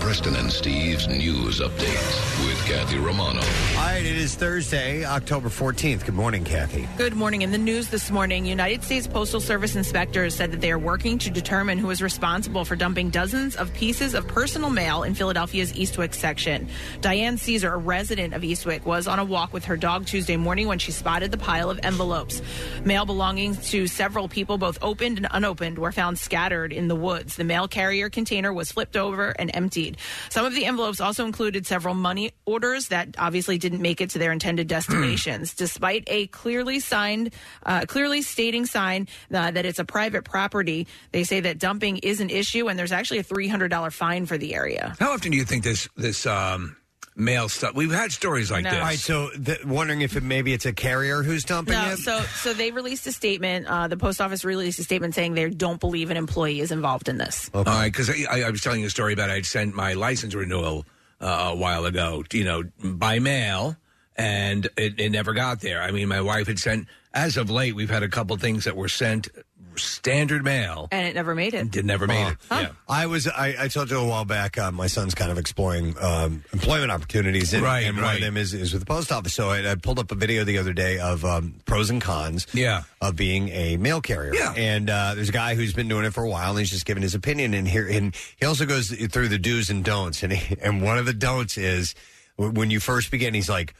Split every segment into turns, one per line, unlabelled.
Preston and Steve's news update with Kathy Romano.
All right, it is Thursday, October 14th. Good morning, Kathy.
Good morning. In the news this morning, United States Postal Service inspectors said that they are working to determine who is responsible for dumping dozens of pieces of personal mail in Philadelphia's Eastwick section. Diane Caesar, a resident of Eastwick, was on a walk with her dog Tuesday morning when she spotted the pile of envelopes. Mail belonging to several people, both opened and unopened, were found scattered in the woods. The mail carrier container was flipped over and emptied. Some of the envelopes also included several money orders that obviously didn't make it to their intended destinations, despite a clearly signed, uh, clearly stating sign uh, that it's a private property. They say that dumping is an issue, and there's actually a $300 fine for the area.
How often do you think this this um, mail stuff? We've had stories like
No.
this.
All right,
So, th- wondering if it, maybe it's a carrier who's dumping
No,
it?
so so they released a statement. Uh, the post office released a statement saying they don't believe an employee is involved in this.
All right, because I, I, I was telling you a story about I'd sent my license renewal uh, a while ago, you know, by mail, and it, it never got there. I mean, my wife had sent, as of late, we've had a couple things that were sent standard mail.
And it never made it.
Did never made it. Yeah.
I was I, I told you a while back uh, my son's kind of exploring um, employment opportunities and,
Right,
and one of
right.
them is, is with the post office. So I, I pulled up a video the other day of um, pros and cons
Yeah.
of being a mail carrier.
Yeah.
And uh, there's a guy who's been doing it for a while, and he's just giving his opinion. And here, and he also goes through the do's and don'ts. And he, and one of the don'ts is wh- when you first begin, he's like,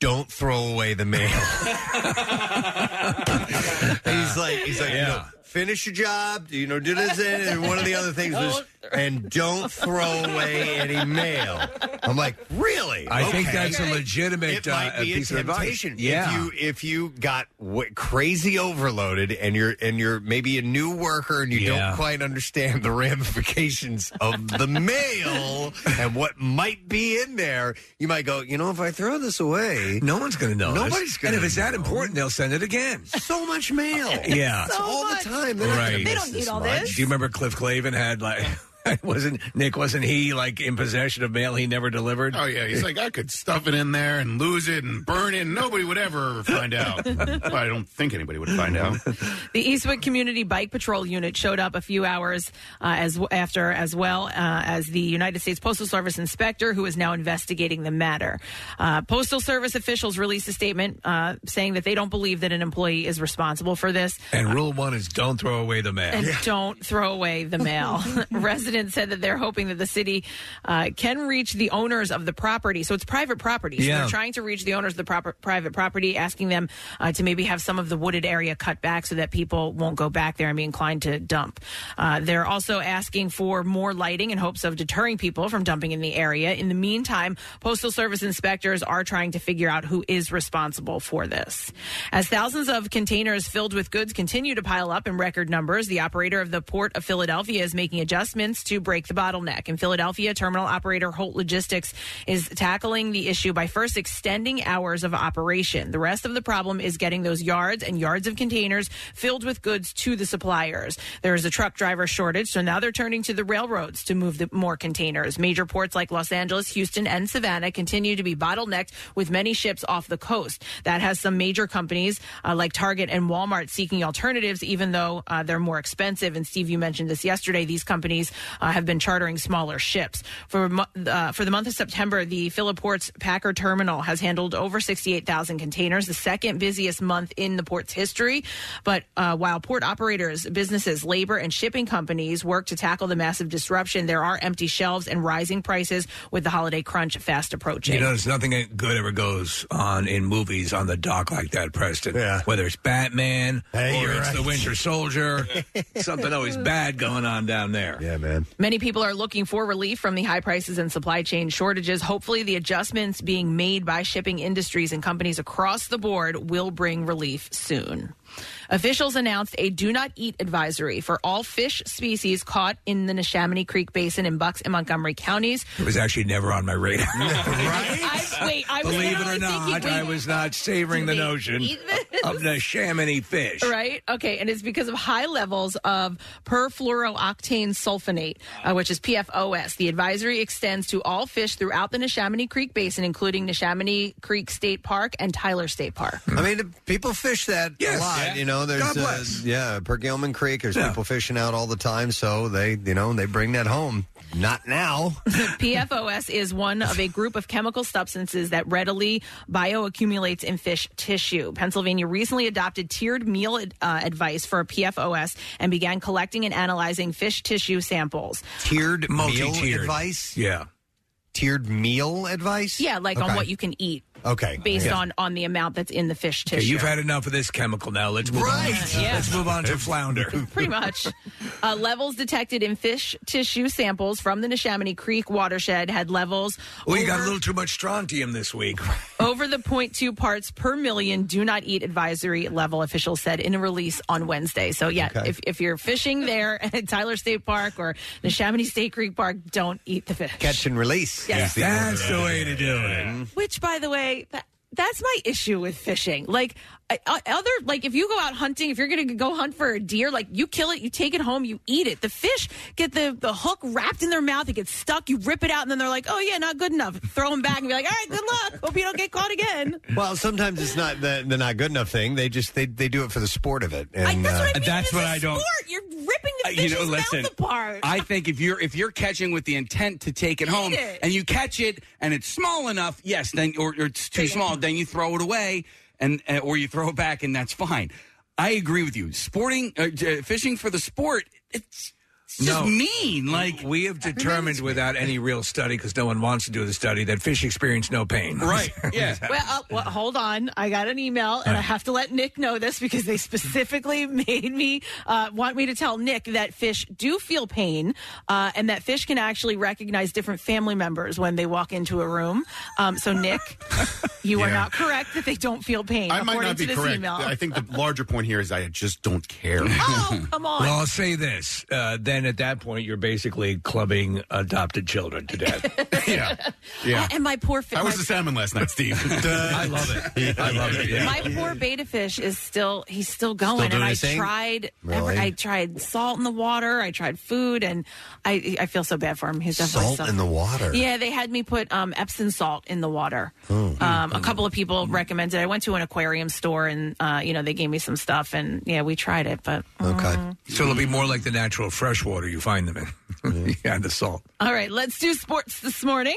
"Don't throw away the mail." he's like, he's like, you know, finish your job. You know, do this and and one of the other things was. And don't throw away any mail. I'm like, really?
I think
Okay
that's a legitimate
it might
uh,
be
piece
a
of advice.
temptation
Yeah.
if you if you got w- crazy overloaded and you're and you're maybe a new worker and you
Yeah.
don't quite understand the ramifications of the mail and what might be in there you might go you know if i throw this away
no one's going to know.
Nobody's gonna
And if it's that
know.
important, they'll send it again.
so much mail
Yeah.
It's
So
all
much.
the time They're not
Right.
gonna
They
miss
don't need all
much.
this.
Do you remember Cliff Clavin had like wasn't Nick wasn't he like in possession of mail he never delivered?
Oh yeah, he's like I could stuff it in there and lose it and burn it. and Nobody would ever find out. Well, I don't think anybody would find out.
The Eastwood Community Bike Patrol unit showed up a few hours uh, as after, as well uh, as the United States Postal Service inspector, who is now investigating the matter. Uh, Postal Service officials released a statement uh, saying that they don't believe that an employee is responsible for this.
And rule one is don't throw away the mail.
And don't throw away the mail. Residents said that they're hoping that the city uh, can reach the owners of the property. So it's private property. So
Yeah.
they're trying to reach the owners of the proper, private property, asking them uh, to maybe have some of the wooded area cut back so that people won't go back there and be inclined to dump. Uh, they're also asking for more lighting in hopes of deterring people from dumping in the area. In the meantime, Postal Service inspectors are trying to figure out who is responsible for this. As thousands of containers filled with goods continue to pile up in record numbers, the operator of the Port of Philadelphia is making adjustments to break the bottleneck. In Philadelphia, terminal operator Holt Logistics is tackling the issue by first extending hours of operation. The rest of the problem is getting those yards and yards of containers filled with goods to the suppliers. There is a truck driver shortage, so now they're turning to the railroads to move the, more containers. Major ports like Los Angeles, Houston, and Savannah continue to be bottlenecked with many ships off the coast. That has some major companies uh, like Target and Walmart seeking alternatives, even though uh, they're more expensive. And Steve, you mentioned this yesterday. These companies uh, have been chartering smaller ships. For, mo- uh, for the month of September, the Philipports Packer Terminal has handled over 68,000 containers, the second busiest month in the port's history. But uh, while port operators, businesses, labor, and shipping companies work to tackle the massive disruption, there are empty shelves and rising prices with the holiday crunch fast approaching.
You notice nothing good ever goes on in movies on the dock like that, Preston.
Yeah.
Whether it's Batman
Hey,
or
you're
it's the
right.
Winter Soldier, something always bad going on down there.
yeah man
Many people are looking for relief from the high prices and supply chain shortages. Hopefully, the adjustments being made by shipping industries and companies across the board will bring relief soon. Officials announced a do not eat advisory for all fish species caught in the Neshaminy Creek Basin in Bucks and Montgomery counties.
It was actually never on my radar.
I, wait, I was
Believe it
literally
or not,
thinking,
I
wait,
was not savoring the
do they
notion
eat this?
of the Chamonix fish.
Right? Okay. And it's because of high levels of perfluorooctane sulfonate, uh, which is PFOS. The advisory extends to all fish throughout the Neshaminy Creek Basin, including Neshaminy Creek State Park and Tyler State Park.
I mean, the- people fish that
Yes.
a lot.
Yeah.
You know, there's
God
uh,
bless.
yeah, per Gilman Creek, there's
Yeah.
people fishing out all the time, so they you know they bring that home. Not now.
PFOS is one of a group of chemical substances that readily bioaccumulates in fish tissue. Pennsylvania recently adopted tiered meal ad- uh, advice for PFOS and began collecting and analyzing fish tissue samples.
Tiered meal
Multi-tiered.
advice.
Yeah,
tiered meal advice.
Yeah, like on
Okay.
what you can eat
Okay,
based
Yeah.
on on the amount that's in the fish
Okay,
tissue.
you've had enough of this chemical now. Let's move
Right.
on.
Yeah.
Let's move on to flounder.
pretty much. Uh, levels detected in fish tissue samples from the Neshaminy Creek watershed had levels
We got a little too much strontium this week.
over the 0.2 parts per million do not eat advisory level, officials said in a release on Wednesday. So, yeah,
Okay.
if, if you're fishing there at Tyler State Park or Neshaminy State Creek Park, don't eat the fish.
Catch and release. Mm-hmm.
Yes.
is the
That's
order.
the way to do it.
Which, by the way, that, that's my issue with fishing. Like, I- I- other, like, if you go out hunting, if you're going to go hunt for a deer, like, you kill it, you take it home, you eat it. The fish get the, the hook wrapped in their mouth, it gets stuck, you rip it out, and then they're like, oh, yeah, not good enough. Throw them back and be like, all right, good luck. Hope you don't get caught again.
Well, sometimes it's not the, the not good enough thing. They just they, they do it for the sport of it. And,
that's what
uh,
I mean. That's It's what a I don't-
Sport, you're ripping
Uh,
the fish's mouth apart.
I think if you're if you're catching with the intent to take it
Eat
home
it.
and you catch it and it's small enough, yes, then or, or it's too small, then you throw it away and uh, or you throw it back and that's fine. I agree with you. Sporting uh, j- fishing for the sport, it's, it's just mean. Like
we have determined without any real study, because no one wants to do the study, that fish experience no pain. Right. Yeah.
Well, uh, well, hold on. I got an email, and I have to let Nick know this because they specifically made me uh, want me to tell Nick that fish do feel pain, uh, and that fish can actually recognize different family members when they walk into a room. Um, so, Nick, you are
Yeah.
not correct that they don't feel pain.
I might
according
not be
to this
correct.
Email.
I think the larger point here is I just don't care.
uh, Oh, come on.
Well, I'll say this. Uh, then at that point, you're basically clubbing adopted children to death.
yeah. Yeah.
and my poor fish.
I was the salmon last night, Steve.
I love it. I love it.
My poor beta fish is still he's still going
doing
and I
his thing?
tried every-
Really?
I tried salt in the water, I tried food and I I feel so bad for him. He's definitely
Salt in the water? Hmm.
Yeah, they had me put um, Epsom salt in the water. Um, a couple of people recommended. I went to an aquarium store and uh, you know they gave me some stuff and yeah, we tried it, but uh-huh.
Okay.
So it'll be more like the natural freshwater you find them in. yeah, the salt.
all right, let's do sports this morning.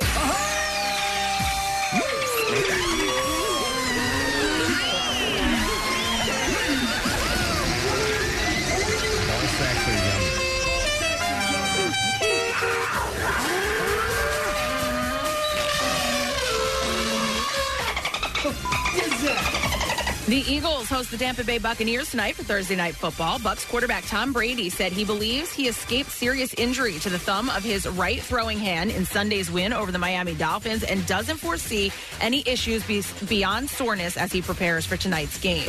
The Eagles host the Tampa Bay Buccaneers tonight for Thursday night football. Bucks quarterback Tom Brady said he believes he escaped serious injury to the thumb of his right throwing hand in Sunday's win over the Miami Dolphins and doesn't foresee any issues be- beyond soreness as he prepares for tonight's game.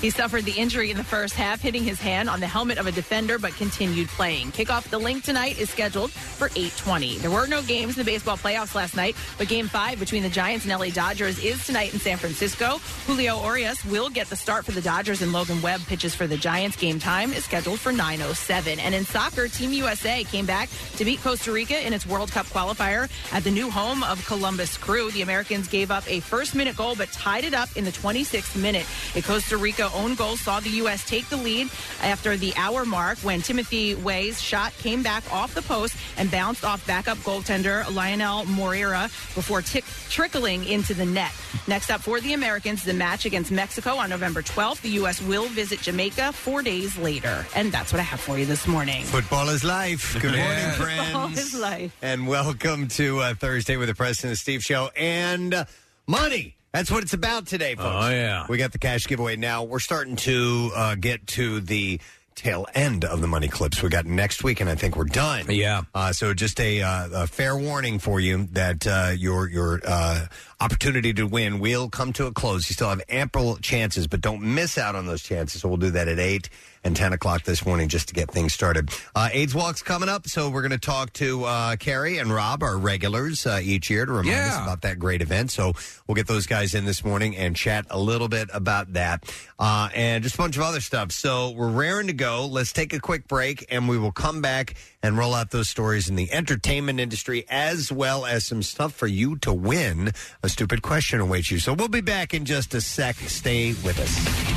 He suffered the injury in the first half, hitting his hand on the helmet of a defender, but continued playing. Kickoff at the link tonight is scheduled for 8:20. There were no games in the baseball playoffs last night, but Game Five between the Giants and LA Dodgers is tonight in San Francisco. Julio Urias will get the start for the Dodgers, and Logan Webb pitches for the Giants. Game time is scheduled for 9:07. And in soccer, Team USA came back to beat Costa Rica in its World Cup qualifier at the new home of Columbus Crew. The Americans gave up a first-minute goal, but tied it up in the 26th minute. A Costa Rica own goal saw the U.S. take the lead after the hour mark when Timothy Way's shot came back off the post and bounced off backup goaltender Lionel Moreira before tick- trickling into the net. Next up for the Americans, the match against Mexico on November 12th. The U.S. will visit Jamaica four days later. And that's what I have for you this morning.
Football is life. Good morning,
Yeah.
All
friends.
his life.
And welcome to uh, Thursday with the President and Steve Show and uh, money. That's what it's about today, folks.
Oh, yeah.
We got the cash giveaway now. We're starting to uh, get to the tail end of the money clips. We got next week, and I think we're done.
Yeah.
Uh, so just a, uh, a fair warning for you that uh, your your uh, opportunity to win will come to a close. You still have ample chances, but don't miss out on those chances. So we'll do that at eight and ten o'clock this morning just to get things started. Uh, AIDS Walk's coming up, so we're going to talk to uh, Carrie and Rob, our regulars uh, each year, to remind us about that great event. So we'll get those guys in this morning and chat a little bit about that uh, and just a bunch of other stuff. So we're raring to go. Let's take a quick break, and we will come back and roll out those stories in the entertainment industry as well as some stuff for you to win. A stupid question awaits you. So we'll be back in just a sec. Stay with us.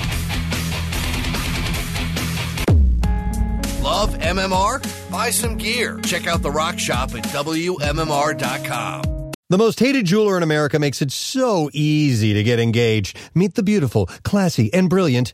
Love MMR? Buy some gear. Check out the rock shop at WMMR.com.
The most hated jeweler in America makes it so easy to get engaged. Meet the beautiful, classy, and brilliant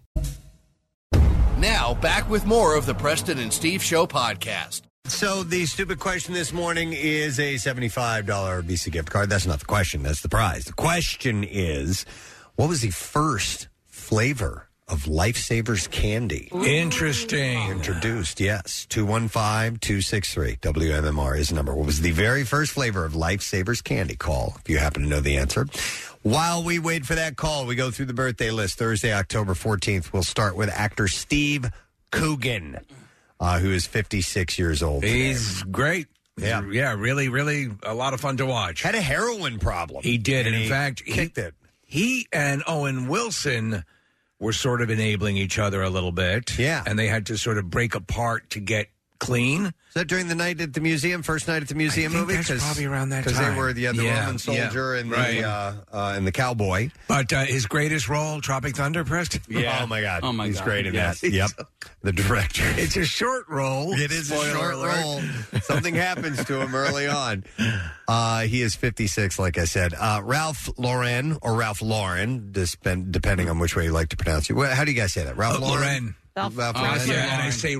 Now, back with more of the Preston and Steve Show podcast.
So the stupid question this morning is a seventy-five dollar Visa gift card. That's not the question. That's the prize. The question is, what was the first flavor of Lifesavers candy?
Interesting.
Introduced, yes. 215-263 WMMR is the number. What was the very first flavor of Lifesavers candy? Call if you happen to know the answer. While we wait for that call, we go through the birthday list. Thursday, October 14th, we'll start with actor Steve Coogan, uh, who is 56 years old. today.
He's great. Yeah. Yeah, really, really a lot of fun to watch.
Had a heroin problem.
He did. And
And
in
he
fact,
kicked
he,
it.
He and Owen Wilson were sort of enabling each other a little bit. Yeah. And they had to sort of break apart to get clean.
Is that during the night at the museum, first night at the museum movie?
that's probably around that
Because they
time.
were the other
Yeah,
Roman
yeah.
soldier and
Right.
the uh, uh, and the cowboy.
But uh, his greatest role, Tropic Thunder, Preston?
Oh my god.
Oh, my
He's
God.
great in
Yeah.
that. Yep. The director.
It's a short role.
It is a
Spoiler
short
alert.
role. Something happens to him early on. Uh, he is 56, like I said. Uh, Ralph Lauren or Ralph Lauren, dispen- depending on which way you like to pronounce it. Well, how do you guys say that? Ralph
Uh,
Lauren.
Lauren.
Ralph
Oh, I
Lauren.
say- and I say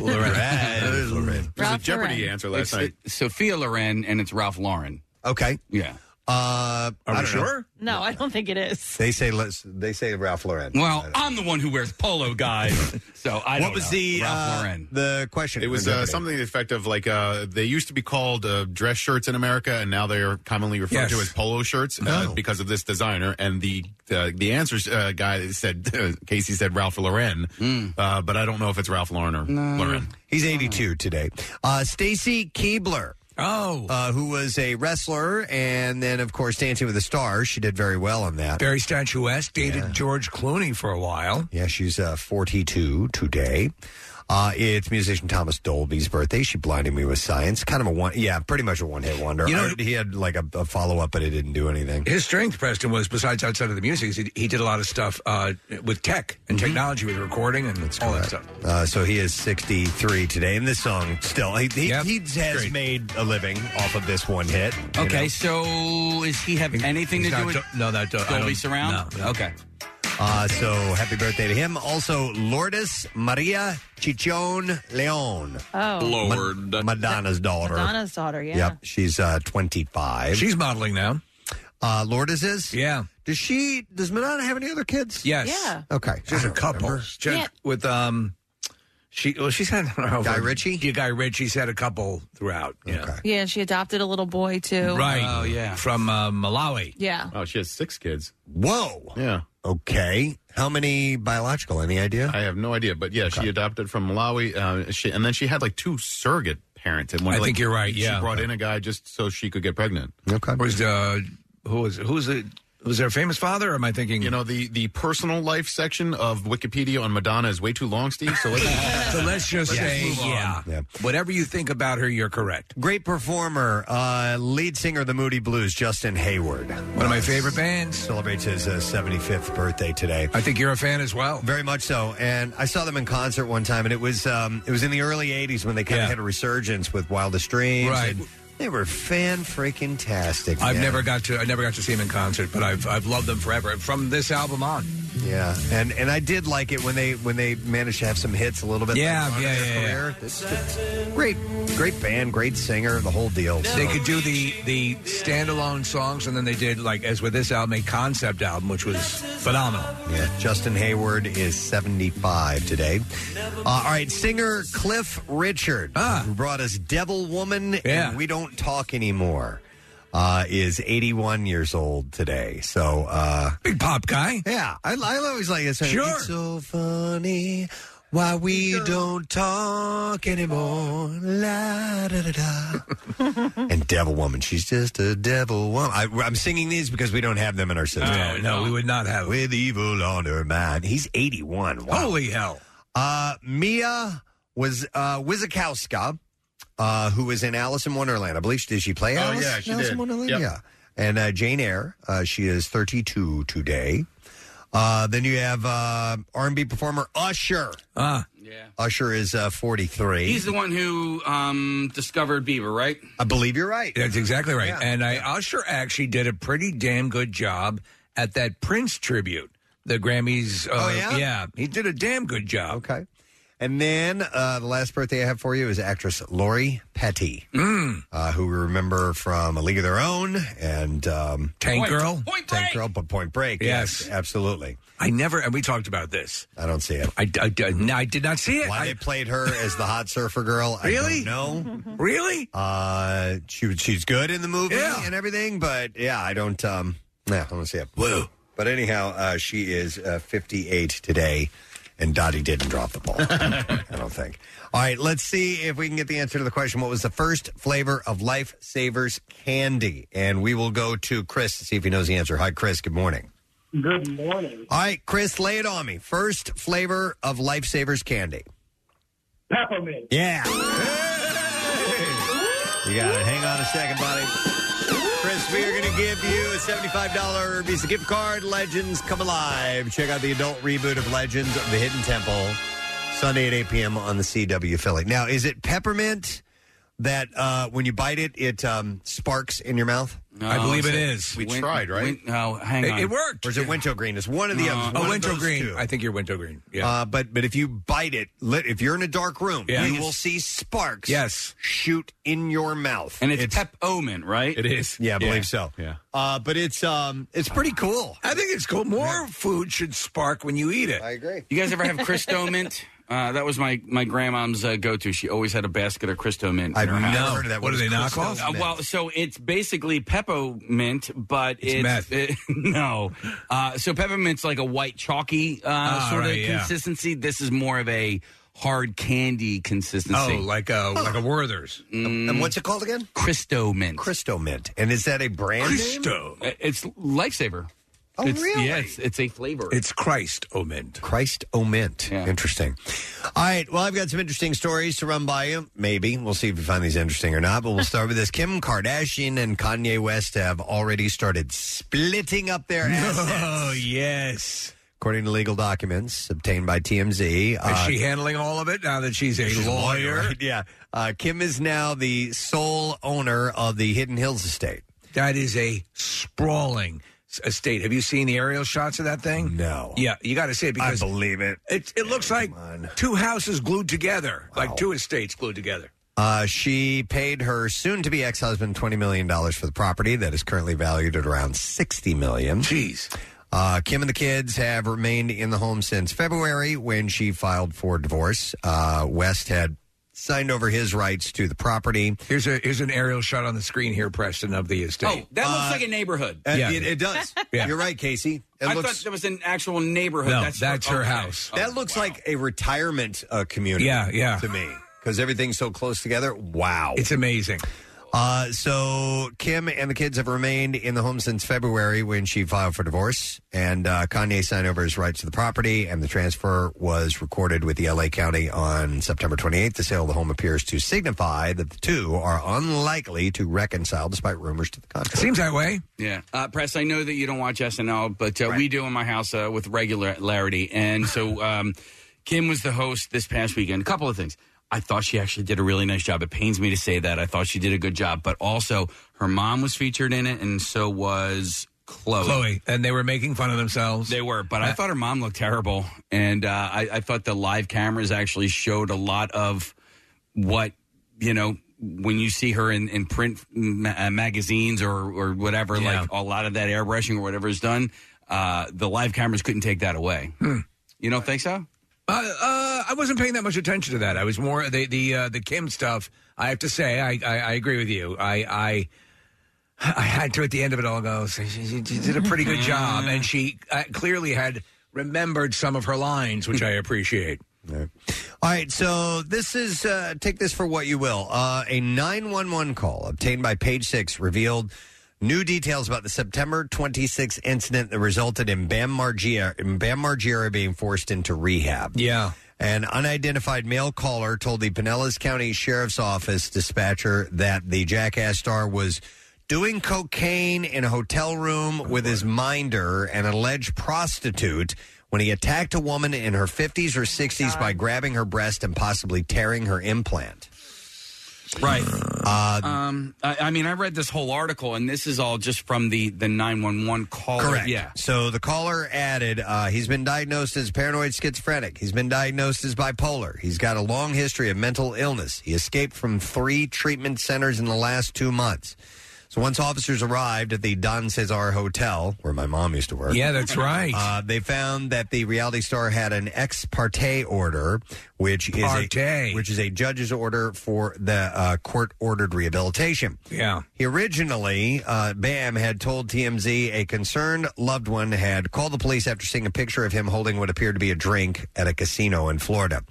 Lauren.
Ralph Lauren.
There's a
Ralph
Jeopardy
Lauren.
answer last
It's,
night.
it's Sophia Loren and it's Ralph Lauren.
Okay.
Yeah.
Uh, I don't know.
No, I don't think it is.
They say let's, they say Ralph Lauren.
Well, I'm the one who wears polo, guys. so I
what
don't
was
know.
the
Ralph
uh,
Lauren?
the question?
It was uh, something to the effect of like uh, they used to be called uh, dress shirts in America, and now they are commonly referred
Yes. Oh.
to as polo shirts uh, because of this designer. And the uh, the answers uh, guy said Casey said Ralph Lauren,
Hmm.
uh, but I don't know if it's Ralph Lauren or Lauren.
He's 82 today. Uh, Stacy Keebler.
Oh,
uh, who was a wrestler, and then of course Dancing with the Stars. She did very well on that.
very statuesque. Dated George Clooney for a while.
Yeah, she's uh, 42 today. Uh, it's musician Thomas Dolby's birthday. She blinded me with science. Kind of a one, yeah, pretty much a one-hit wonder.
You know-
I heard he had like a, a follow-up, but it didn't do anything.
His strength, Preston, was besides outside of the music, is he, he did a lot of stuff uh, with tech and technology, with recording and all that stuff.
Uh, so he is 63 today, and this song still he he,
Yep.
he has
Great.
made a living off of this one hit. you
okay,
know?
so is he have anything
He's
to do
not
with
do- no, that do- I
Dolby
don't-
Surround?
no, no.
Okay.
Uh, so happy birthday to him. Also, Lourdes Maria Chichon Leon.
Oh,
Lord.
Madonna's daughter.
Madonna's daughter. Yeah.
Yep, she's uh, 25.
She's modeling now.
uh, Lourdes is?
Yeah.
Does she, does Madonna have any other kids?
Yes.
Yeah.
Okay.
She has a couple. She-
Yeah.
With, um, she, well, she's had, I don't know.
Guy Ritchie?
Yeah, Guy Ritchie's had a couple throughout. Yeah.
Okay.
Yeah, and she adopted a little boy too.
Right.
Oh, yeah.
From uh, Malawi.
Yeah.
Oh, she has six kids.
Whoa.
Yeah,
Okay. How many biological? Any idea?
I have no idea, but yeah, she adopted from Malawi. Uh, she and then she had like two surrogate parents. And one,
I
like,
think you're right,
She
yeah.
brought in a guy just so she could get pregnant.
Okay.
Was, uh, who was, who's the, was there a famous father? Or am I thinking?
You know, the, the personal life section of Wikipedia on Madonna is way too long, Steve. So let's,
so let's just say,
move on.
yeah. Whatever you think about her, you're correct.
Great performer, uh, lead singer of the Moody Blues, Justin Hayward. One
of my favorite bands.
Celebrates his uh, 75th birthday today.
I think you're a fan as well.
Very much so. And I saw them in concert one time, and it was um, it was in the early 80s when they kind
Yeah.
of had a resurgence with Wildest Dreams.
Right.
and They were fan freaking tastic.
I've never got to I never got to see him in concert, but I've I've loved them forever from this album on.
Yeah, and and I did like it when they when they managed to have some hits a little bit.
Yeah,
later on in
yeah,
their
yeah, yeah.
career. This is a great, great band, great singer, the whole deal.
They could do the the standalone songs, and then they did like as with this album a concept album, which was phenomenal.
Yeah, Justin Hayward is 75 today. Uh, all right, singer Cliff Richard, who brought us Devil Woman
Ah. Yeah.
and We Don't Talk Anymore, uh, is 81 years old today. So, uh,
big pop guy.
Yeah, I, I always like this.
Sure.
It's so funny why we don't talk anymore. La, da, da, da. and Devil Woman, she's just a devil woman. I, I'm singing these because we don't have them in our system.
No, no, we would not have.
With evil on her mind. He's 81. Wow.
Holy hell!
Uh, Mia was uh, Wizakowska, uh, who was in Alice in Wonderland. I believe she did. She play
Oh,
Alice?
yeah, she
in Alice
did.
in Wonderland.
Yep.
Yeah. And uh, Jane Eyre. Uh, she is 32 today. Uh, then you have uh, R&B performer Usher.
Uh,
Yeah.
Usher is uh, 43.
He's the one who um, discovered Bieber, right?
I believe you're right.
That's exactly right.
Yeah.
And I Usher actually did a pretty damn good job at that Prince tribute. The Grammys. Uh,
Oh, yeah?
he did a damn good job.
Okay. And then uh, the last birthday I have for you is actress Lori Petty,
Mm.
uh, who we remember from A League of Their Own and um,
Tank
Point-
Girl?
Tank Girl, but Point Break.
Yes.
absolutely.
I never, and we talked about this.
I don't see it.
I, I, I- no, I did not see it.
Why
I-
they played her as the hot surfer girl?
Really?
I don't know.
really?
Uh, she was- she's good in the movie
Yeah.
and everything, but yeah, I don't. Um, yeah, I don't see it. Whoa. But anyhow, uh, she is uh, 58 today, and Dottie didn't drop the ball. I don't think. All right, let's see if we can get the answer to the question. What was the first flavor of Lifesavers candy? And we will go to Chris to see if he knows the answer. Hi, Chris. Good morning.
Good morning.
All right, Chris, lay it on me. First flavor of Lifesavers candy.
Peppermint.
Yeah. You got it. Hang on a second, buddy. Chris, we are going to give you a $75 Visa gift card. Legends Come Alive. Check out the adult reboot of Legends of the Hidden Temple, Sunday at 8 p.m. on the CW Philly. Now, is it peppermint that uh, when you bite it, it um, sparks in your mouth?
I believe it
so-
is.
we
Win-
tried, right?
win- no, hang
It,
on.
it worked.
Or is it winter green? It's one of the
No.
other.
Oh,
one of
winter
those
green.
two.
I think you're winter green. Yeah.
Uh, but but if you bite it, lit, if you're in a dark room,
Yeah.
you will see sparks
yes.
shoot in your mouth.
And it's, Pep Omen, right?
it is.
Yeah, I believe so.
Yeah.
Uh, but it's um it's pretty cool.
I think it's cool. More food should spark when you eat it.
agree.
You guys ever have Cristo Mint? Uh, that was my, my grandmom's uh, go to. She always had a basket of Cristo Mint. in
I've
her
never
house.
heard of that.
What
is
are they,
Crystal
knockoff?
Uh,
Mint?
well, so it's basically peppermint, but it's,
meth.
it- no. Uh, so peppermint's like a white chalky uh,
Ah,
sort
right,
of
yeah.
consistency. This is more of a hard candy
Oh,
consistency.
like a like a Werther's.
and what's it called again?
Cristo Mint.
Cristo Mint. And is that a brand name?
Christo.
Uh, It's lifesaver.
Oh,
it's,
really?
Yeah, it's, it's a flavor.
It's Christ omit.
Christ O Mint.
Yeah.
Interesting. All right. Well, I've got some interesting stories to run by you. Maybe. We'll see if you find these interesting or not. But we'll start with this. Kim Kardashian and Kanye West have already started splitting up their assets.
Oh yes.
According to legal documents obtained by TMZ,
Is
uh,
she handling all of it now that she's a
She's a
lawyer?
right? Yeah. Uh, Kim is now the sole owner of the Hidden Hills estate.
That is a sprawling s- estate. Have you seen the aerial shots of that thing?
No.
Yeah, you got to see it
I
because
believe it.
it it looks like
on.
two houses glued together, like two estates glued together.
Uh, she paid her soon-to-be ex-husband $20 million for the property that is currently valued at around $60 million.
Jeez.
Uh, Kim and the kids have remained in the home since February when she filed for divorce. Uh, West had signed over his rights to the property.
Here's a here's an aerial shot on the screen here, Preston, of the
oh,
estate.
that looks like a neighborhood.
Uh,
Yeah.
it, it does.
Yeah.
You're right, Casey. It
I
looks,
thought that was an actual neighborhood.
No, that's her
okay.
house.
Oh,
that looks
wow.
like a retirement uh, community
Yeah, yeah.
to me because everything's so close together. Wow.
It's amazing.
Uh, so Kim and the kids have remained in the home since February when she filed for divorce, and uh, Kanye signed over his rights to the property, and the transfer was recorded with the LA County on September 28th. The sale of the home appears to signify that the two are unlikely to reconcile, despite rumors to the contrary.
Seems that way.
Yeah, uh, press. I know that you don't watch SNL, but uh, we do in my house uh, with regularity. And so, um, Kim was the host this past weekend. A couple of things. I thought she actually did a really nice job. It pains me to say that. I thought she did a good job, but also her mom was featured in it, and so was Chloe.
Chloe, and they were making fun of themselves.
They were, but I
Uh,
thought her mom looked terrible, and uh, I, I thought the live cameras actually showed a lot of what you know when you see her in, in print ma- uh, magazines or or whatever. Like a lot of that airbrushing or whatever is done. Uh, the live cameras couldn't take that away.
hmm.
You don't think so?
Uh, uh, I wasn't paying that much attention to that. I was more the the uh, the Kim stuff. I have to say, I, I, I agree with you. I, I I had to at the end of it all go. She, she, she did a pretty good job, and she uh, clearly had remembered some of her lines, which I appreciate.
All right, so this is uh, take this for what you will. Uh, a 911 call obtained by Page Six revealed new details about the September 26 incident that resulted in Bam Margera, Bam Margera being forced into rehab.
Yeah.
An unidentified male caller told the Pinellas County Sheriff's Office dispatcher that the Jackass star was doing cocaine in a hotel room with his minder, an alleged prostitute, when he attacked a woman in her 50s or 60s by grabbing her breast and possibly tearing her implant.
Right. um, I, I mean, I read this whole article, and this is all just from the the nine one one call.
Correct.
Yeah.
So the caller added, uh, he's been diagnosed as paranoid schizophrenic. He's been diagnosed as bipolar. He's got a long history of mental illness. He escaped from three treatment centers in the last two months. So once officers arrived at the Don Cesar Hotel, where my mom used to work.
Yeah, that's right.
Uh, they found that the reality star had an ex parte order, which is a, which is a judge's order for the uh, court ordered rehabilitation.
Yeah.
He originally, uh, Bam had told TMZ a concerned loved one had called the police after seeing a picture of him holding what appeared to be a drink at a casino in Florida.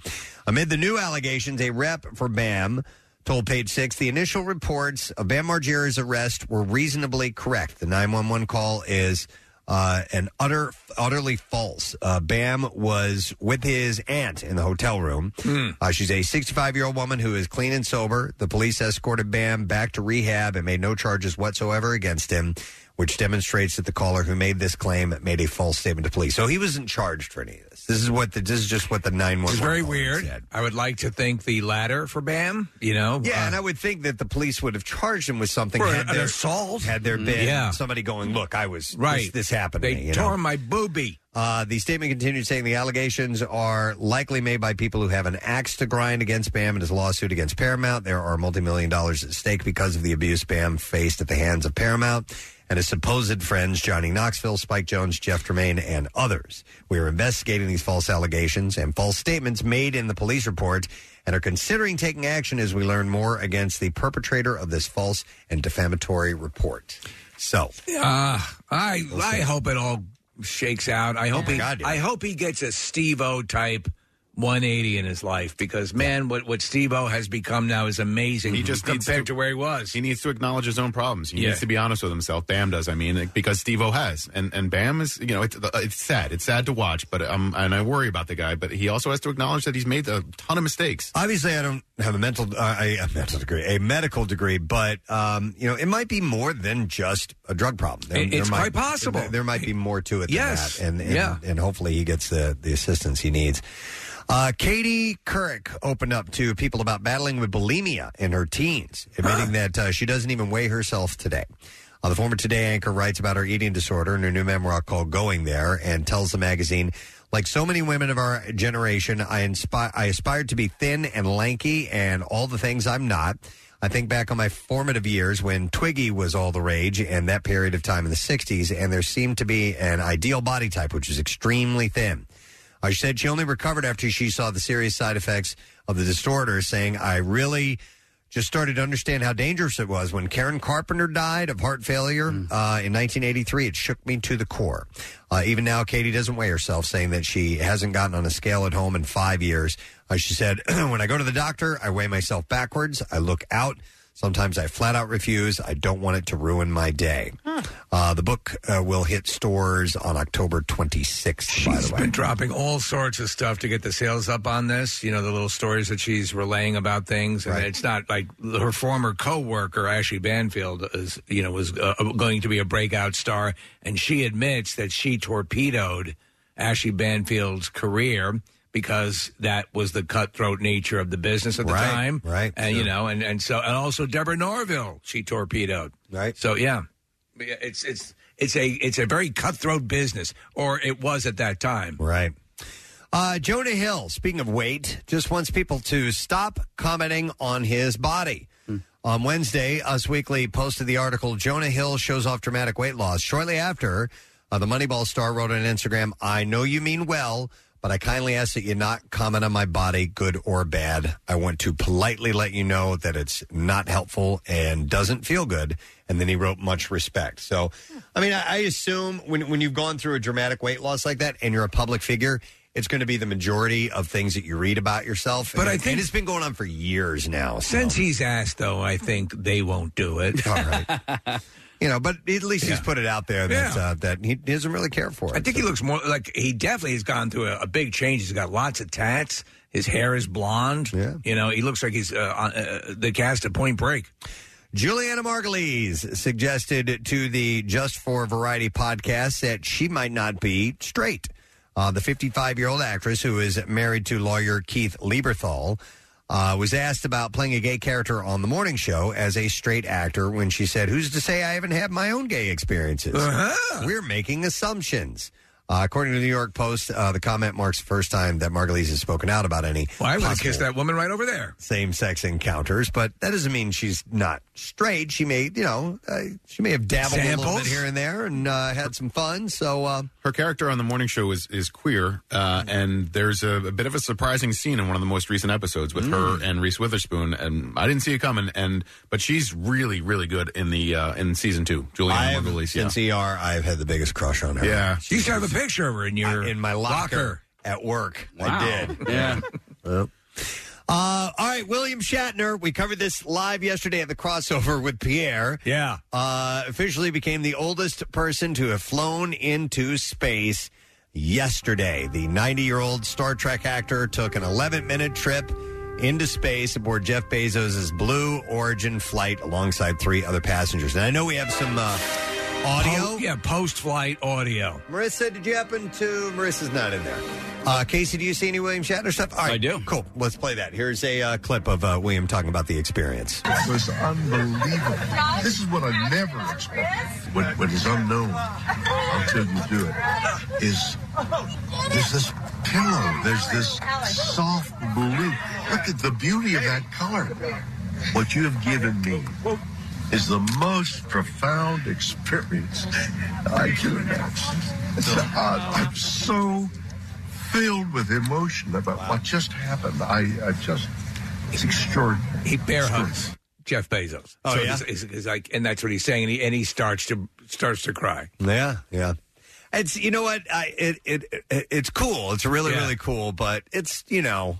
Amid the new allegations, a rep for Bam told Page Six the initial reports of Bam Margera's arrest were reasonably correct. The 911 call is uh, an utter, utterly false. Uh, Bam was with his aunt in the hotel room.
Hmm.
Uh, she's a 65 year old woman who is clean and sober. The police escorted Bam back to rehab and made no charges whatsoever against him, which demonstrates that the caller who made this claim made a false statement to police. So he wasn't charged for any of this. This is what the, this is just what the 911.
It's very
call
weird.
said. Oh,
I would like to think the latter for Bam. You know,
Yeah,
Uh,
and I would think that the police would have charged him with something
For
had
an
there,
assault? Mm,
had there been
Yeah.
somebody going, "Look, I was
Right.
This, this happened."
They
to me, you
tore
know?
my booby.
Uh, the statement continued saying the allegations are likely made by people who have an axe to grind against Bam and his lawsuit against Paramount. There are multimillion dollars at stake because of the abuse Bam faced at the hands of Paramount and his supposed friends Johnny Knoxville, Spike Jones, Jeff Tremaine, and others. We are investigating these false allegations and false statements made in the police report and are considering taking action as we learn more against the perpetrator of this false and defamatory report. So,
Uh, I
We'll
I
see.
hope it all shakes out. I hope he I hope he gets a Steve O type 180 in his life because man, what what Steve O has become now is amazing.
He just needs
compared to, where he was.
He needs to acknowledge his own problems. He
Yeah.
needs to be honest with himself. Bam does. I mean, like, because Steve O has, and and Bam is, you know, it's, it's sad. It's sad to watch, but um, and I worry about the guy. But he also has to acknowledge that he's made a ton of mistakes.
Obviously, I don't have a mental uh, a, a mental degree, a medical degree, but um, you know, it might be more than just a drug problem.
It- it's
might,
quite possible.
There, there might be more to it.
Yes.
than that. and, and
Yeah.
and hopefully he gets the the assistance he needs. Uh, Katie Couric opened up to people about battling with bulimia in her teens, admitting that uh, she doesn't even weigh herself today. Uh, the former Today anchor writes about her eating disorder in her new memoir called "Going There" and tells the magazine, "Like so many women of our generation, I inspire I aspired to be thin and lanky and all the things I'm not." I think back on my formative years when Twiggy was all the rage and that period of time in the 60s, and there seemed to be an ideal body type, which is extremely thin. I said she only recovered after she saw the serious side effects of the disorder, saying, I really just started to understand how dangerous it was when Karen Carpenter died of heart failure uh, in 1983. It shook me to the core. Uh, even now, Katie doesn't weigh herself, saying that she hasn't gotten on a scale at home in five years. Uh, she said, When I go to the doctor, I weigh myself backwards. I look out. Sometimes I flat out refuse. I don't want it to ruin my day. Uh, the book uh, will hit stores on October 26th, by the way.
been dropping all sorts of stuff to get the sales up on this. You know, the little stories that she's relaying about things, and it's not like her former co-worker Ashley Banfield is, you know, was uh, going to be a breakout star, and she admits that she torpedoed Ashley Banfield's career because that was the cutthroat nature of the business at the
Right,
time,
right,
And you
sure.
know, and and so and also Deborah Norville, she torpedoed,
right?
So yeah, Yeah, it's it's. It's a it's a very cutthroat business, or it was at that time.
Right. Uh, Jonah Hill, speaking of weight, just wants people to stop commenting on his body. On Wednesday, Us Weekly posted the article Jonah Hill shows off dramatic weight loss. Shortly after, uh, the Moneyball star wrote on Instagram, I know you mean well, but I kindly ask that you not comment on my body, good or bad. I want to politely let you know that it's not helpful and doesn't feel good. And then he wrote, much respect. So, I mean, I, I assume when, when you've gone through a dramatic weight loss like that and you're a public figure, it's going to be the majority of things that you read about yourself.
But
And-
I
and
think-
it's been going on for years now. so-
Since he's asked, though, I think they won't do it.
All right. you know, but at least he's put it out there that
Yeah.
uh, that he doesn't really care for it.
I think he looks more like he definitely has gone through a, a big change. He's got lots of tats. His hair is blonde. Yeah. You know, he looks like he's uh, on uh, the cast of Point Break.
Juliana Margulies suggested to the Just for Variety podcast that she might not be straight. Uh, the 55 year old actress who is married to lawyer Keith Lieberthal uh, was asked about playing a gay character on the morning show as a straight actor when she said, Who's to say I haven't had my own gay experiences?
Uh-huh.
We're making assumptions. Uh, according to the New York Post, uh, the comment marks the first time that Margulies has spoken out about any.
Well, I would have
possible
kissed that woman right over there.
same sex encounters, but that doesn't mean she's not straight. She may, you know, uh, she may have dabbled a little bit
Samples?
here and there and uh, had some fun. So, uh,
Her character on the morning show is is queer, uh, and there's a, a bit of a surprising scene in one of the most recent episodes with her and Reese Witherspoon, and I didn't see it coming. And but she's really, really good in the uh, in season two. Juliana
I've,
Margulies, yeah.
since ER, I've had the biggest crush on her.
Yeah.
She
You should have a picture of her in your
in my locker, at work. I did.
Yeah.
Yep. Uh, all right, William Shatner. We covered this live yesterday at the crossover with Pierre.
Yeah.
Uh, officially became the oldest person to have flown into space yesterday. The 90 year old Star Trek actor took an 11 minute trip into space aboard Jeff Bezos' Blue Origin flight alongside three other passengers. And I know we have some uh, audio.
Po- yeah, post flight audio.
Marissa, did you happen to? Marissa's not in there. Uh, Casey, do you see any William Shatner stuff? All right, I do. Cool. Let's play that. Here's a uh, clip of uh, William talking about the experience.
It was unbelievable. This is what I never expected. What, what is unknown until you do it is there's this pillow, there's this soft blue. Look at the beauty of that color. What you have given me is the most profound experience I can imagine. It's, uh, I'm so filled with emotion about what just happened. I, I just, it's extraordinary.
He bear hugs Jeff Bezos.
Oh, yeah?
he's- he's- he's like, and that's what he's saying, and he, and he starts to starts to cry.
Yeah, yeah. It's you know what I it it, it it's cool. It's really
Yeah.
really cool, but it's you know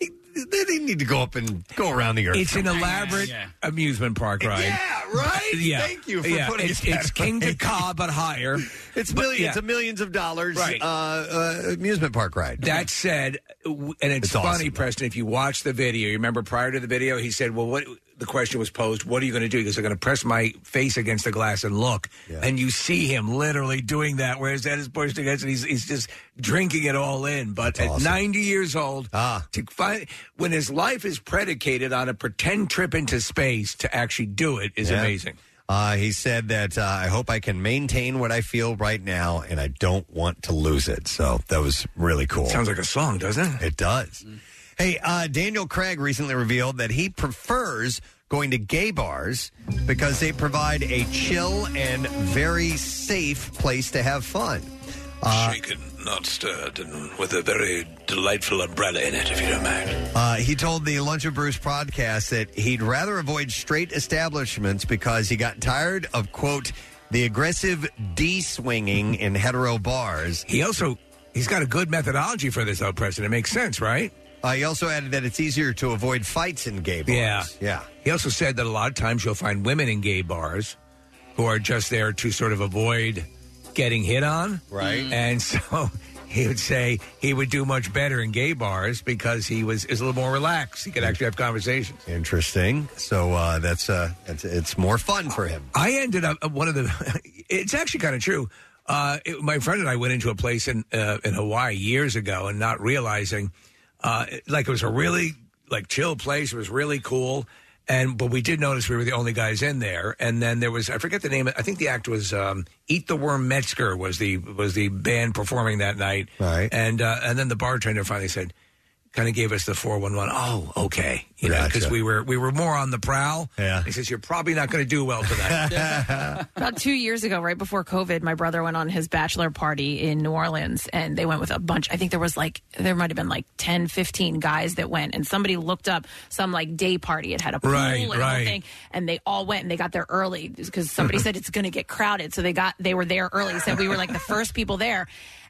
it- they didn't need to go up and go around the earth.
It's an elaborate amusement park ride.
yeah, right.
Yeah.
Thank you for
Yeah,
putting
it's,
it. that
it's King
way.
to Ka, but higher.
It's
But,
millions,
yeah.
it's a millions of dollars
Right.
uh, uh, amusement park ride.
That said, w- and it's,
It's awesome,
funny, Preston. If you watch the video, you remember prior to the video, he said, "Well, what?" The question was posed, "What are you going to do?" Because I'm going to press my face against the glass and look, and you see him literally doing that, where his head is pushed against, and he's, he's just drinking it all in. But at 90 years old,
Ah.
to find when his life is predicated on a pretend trip into space to actually do it is
Yeah.
amazing.
Uh, he said that uh, I hope I can maintain what I feel right now, and I don't want to lose it. So that was really cool.
Sounds like a song, doesn't it?
It does. Hey, uh, Daniel Craig recently revealed that he prefers going to gay bars because they provide a chill and very safe place to have fun. Uh,
Shaken, not stirred, and with a very delightful umbrella in it, if you don't mind.
Uh, he told the Lunch and Bruce podcast that he'd rather avoid straight establishments because he got tired of, quote, the aggressive D swinging in hetero bars.
He also he's got a good methodology for this, though, Preston. It makes sense, right?
Uh, he also added that it's easier to avoid fights in gay bars.
Yeah.
Yeah.
He also said that a lot of times you'll find women in gay bars who are just there to sort of avoid getting hit on.
Right.
And so he would say he would do much better in gay bars because he was is a little more
Mm.
relaxed. He could actually have conversations.
Interesting. So uh, that's uh, it's, it's more fun for him.
I ended up at one of the. It's actually kind of true. Uh, it, my friend and I went into a place in uh, in Hawaii years ago, and not realizing, uh, it- like it was a really like chill place. It was really cool, and but we did notice we were the only guys in there. And then there was I forget the name. I think the act was um, Eat the Worm Metzger was the was the band performing that night. Right, and uh, and then the bartender finally said, kind of gave us the four one one. Oh, okay, you know, because we were we were more on the prowl. Yeah, he says you're probably not going to do well tonight.
About two years ago, right before COVID, my brother went on his bachelor party in New Orleans and they went with a bunch. I think there was like, there might have been like 10, 15 guys that went and somebody looked up some like day party. It had a pool
Right,
and a whole
right.
thing and they all went and they got there early because somebody said it's going to get crowded. So they got, they were there early. Said we were like the first people there.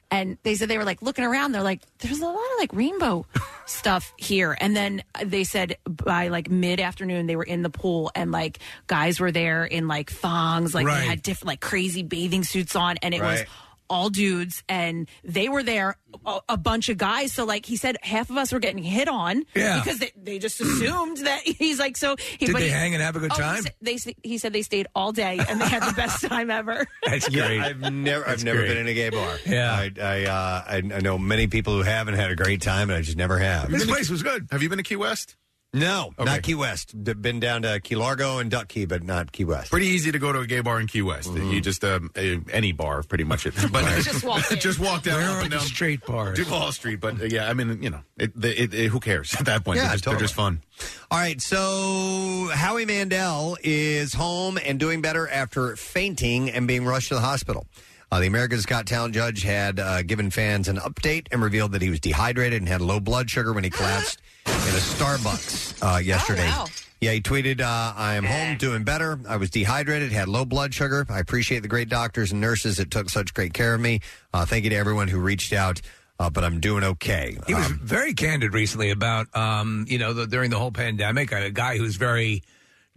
And they said they were like looking around. They're like, there's a lot of like rainbow stuff here. And then they said by like mid afternoon, they were in the pool and like guys were there in like thongs, like they
Right.
had different like crazy bathing suits on. And it was
Right.
all dudes and they were there a, a bunch of guys so like he said half of us were getting hit on
Yeah.
because they, they just assumed that he's like so he,
Did
but
they
he-
hang and have a good
oh, he
time?
said- they s- he said they stayed all day and they had the best time ever
That's
Yeah,
great.
I've never
That's
I've never
great.
been in a gay bar.
Yeah.
I I, uh, I I know many people who haven't had a great time, and I just never have.
This place was good. Have you been to Key West?
No, not Key West. D- Been down to Key Largo and Duck Key, but not Key West.
Pretty easy to go to a gay bar in Key West. You just um, a- any bar, pretty much. It, but
Just walk in.
just walk down,
Where
up
are
and
the
down
straight bars.
Duval Street. But uh, yeah, I mean, you know, it, the- it, it, who cares at that point?
Yeah,
they're, just,
totally.
they're just fun.
All right, so Howie Mandel is home and doing better after fainting and being rushed to the hospital. Uh, the America's Got Talent judge had uh, given fans an update and revealed that he was dehydrated and had low blood sugar when he collapsed in a Starbucks uh, yesterday. Yeah, he tweeted, uh, I am home doing better. I was dehydrated, had low blood sugar. I appreciate the great doctors and nurses that took such great care of me. Uh, thank you to everyone who reached out, uh, but I'm doing okay. Um,
He was very candid recently about, um, you know, the, during the whole pandemic, a guy who's very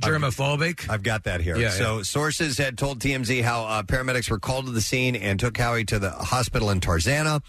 germophobic.
I've got that here.
Yeah,
so sources had told TMZ how uh, paramedics were called to the scene and took Howie to the hospital in Tarzana.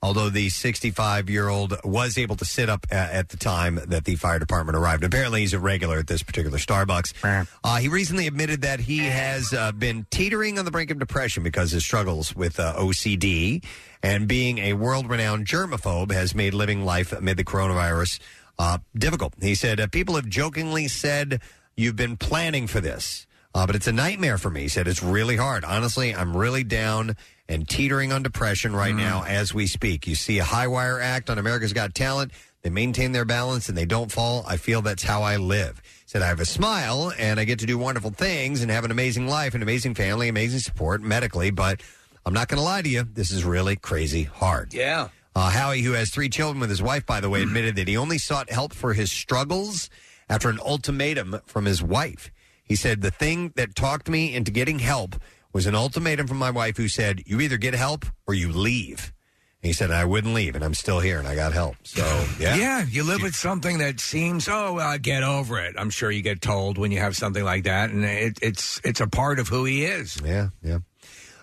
Although the 65 year old was able to sit up a- at the time that the fire department arrived. Apparently, he's a regular at this particular Starbucks. Uh, he recently admitted that he has uh, been teetering on the brink of depression because his struggles with uh, OCD and being a world renowned germaphobe has made living life amid the coronavirus uh, difficult. He said, uh, People have jokingly said, You've been planning for this, uh, but it's a nightmare for me. He said, It's really hard. Honestly, I'm really down and teetering on depression right now as we speak. You see a high wire act on America's Got Talent. They maintain their balance and they don't fall. I feel that's how I live. He Said I have a smile and I get to do wonderful things and have an amazing life, an amazing family, amazing support medically. But I'm not going to lie to you, this is really crazy hard.
Yeah.
Uh, Howie, who has three children with his wife, by the way, admitted that he only sought help for his struggles after an ultimatum from his wife. He said, The thing that talked me into getting help was an ultimatum from my wife who said, You either get help or you leave. And he said, I wouldn't leave, and I'm still here, and I got help. So, yeah.
you live with something that seems, oh, well, get over it. I'm sure you get told when you have something like that, and it, it's it's a part of who he is.
Yeah, yeah.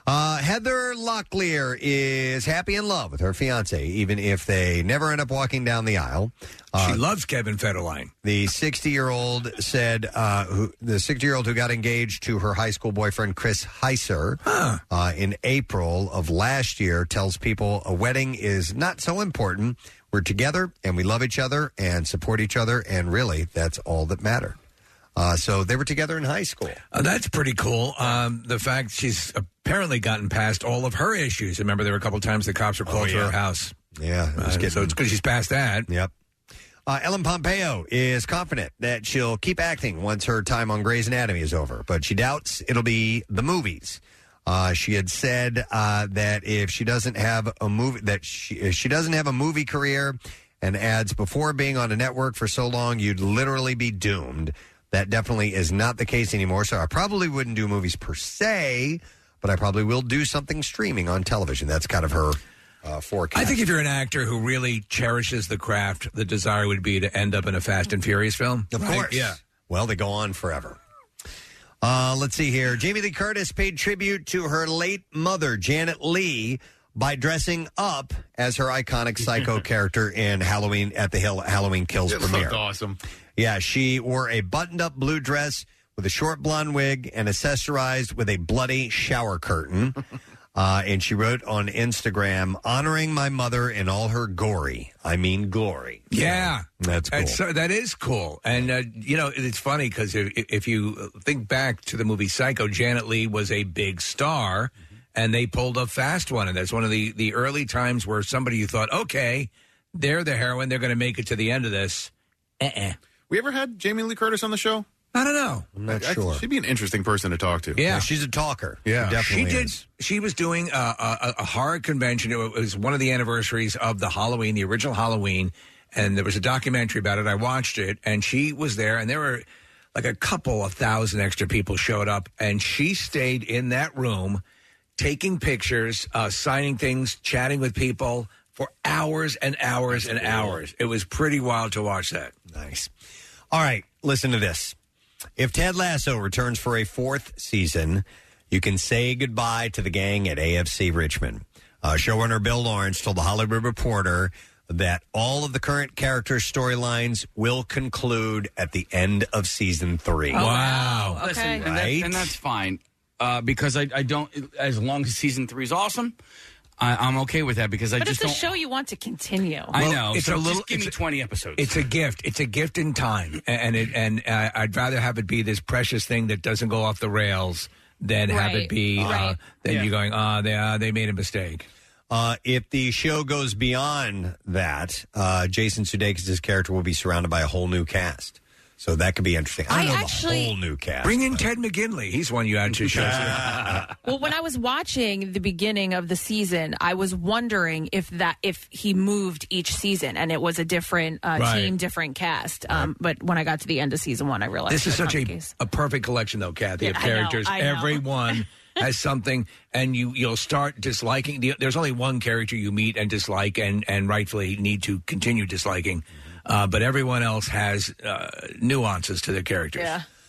Uh, Heather Locklear is happy in love with her fiance, even if they never end up walking down the aisle. Uh,
she loves Kevin Federline.
The 60 year old said, uh, who, the 60 year old who got engaged to her high school boyfriend, Chris Heiser, uh, in April of last year, tells people a wedding is not so important. We're together and we love each other and support each other. And really, that's all that matter. Uh, so they were together in high school.
Uh, that's pretty cool. Um, the fact she's apparently gotten past all of her issues. Remember, there were a couple times the cops were called to her house.
Oh, Yeah,
Uh, so it's good she's past that.
Yep. Uh, Ellen Pompeo is confident that she'll keep acting once her time on Grey's Anatomy is over, but she doubts it'll be the movies. Uh, she had said uh, that if she doesn't have a movie, that she, if she doesn't have a movie career, and adds before being on a network for so long, you'd literally be doomed. That definitely is not the case anymore. So I probably wouldn't do movies per se, but I probably will do something streaming on television. That's kind of her uh, forecast.
I think if you're an actor who really cherishes the craft, the desire would be to end up in a Fast and Furious film.
Of course.
Yeah.
Well, they go on forever. Uh, let's see here. Jamie Lee Curtis paid tribute to her late mother, Janet Lee, by dressing up as her iconic psycho character in Halloween at the Hill Halloween Kills
It
premiere.
looked awesome.
Yeah, she wore a buttoned up blue dress with a short blonde wig and accessorized with a bloody shower curtain. Uh, and she wrote on Instagram, honoring my mother in all her gory. I mean, glory.
Yeah,
that's cool.
That's, uh, that is cool, and uh, you know it's funny because if, if you think back to the movie Psycho, Janet Lee was a big star, and they pulled a fast one, and that's one of the the early times where somebody you thought, okay, they're the heroine, they're going to make it to the end of this. Uh-uh.
We ever had Jamie Lee Curtis on the show?
I don't know.
I'm not
sure. She'd be an interesting person to talk to.
Yeah. Yeah, she's
a talker.
Yeah,
definitely
she did. She was doing a, a, a horror convention. It was one of the anniversaries of the Halloween, the original Halloween, and there was a documentary about it. I watched it, and she was there, and there were like a couple of thousand extra people showed up, and she stayed in that room taking pictures, uh, signing things, chatting with people for hours and hours and hours. It was pretty wild to watch that.
Nice. All right, listen to this. If Ted Lasso returns for a fourth season, you can say goodbye to the gang at AFC Richmond. Uh, showrunner Bill Lawrence told the Hollywood Reporter that all of the current character storylines will conclude at the end of season three.
Oh, Listen, and, that-
Right?
and that's fine uh, because I, I don't. As long as season three is awesome, I, I'm okay with that because I
but
just
it's a
don't.
show you want to continue.
I know.
it's
so
a
just
little-
give me 20 episodes.
It's a gift. It's a gift in time, A- and it, and uh, I'd rather have it be this precious thing that doesn't go off the rails than have
Right.
it be uh,
Right.
that
Yeah.
you're going, ah, they uh, they made a mistake.
Uh, if the show goes beyond that, uh, Jason Sudeikis' character will be surrounded by a whole new cast. So that could be interesting. I,
I
don't know
actually-
the whole new cast.
Bring in Ted McGinley. He's one you had to show.
Well, when I was watching the beginning of the season, I was wondering if that if he moved each season and it was a different uh,
Right.
team, different cast. Um, But when I got to the end of season one, I
uh,
realized
This is
that's
such
not the
a,
case.
a perfect collection, though, Kathy, of
Yeah, I know,
characters.
I know.
Everyone has something, and you you'll start disliking. the- There's only one character you meet and dislike, and and rightfully need to continue disliking. Uh, but everyone else has uh, nuances to their characters.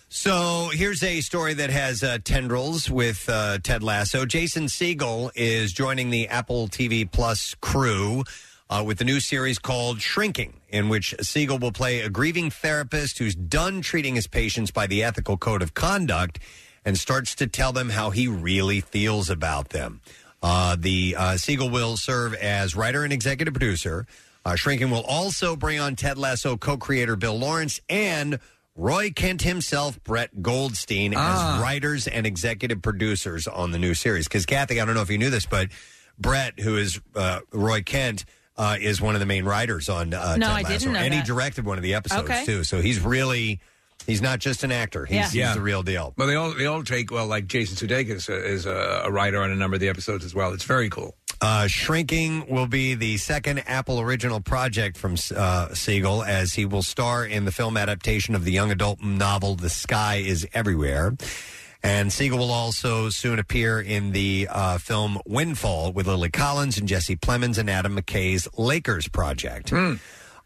So here's a story that has uh, tendrils with uh, Ted Lasso. Jason Siegel is joining the Apple TV Plus crew uh, with the new series called Shrinking, in which Siegel will play a grieving therapist who's done treating his patients by the ethical code of conduct and starts to tell them how he really feels about them. Uh, the uh, Siegel will serve as writer and executive producer. Uh, Shrinking will also bring on Ted Lasso co-creator Bill Lawrence and Roy Kent himself, Brett Goldstein, as writers and executive producers on the new series. Because Kathy, I don't know if you knew this, but Brett, who is uh, Roy Kent, uh, is one of the main writers on uh,
No,
Ted
I
Lasso,
didn't know
and he
that.
directed one of the episodes
Okay.
too. So he's really. He's not just an actor. He's, he's
Yeah.
the real deal.
Well, they all they all take well, like Jason Sudeikis uh, is a, a writer on a number of the episodes as well. It's very cool.
Uh, Shrinking will be the second Apple original project from uh, Siegel, as he will star in the film adaptation of the young adult novel The Sky Is Everywhere. And Siegel will also soon appear in the uh, film Windfall with Lily Collins and Jesse Plemons and Adam McKay's Lakers project.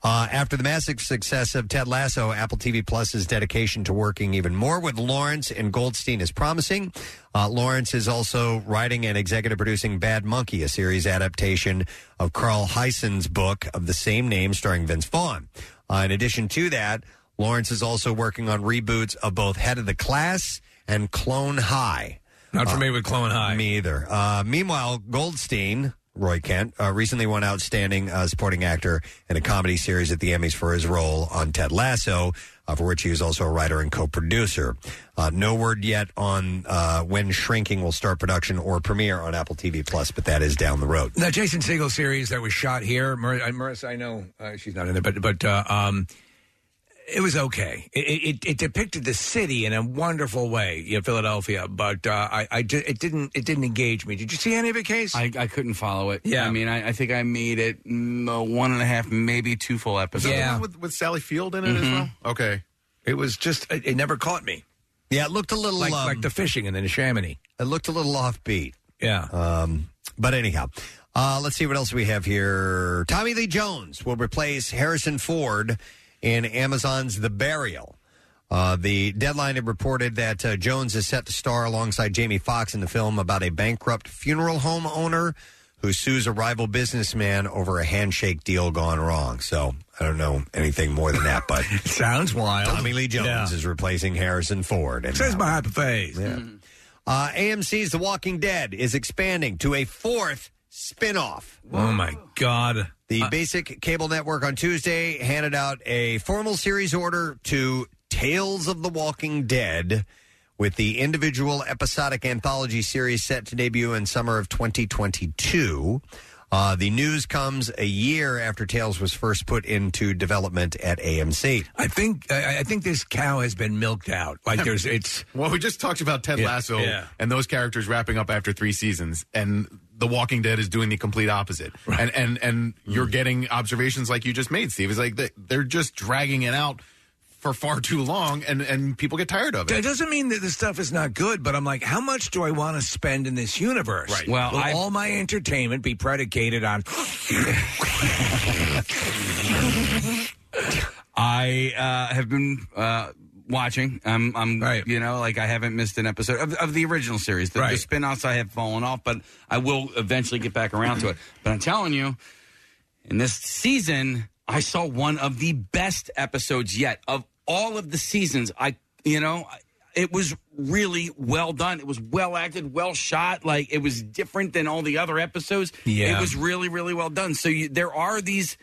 Uh, after the massive success of Ted Lasso, Apple TV Plus's dedication to working even more with Lawrence and Goldstein is promising. Uh, Lawrence is also writing and executive producing Bad Monkey, a series adaptation of Carl Heisen's book of the same name, starring Vince Vaughn. Uh, in addition to that, Lawrence is also working on reboots of both Head of the Class and Clone High. Uh,
Not familiar with Clone High.
Me either. Uh, meanwhile, Goldstein, Roy Kent, uh, recently won Outstanding uh, Supporting Actor in a Comedy Series at the Emmys for his role on Ted Lasso, uh, for which he is also a writer and co producer. Uh, no word yet on uh, when Shrinking will start production or premiere on Apple TV Plus, but that is down the road.
That Jason Segel series that was shot here, Mar- uh, Marissa, I know uh, she's not in there, but but uh, um, it was okay. It, it, it depicted the city in a wonderful way, you know, Philadelphia. But uh, I, I di- it didn't it didn't engage me. Did you see any of it, Case?
I, I couldn't follow it.
Yeah.
I mean, I, I think I made it mm, uh, one and a half, maybe two full episodes.
The one With, with Sally Field in it
Mm-hmm.
as well. Okay.
it was just it, it never caught me.
Yeah, it looked a little
Like
um,
like the fishing and then the Chamonix.
it looked a little offbeat.
Yeah.
Um, but anyhow, Uh, let's see what else we have here. Tommy Lee Jones will replace Harrison Ford in Amazon's The Burial. Uh, the deadline had reported that uh, Jones is set to star alongside Jamie Foxx in the film about a bankrupt funeral home owner who sues a rival businessman over a handshake deal gone wrong. So I don't know anything more than that, but
sounds wild.
Tommy Lee Jones
Yeah.
is replacing Harrison Ford. in
Says
that
my
one.
hypophase.
Yeah. Uh, AMC's The Walking Dead is expanding to a fourth spin-off.
Oh my God!
The basic cable network on Tuesday handed out a formal series order to Tales of the Walking Dead with the individual episodic anthology series set to debut in summer of 2022. Uh, the news comes a year after Tales was first put into development at AMC.
I think I, I think this cow has been milked out. Like there's it's
Well, Oh, we just talked about Ted
Yeah,
Lasso
yeah.
and those characters wrapping up after three seasons, and The Walking Dead is doing the complete opposite. And and and you're getting observations like you just made, Steve. It's like they- they're just dragging it out for far too long, and and people get tired of
That
it.
doesn't mean that the stuff is not good, but I'm like, how much do I want to spend in this universe?
Right.
Well,
Well,
Will
I've-
all my entertainment be predicated on?
I uh, have been uh, watching. I'm, I'm
Right.
you know, like I haven't missed an episode of, of the original series. The, the
Right.
spin-offs I have fallen off, but I will eventually get back around to it. But I'm telling you, in this season, I saw one of the best episodes yet of all of the seasons. I, you know, I- it was really well done. It was well acted, well shot. Like it was different than all the other episodes.
Yeah.
It was really, really well done. So you, there are these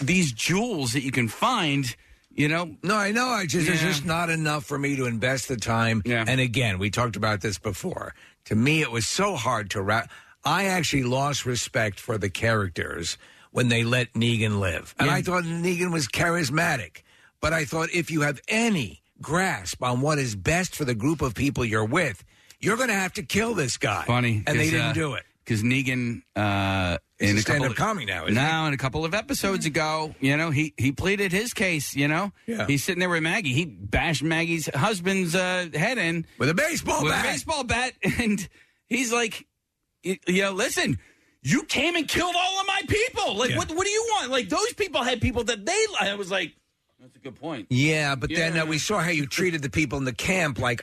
these jewels that you can find. You know,
No, I know. I just there's
Yeah.
just not enough for me to invest the time.
Yeah.
And again, we talked about this before. To me, it was so hard to wrap. I actually lost respect for the characters when they let Negan live, and I thought Negan was charismatic. But I thought if you have any grasp on what is best for the group of people you're with, you're going to have to kill this guy.
funny, uh,
and they didn't do it.
because Negan uh,
He's
in
a
a couple
stand-up
of,
comic now, isn't Mm-hmm.
Now, in a couple of episodes ago, you know, he he pleaded his case. You know,
Yeah.
he's sitting there with Maggie. He bashed Maggie's husband's uh, head in
With a baseball
with
bat.
a baseball bat, and he's like, y- "Yeah, listen." You came and killed all of my people. Like,
Yeah.
what? What do you want? Like, those people had people that they. I was like, that's a good point.
Yeah, but then
Yeah.
uh, we saw how you treated the people in the camp, like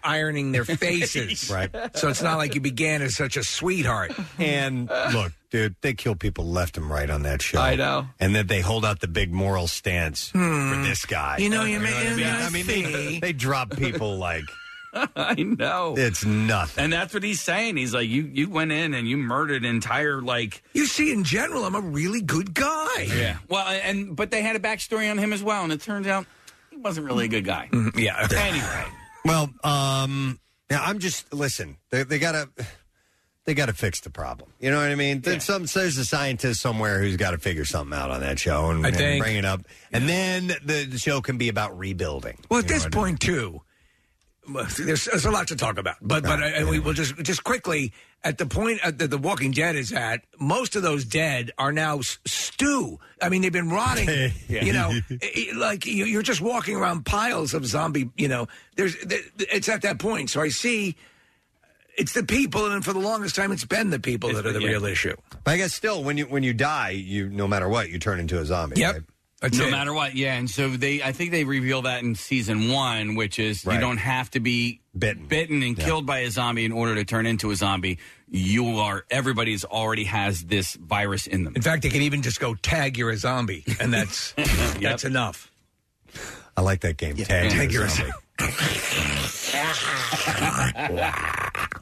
ironing their faces.
Right.
So it's not like you began as such a sweetheart.
And look, dude, they kill people left and right on that show.
I know.
And that they hold out the big moral stance for this guy.
Hmm. You know, you
what
may- you
I mean, they,
see.
they drop people like
I know.
it's nothing.
And that's what he's saying. He's like, you you went in and you murdered entire like
You see, in general, I'm a really good guy.
yeah. Well, uh, and but they had a backstory on him as well, and it turns out he wasn't really a good guy.
Mm,
Yeah.
Anyway,
Well, um, now I'm just listen. They, they gotta, they gotta fix the problem. You know what I mean? There's Some there's a scientist somewhere who's got to figure something out on that show and,
I
and
think-
bring it up, and then the, the show can be about rebuilding.
Well, at
You know
this
what I mean?
point, too, well, there's, there's a lot to talk about. But but uh, we will just just quickly at the point at that The Walking Dead is at. Most of those dead are now s- stew. I mean, they've been rotting. You know, i- i- like you- you're just walking around piles of zombie. You know, there's th- it's at that point. So I see. It's the people, and for the longest time, it's been the people that are the
yeah.
real issue.
But I guess still, when you when you die, you no matter what, you turn into a zombie.
Yep.
right?
That's
no
it.
matter what, yeah. And so they, I think they reveal that in season one, which is
Right.
you don't have to be
Bitten.
and killed by a zombie in order to turn into a zombie. You are everybody's already has this virus in them.
In fact, they can even just go tag you're a zombie, and that's that's enough.
I like that game. Tag,
Tag you're a
Zombie.
zombie.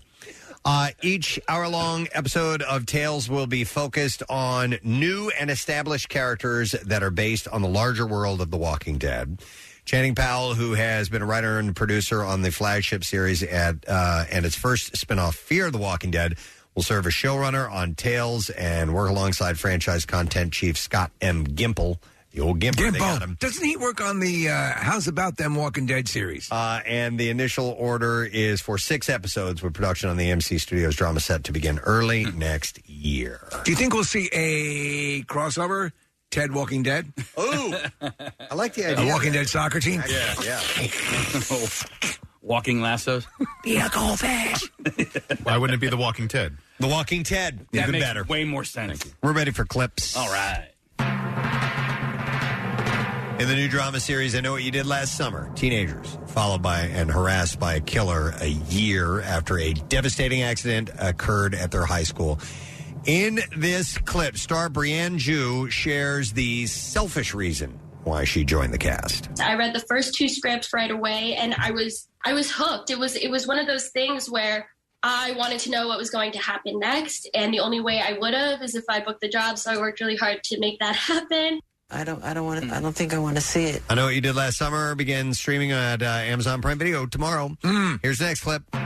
Uh, each hour long episode of Tales will be focused on new and established characters that are based on the larger world of The Walking Dead. Channing Powell, who has been a writer and producer on the flagship series at, uh, and its first spinoff, Fear the Walking Dead, will serve as showrunner on Tales and work alongside franchise content chief Scott M. Gimple. The old Gimple. They got him.
Gimbo. Doesn't he work on the uh, How's About Them Walking Dead series?
Uh, and the initial order is for six episodes with production on the MC Studios drama set to begin early next year.
Do you think we'll see a crossover? Ted Walking Dead?
I like the
A
idea.
Walking Dead soccer team?
yeah, yeah.
Walking lassos.
The goldfish.
Why wouldn't it be The Walking Ted?
The Walking Ted.
That
Even
makes
better.
Way more sense.
We're ready for clips.
All right.
In the new drama series, I Know What You Did Last Summer, teenagers followed by and harassed by a killer a year after a devastating accident occurred at their high school. In this clip, star Brienne Jew shares the selfish reason why she joined the cast.
I read the first two scripts right away and I was I was hooked. It was it was one of those things where I wanted to know what was going to happen next and the only way I would have is if I booked the job so I worked really hard to make that happen.
I don't. I don't want. To, I don't think I want to see it.
I Know What You Did Last Summer begins streaming at uh, Amazon Prime Video tomorrow. Here's the next clip. The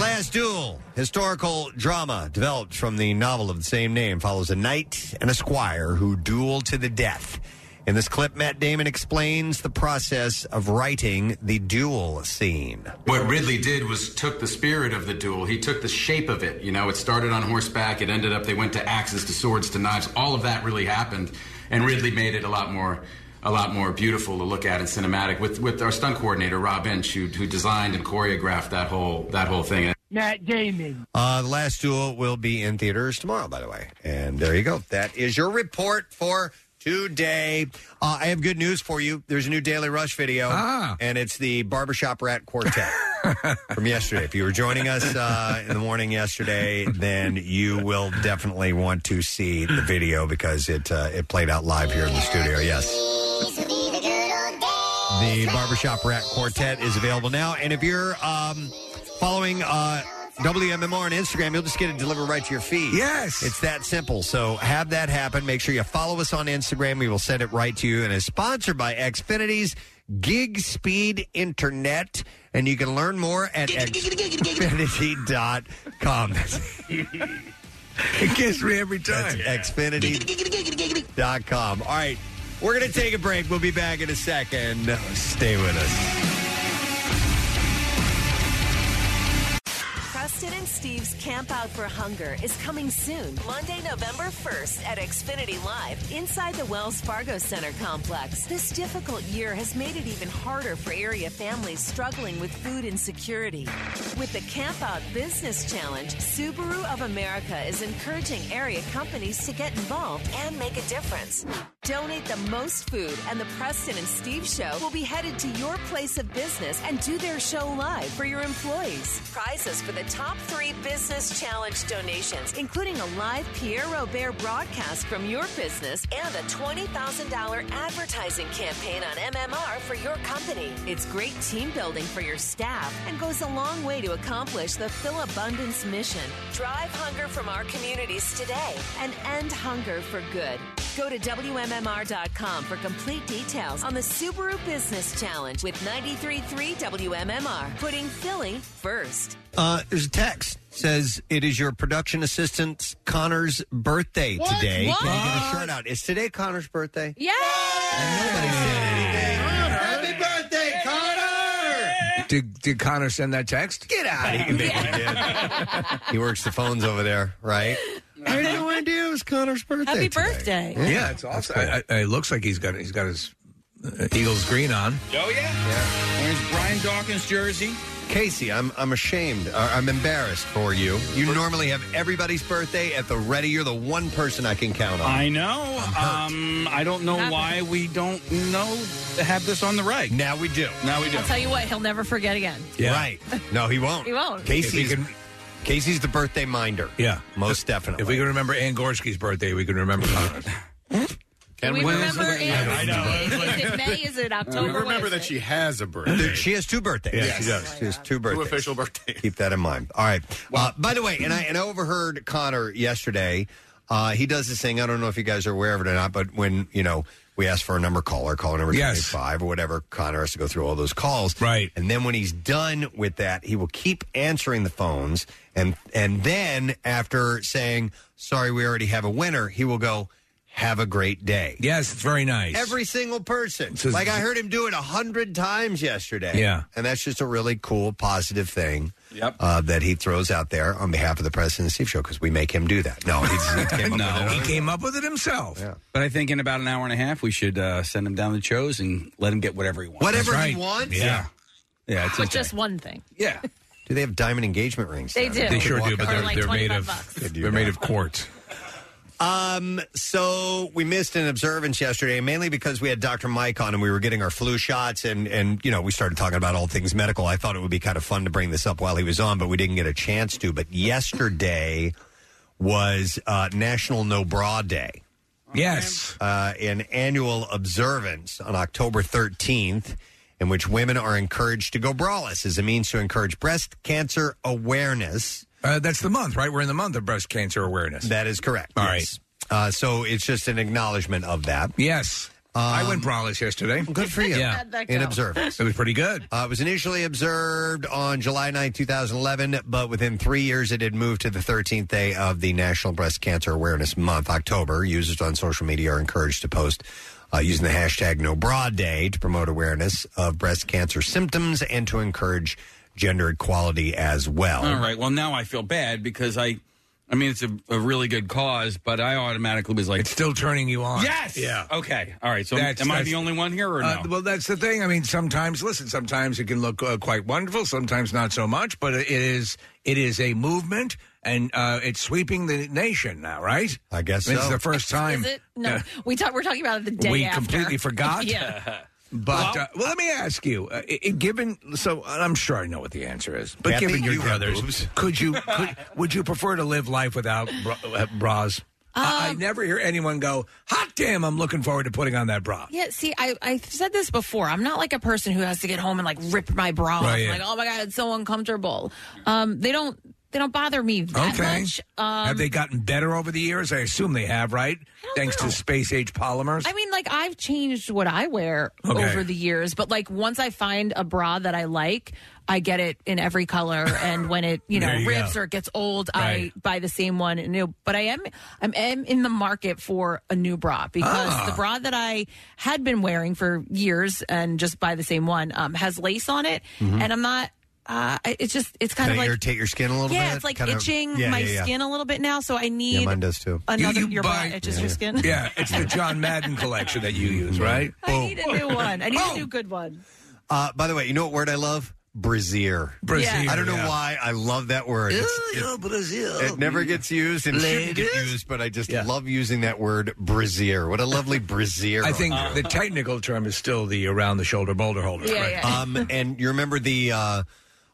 Last Duel, historical drama developed from the novel of the same name, follows a knight and a squire who duel to the death. In this clip, Matt Damon explains the process of writing the duel scene.
What Ridley did was took the spirit of the duel. He took the shape of it. You know, it started on horseback. It ended up they went to axes to swords to knives. All of that really happened, and Ridley made it a lot more, a lot more beautiful to look at and cinematic with with our stunt coordinator Rob Inch, who who designed and choreographed that whole that whole thing.
Matt Damon.
Uh, the Last Duel will be in theaters tomorrow, by the way. And there you go. That is your report for today. Uh, I have good news for you. There's a new Daily Rush video, and it's the Barbershop Rat Quartet from yesterday. If you were joining us uh, in the morning yesterday, then you will definitely want to see the video because it uh, it played out live here in the studio. Yes. The Barbershop Rat Quartet is available now. And if you're um, following uh, WMMR on Instagram, you'll just get it delivered right to your feed. Yes. It's that simple. So have that happen. Make sure you follow us on Instagram. We will send it right to you. And it's sponsored by Xfinity's Gig Speed Internet. And you can learn more at xfinity.com. it gets me every time. That's xfinity.com. All right. We're going to take a break. We'll be back in a second. Stay with us.
Preston and Steve's Camp Out for Hunger is coming soon, Monday, November 1st at Xfinity Live inside the Wells Fargo Center complex. This difficult year has made it even harder for area families struggling with food insecurity. With the Camp Out Business Challenge, Subaru of America is encouraging area companies to get involved and make a difference. Donate the most food, and the Preston and Steve Show will be headed to your place of business and do their show live for your employees. Prizes for the top three Business Challenge donations, including a live Pierre Robert broadcast from your business and a $20,000 advertising campaign on MMR for your company. It's great team building for your staff and goes a long way to accomplish the Phil Abundance mission. Drive hunger from our communities today and end hunger for good. Go to WMMR.com for complete details on the Subaru Business Challenge with 93.3 WMMR, putting Philly first.
Uh, there's a text says it is your production assistant Connor's birthday
What?
today. Can you get
What?
a shirt out? Is today Connor's birthday?
Yeah.
Happy birthday, Connor!
Did, did Connor send that text?
Get out of here. He works the phones over there, right? I had no idea it was Connor's birthday.
Happy
today.
birthday.
Yeah, it's awesome. I, I, it looks like he's got he's got his uh, Eagles green on.
Oh, yeah? Yeah. There's Brian Dawkins' jersey.
Casey, I'm I'm ashamed. Or I'm embarrassed for you. You normally have everybody's birthday at the ready. You're the one person I can count on.
I know. Um, I don't know why we don't know have this on the reg.
Now we do.
Now we do.
I'll tell you what, he'll never forget again.
Right. No, he won't.
He won't.
Casey's,
If he
Casey's the birthday minder.
Yeah,
Most definitely.
If we can remember Ann Gorski's birthday, we can remember Connor's.
Can
we
we-
remember
Yeah, I
in-
know.
Is it May? Is it October?
We remember that she has a birthday.
There- She has two birthdays.
Yes, she does.
She has two
Two
birthdays.
official birthdays.
Keep that in mind. All right. Uh, by the way, and I and I overheard Connor yesterday. Uh, he does this thing. I don't know if you guys are aware of it or not, but when you know we ask for a number caller, caller number
Yes.
twenty-five or whatever, Connor has to go through all those calls.
Right.
And then when he's done with that, he will keep answering the phones, and and then after saying sorry, we already have a winner, he will go have a great day.
Yes, it's very nice.
Every single person.
So-
like I heard him do it a hundred times yesterday.
Yeah.
and that's just a really cool, positive thing.
Yep.
Uh, that he throws out there on behalf of the President and Steve Show because we make him do that. No, he just came up
no,
with it.
he came up with it himself.
But I think in about an hour and a half, we should uh, send him down the shows and let him get whatever he wants.
Whatever
That's
he
right.
wants.
Yeah.
Yeah, it's
But
okay.
just one thing.
yeah.
Do they have diamond engagement rings?
They
down
do.
there?
They sure
Walk
do, but
out
they're-
there.
they're made of-
They do
they're made
not.
of quartz.
Um, so we missed an observance yesterday, mainly because we had Dr. Mike on and we were getting our flu shots and, and, you know, we started talking about all things medical. I thought it would be kind of fun to bring this up while he was on, but we didn't get a chance to. But yesterday was uh, National No Bra Day.
Yes.
Uh, an annual observance on October 13th in which women are encouraged to go braless as a means to encourage breast cancer awareness.
Uh, that's the month, right? We're in the month of breast cancer awareness.
That is correct.
All right.
yes. Uh, so it's just an acknowledgement of that.
Yes. I went braless yesterday.
Good for you.
Yeah.
In observance.
It was pretty good.
Uh, it was initially observed on July 9, 2011, but within three years it had moved to the 13th day of the National Breast Cancer Awareness Month, October. Users on social media are encouraged to post uh, using the hashtag No Bra Day to promote awareness of breast cancer symptoms and to encourage gender equality as well.
All right. Well, now I feel bad because I, I mean, it's a, a really good cause, but I automatically was like, it's
still turning you on.
Yes.
Yeah.
Okay. All right. So
That's-
am I
that's-
the only one here or no?
Uh, well, that's the thing. I mean, sometimes, listen, sometimes it can look uh, quite wonderful, sometimes not so much, but it is it is a movement, and uh, it's sweeping the nation now, right?
I guess
It's
so.
the first time.
Is it? No,
Uh,
we talk, we're talking about it the day
we
after.
completely forgot.
yeah.
But uh, well, let me ask you: uh, i- i- Given, so and I'm sure I know what the answer is, but
Kathy,
given
you
your
have
brothers,
boobs.
could you could, would you prefer to live life without bra, uh, bras? I, I
Um,
never hear anyone go, "Hot damn, I'm looking forward to putting on that bra."
Yeah, see, I, I said this before. I'm not like a person who has to get home and like rip my bra off.
Right, yeah.
Like, oh my god, it's so uncomfortable. Um, they don't they don't bother me that
Okay.
much. Um,
have they gotten better over the years? I assume they have, right? Thanks to space age polymers.
I mean, like I've changed what I wear
Okay.
over the years, but like once I find a bra that I like, I get it in every color, and when it you know
There you
rips
go.
or it gets old,
Right.
I buy the same one. And new. But I am I'm, am in the market for a new bra because
Ah.
the bra that I had been wearing for years and just buy the same one um, has lace on it,
Mhm.
and I'm not. Uh, I- it's just it's kind
Kinda
of like
irritate your skin a little
yeah,
bit?
it's like
Kinda-
itching
Yeah,
my
yeah, yeah.
skin a little bit now, so I need
Yeah, mine does too.
another
You- you
your
buy-
bra itches your skin.
yeah, it's the John Madden collection that you use, right?
I need a new one. I need a new good one.
Uh, by the way, you know what word I love? Brazier.
Brassiere, Yeah.
I don't know
yeah.
why I love that word. It's- It never gets used and shouldn't get used, but I just love using that word brazier. What a lovely brazier.
I think
on
the
there.
technical term is still the around the shoulder boulder holder. right?
Um, and you remember the uh,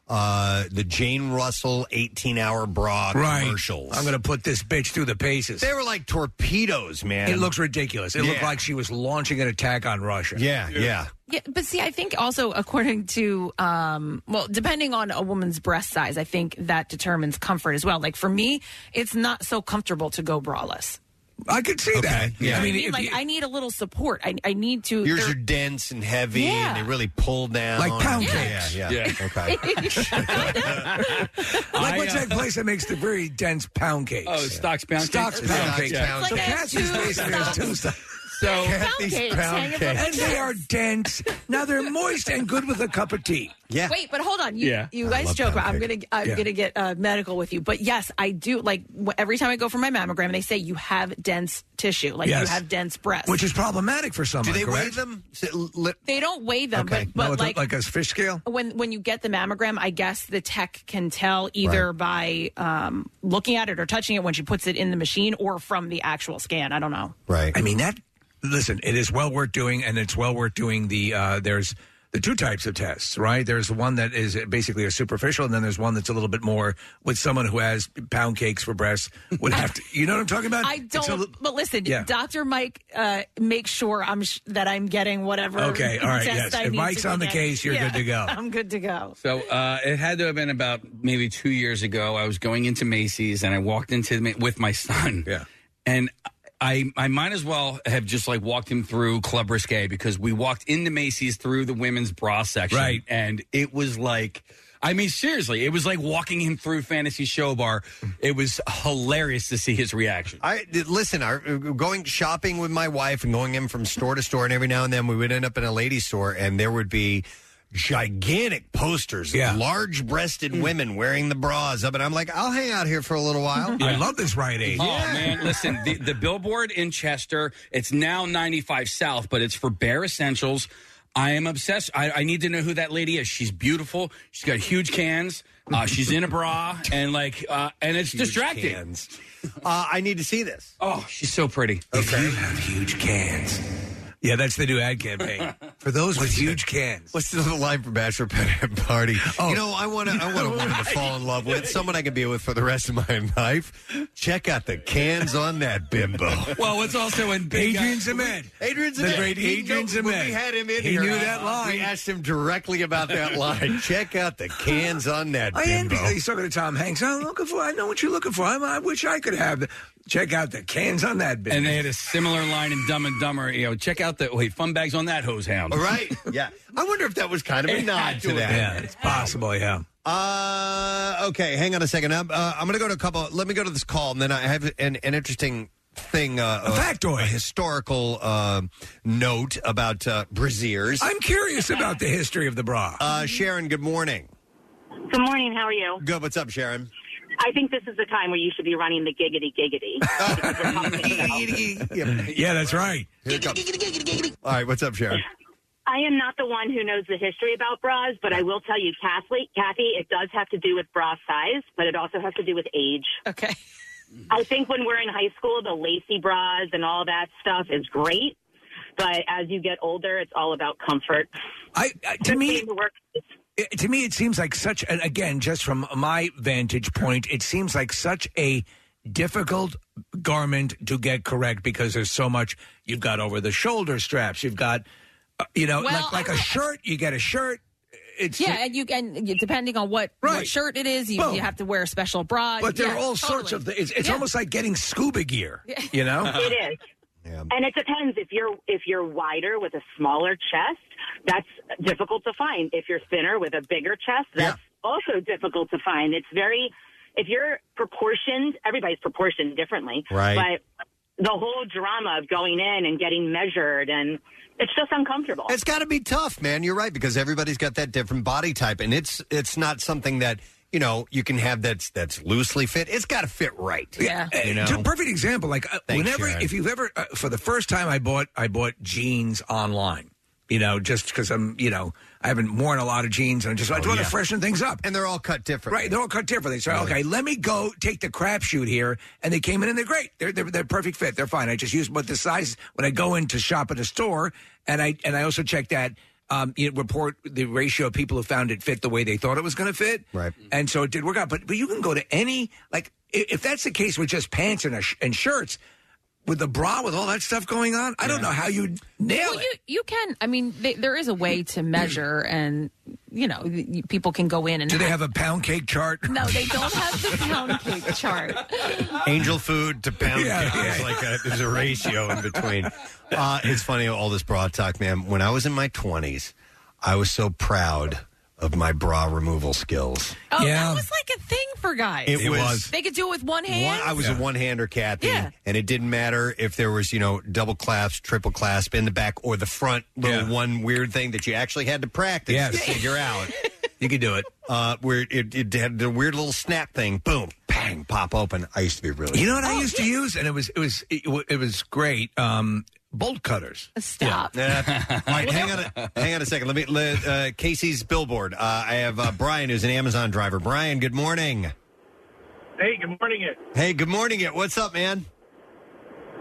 uh, the Jane Russell 18 hour bra
Right.
commercials?
I'm going to put this bitch through the paces.
They were like torpedoes, man.
It looks ridiculous. It looked
Yeah.
like she was launching an attack on Russia.
Yeah, yeah.
Yeah, but see, I think also according to, um, well, depending on a woman's breast size, I think that determines comfort as well. Like for me, it's not so comfortable to go braless.
I could see that.
yeah.
I mean,
I mean,
if
like
you-
I need a little support. I, I need to.
Yours
there-
are dense and heavy,
Yeah.
and they really pull down.
Like pound
yeah,
cakes.
Yeah, yeah.
Yeah.
Okay.
Like
I,
what's
uh,
that place that makes the very dense pound cakes?
Oh, Stocks Pound
Stocks
Cakes?
pound
Stocks
cakes.
Pound
So
Cakes.
Kathy's face there's two Stocks.
So-
Kathy's
Pound cakes hanging from the
and they are dense. Now they're moist and good with a cup of tea.
Wait, but hold on. You,
Yeah.
you
I
guys
love
joke.
pound
About, I'm gonna
cake.
I'm
Yeah.
gonna get uh, medical with you. But yes, I do. Like wh- every time I go for my mammogram, they say you have dense tissue. Like
Yes.
you have dense breasts.
Which is problematic for someone.
Do they weigh
correct?
them?
they don't weigh them,
Okay.
but, but
no, it's
like
like a fish scale.
when when you get the mammogram, I guess the tech can tell either by um, looking at it or touching it when she puts it in the machine, or from the actual scan. I don't know.
Right.
I mean that. Listen, it is well worth doing, and it's well worth doing. The uh, there's the two types of tests, right? There's the one that is basically a superficial, and then there's one that's a little bit more. With someone who has pound cakes for breasts, would have to. You know what I'm talking about?
I
It's
don't.
a li-
but listen,
Yeah.
Doctor Mike, uh, make sure I'm sh- that I'm getting whatever.
Okay, all right,
test
yes.
I
If
need
Mike's
to
on the
get.
case, you're
Yeah,
good to go.
I'm good to go.
So uh, it had to have been about maybe two years ago. I was going into Macy's and I walked into the, with my son. Yeah, and I I might as well have just like walked him through Club Risque because we walked into Macy's through the women's bra section,
Right.
And it was like. I mean, seriously, it was like walking him through Fantasy Show Bar. It was hilarious to see his reaction.
I did- listen. Our, going shopping with my wife and going in from store to store, and every now and then we would end up in a ladies' store, and there would be gigantic posters
Yeah. Hmm.
of large-breasted women wearing the bras up, and I'm like, I'll hang out here for a little while.
I love this Rite Aid.
Oh man, listen, the, the billboard in Chester, it's now 95 South, but it's for bare essentials. I am obsessed. I, I need to know who that lady is. She's beautiful. She's got huge cans. Uh, she's in a bra, and like, uh, and it's distracting.
Uh, I need to see this.
Oh, she's so pretty.
Okay.
Huge cans. Yeah, that's the new ad campaign. For those with huge cans. Oh.
What's the line for bachelor party? You know, I want to. I want a woman to fall in love with someone I can be with for the rest of my life. Check out the cans on that bimbo.
Well, it's also in big
Adrian Zemed.
Adrian
The great Adrian
Zemed. When we
Zemed.
had him in
He
here,
knew that line.
We asked him directly about that line. Check out the cans on that
I envy.
bimbo.
He's talking to Tom Hanks. I'm looking for. I know what you're looking for. I'm, I wish I could have. The, check out the cans on that bit.
And they had a similar line in Dumb and Dumber. You know, check out the wait fun bags on that hose hound.
All right. Yeah. I wonder if that was kind of a
It
nod
had
to
to have
that.
been.
It's possible. Yeah.
Uh, okay, hang on a second. I'm, uh, I'm going to go to a couple. Let me go to this call, and then I have an, an interesting thing. Uh, a factoid. A historical uh, note about uh, brassieres.
I'm curious about the history of the bra.
Uh, Sharon, good morning.
Good morning. How are you?
Good. What's up, Sharon?
I think this is the time where you should be running the giggity giggity.
Yeah, that's right.
Here it comes. All right, what's up, Sharon?
I am not the one who knows the history about bras, but I will tell you, Kathleen, Kathy, it does have to do with bra size, but it also has to do with age.
Okay.
I think when we're in high school, the lacy bras and all that stuff is great, but as you get older, it's all about comfort.
I, I to me, it, to me, it seems like such. And again, just from my vantage point, it seems like such a difficult garment to get correct because there's so much. You've got over the shoulder straps. You've got, uh, you know,
Well,
like like a shirt. You get a shirt. It's
yeah, and you and you- depending on what, what shirt it is, you,
Boom.
you have to wear a special bra.
But there
uh, Yeah,
are all
totally.
sorts of. It's, it's
Yeah.
almost like getting scuba gear.
Yeah.
You know,
it is. And it depends if you're if you're wider with a smaller chest, that's difficult to find. If you're thinner with a bigger chest, that's also difficult to find. It's very if you're proportioned, everybody's proportioned differently.
Right.
But the whole drama of going in and getting measured and it's just uncomfortable.
It's got to be tough, man. You're right because everybody's got that different body type, and it's it's not something that you know you can have that's that's loosely fit. It's got to fit right.
Uh,
you know.
to- perfect example. Like uh,
Thanks,
whenever,
Sharon.
if you've ever, uh, for the first time, I bought I bought jeans online. You know, just because I'm, you know, I haven't worn a lot of jeans, and I just I
Oh,
want
yeah.
to freshen things up.
And they're all cut differently.
right? They're all cut differently. So okay, let me go take the crapshoot here, and they came in and they're great. They're they're, they're perfect fit. They're fine. I just use what the size when I go in to shop at a store, and I and I also check that. Um, you know, report the ratio of people who found it fit the way they thought it was going to fit,
Right.
and so it did work out. But but you can go to any like i- if that's the case with just pants and a sh- and shirts with the bra with all that stuff going on. I don't know how you nail
well,
it.
you you can. I mean, they, there is a way to measure, and you know, you- people can go in and.
Do they have a pound cake chart?
no, they don't have the pound cake chart.
Angel food to pound
Yeah,
cake.
yeah.
There's like a, there's a ratio in between. Uh, it's funny all this bra talk, man. When I was in my twenties, I was so proud of my bra removal skills.
Oh, that was like a thing for guys.
It It was- was.
They could do it with one hand.
One, I was a one-hander, Kathy,
Yeah.
and it didn't matter if there was, you know, double clasp, triple clasp in the back or the front. Little one weird thing that you actually had to practice to
Yes.
figure out.
You could do it.
Uh, where it, it had the weird little snap thing. Boom, bang, pop open. I used to be really.
You know what I used to use, and it was it was it, wa- it was great. Um, bolt cutters.
Stop.
Uh, all right, hang on, a, hang on a second. Let me let, uh, Casey's billboard. Uh, I have uh, Brian, who's an Amazon driver. Brian, good morning.
Hey, good morning. It.
Hey, good morning. It. What's up, man?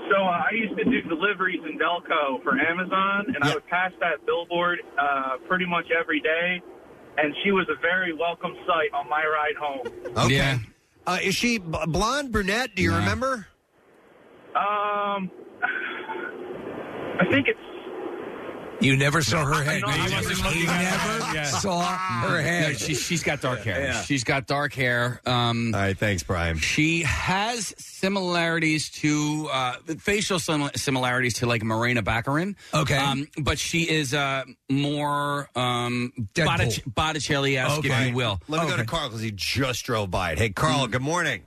So uh, I used to do deliveries in Delco for Amazon, and I would pass that billboard uh, pretty much every day. And she was a very welcome sight on my ride home.
Okay. Uh, is she b- blonde, brunette? Do you remember?
Um, I think it's
You never saw her head.
I
You
wasn't
just-
looking
you
at
never
her. Yeah.
saw her
No,
head.
she, she's got dark hair.
Yeah.
She's got dark hair. Um, All
right, thanks, Brian.
She has similarities to uh, facial sim- similarities to like Morena Baccarin.
Okay.
um, but she is uh, more um, Bottic- Botticelli esque, if you will.
Let me go to Carl because he just drove by it. Hey, Carl.
Mm.
Good morning.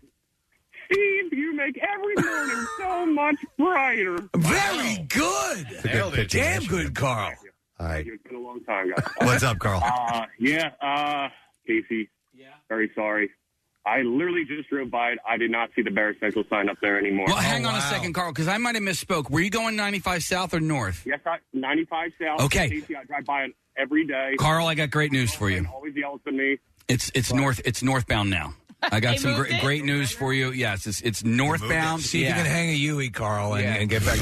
Steve, you make every morning so much brighter.
Very good.
Nailed it.
Damn good, Carl.
All right.
It's been a long time, guys.
What's up, Carl?
Uh, yeah, uh, Casey. Yeah. Very sorry.
I literally just drove by it. I did not see the Barrett Central sign up there anymore. Oh,
Well,
Oh,
hang on a second, Carl, because I might have misspoke. Were you going 95 South or North?
Yes, I, 95 South.
Okay.
DC, I drive by it every day.
Carl, I got great news for you.
always yells at me.
It's it's north. It's northbound now. I got
They
some
moved
great,
it?
great news for you. Yes, it's it's northbound.
See if you can hang a Yui, Carl, and,
Yeah.
and get back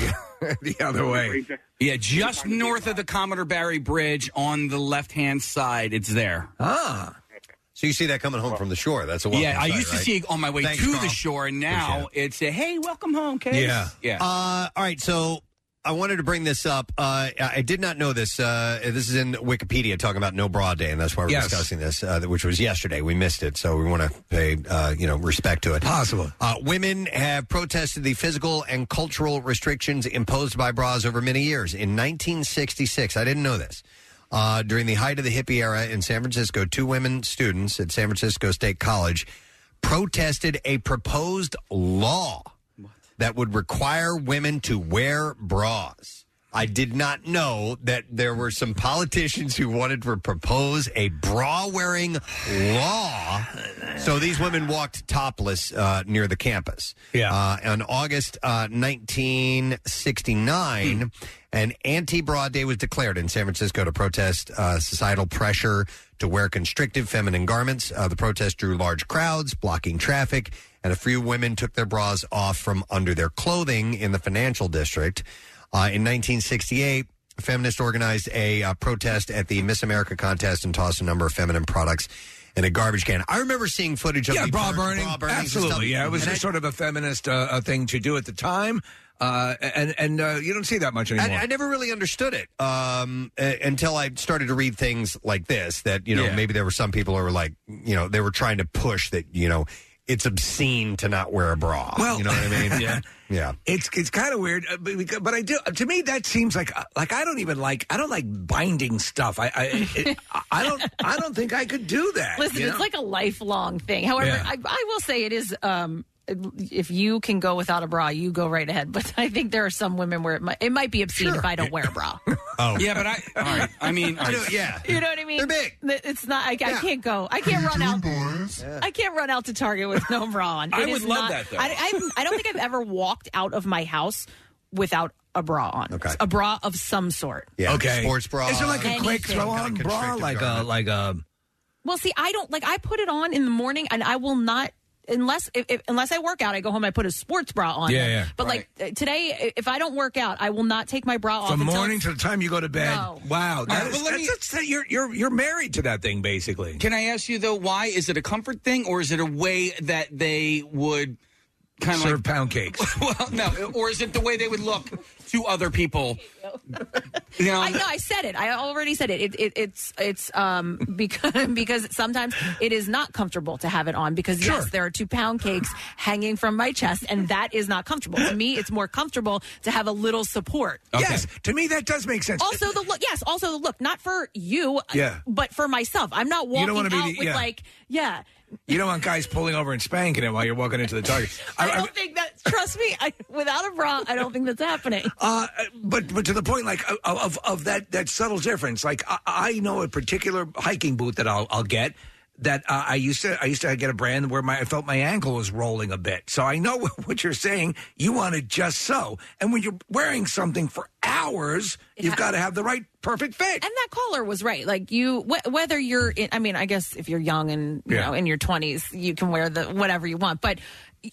the other way.
Yeah, just north of the Commodore Barry Bridge on the left hand side. It's there.
Ah.
So you see that coming home from the shore. That's a welcome
yeah, I
sight,
used to
right?
see it on my way
Thanks,
to
Carl.
the shore, and now it's a hey, welcome home, Case.
Yeah.
yeah.
Uh, all right. So I wanted to bring this up. Uh, I I did not know this. Uh, this is in Wikipedia talking about No Bra Day, and that's why we're
Yes.
discussing this, uh, which was yesterday. We missed it, so we want to pay uh, you know respect to it.
Possible.
Uh, women have protested the physical and cultural restrictions imposed by bras over many years. In 1966, I didn't know this. Uh, during the height of the hippie era in San Francisco, two women students at San Francisco State College protested a proposed law that would require women to wear bras. I did not know that there were some politicians who wanted to propose a bra wearing law. So these women walked topless uh, near the campus. Yeah. Uh, on August uh, 1969, an anti bra day was declared in San Francisco to protest uh, societal pressure to wear constrictive feminine garments. Uh, the protest drew large crowds, blocking traffic, and a few women took their bras off from under their clothing in the financial district. Uh, in 1968, feminists organized a uh, protest at the Miss America contest and tossed a number of feminine products in a garbage can. I remember seeing footage of
yeah,
the
bra
bur-
burning.
bra burnings and stuff.
Absolutely, yeah. It was
And I-
just sort of a feminist uh, uh, thing to do at the time, uh, and and uh, you don't see that much anymore.
And I never really understood it um, uh, until I started to read things like this. That you know,
Yeah.
maybe there were some people who were like, you know, they were trying to push that you know it's obscene to not wear a bra.
Well-
you know what I mean?
Yeah.
yeah.
It's it's kind of weird, uh, but, because- but I do. To me, that seems like uh, like I don't even like I don't like binding stuff. I I, it, I don't I don't think I could do that.
Listen,
you
it's
know?
like a lifelong thing. However,
Yeah.
I, I will say it is. Um, if you can go without a bra, you go right ahead. But I think there are some women where it might, it might be obscene if I don't wear a bra.
Oh,
yeah, but I. All right. I mean, all
I
right.
don't- yeah.
You know what I mean? They're big. It's not. I, I can't go. I can't run out. I can't run out to Target with no bra on.
I
It
would
is
love
not-
that, though.
I, I, I don't think I've ever walked out of my house without a bra on. Okay. A bra of some sort.
Yeah.
okay,
Sports bra.
Is it like a quick
Anything.
throw on bra? Like a like a
Well, see, I don't like. I put it on in the morning, and I will not unless if, if- unless I work out. I go home. I put a sports bra on.
Yeah, yeah.
But like uh, today, i- if I don't work out, I will not take my bra off
from
until-
morning to the time you go to bed.
No.
Wow,
right,
that is-
well, let me-
that's- that's- you're you're you're married to that thing basically.
Can I ask you though? Why is it a comfort thing, or is it a way that they would kind of
Serve
like,
pound cakes.
Well, no, or is it the way they would look to other people? You know,
I know. I said it. I already said it. it, it it's it's um because because sometimes it is not comfortable to have it on because yes, there are two pound cakes hanging from my chest, and that is not comfortable to me. It's more comfortable to have a little support.
Yes, to me that does make sense.
Also the look, yes. Also the look, not for you,
Yeah.
but for myself. I'm not
You
walking
don't wanna
out
be the-
with
yeah.
like, yeah.
you don't want guys pulling over and spanking it while you're walking into the Target.
I, don't think that. Trust me, I, without a bra, I don't think that's happening.
Uh, but but to the point, like of of, of that that subtle difference. Like I, I know a particular hiking boot that I'll I'll get. That uh, I used to, I used to get a brand where my I felt my ankle was rolling a bit. So I know what you're saying. You want it just so, and when you're wearing something for hours, you've got to have the right perfect fit.
And that caller was right. Like you, wh- whether you're, in, I mean, I guess if you're young and you
Yeah.
know in your 20s, you can wear the whatever you want, but.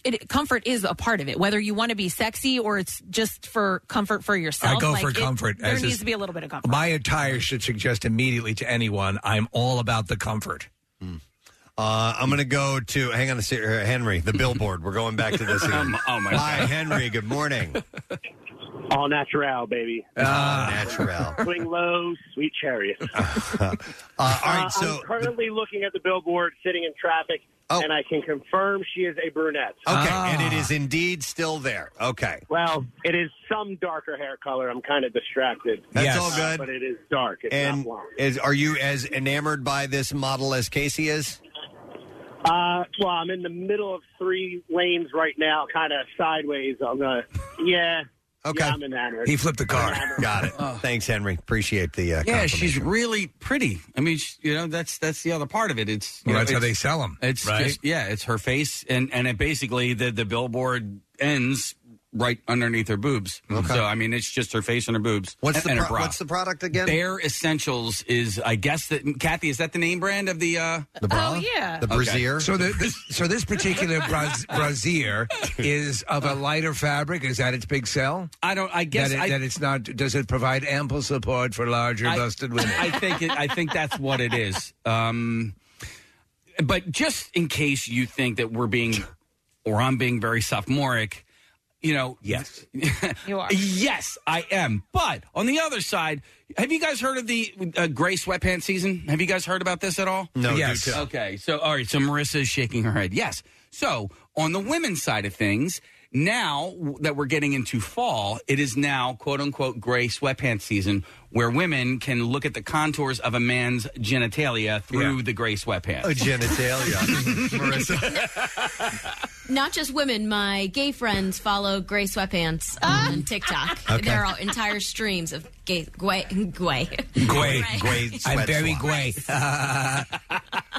It, comfort is a part of it. Whether you want to be sexy or it's just for comfort for yourself,
I go
like
for
it-
comfort,
There
as
needs
is-
to be a little bit of comfort.
My attire should suggest immediately to anyone I'm all about the comfort.
Uh, I'm going to go to hang on a second, uh, Henry, the billboard. We're going back to this. Again.
Um, oh, my
Hi,
God.
Henry. Good morning.
All natural, baby.
Ah. natural.
Swing low, sweet chariot.
Uh, all right,
Uh, I'm currently looking at the billboard, sitting in traffic, and I can confirm she is a brunette.
Oh. Okay, and it is indeed still there. Okay.
Well, it is some darker hair color. I'm kind of distracted.
That's Yes. all good.
but it is dark. It's
and
not blonde.
is, are you as enamored by this model as Casey is?
Uh, well, I'm in the middle of three lanes right now, kind of sideways. I'm gonna, yeah.
Okay.
Yeah, I'm enamored.
He flipped the car.
Enamored.
Got it.
Oh.
Thanks, Henry. Appreciate the uh,
Yeah,
compliment.
she's really pretty. I mean, sh you know, that's that's the other part of it. It's you
Well,
know,
that's how
it's-
they sell 'em,
It's
right?
just yeah, it's her face, and and it basically the the billboard ends right underneath her boobs.
Okay.
So I mean, it's just her face and her boobs.
What's
and,
the
and her
pro-
bra.
what's the product again?
Bare Essentials is, I guess that Kathy is that the name brand of the uh
the
bra? Oh, yeah. The
brassiere?
So, the, this so this particular bras- brassiere is of a lighter fabric. Is that its big sell?
I don't. I guess
that, it,
I-
that it's not. Does it provide ample support for larger
I-
busted women?
I think it, I think that's what it is. Um, but just in case you think that we're being or I'm being very sophomoric, you know, yes,
you are.
Yes, I am. But on the other side, have you guys heard of the uh, gray sweatpants season? Have you guys heard about this at all?
No, do
Yes.
tell.
Okay. So all right. So Marissa is shaking her head. Yes. So on the women's side of things. Now that we're getting into fall, it is now quote unquote gray sweatpants season where women can look at the contours of a man's genitalia through the gray sweatpants.
A genitalia. Marissa.
Not just women. My gay friends follow gray sweatpants on TikTok.
Okay.
There are entire streams of gay gay gay.
Gway,
Gray
I'm
sweat
very
swap.
gway.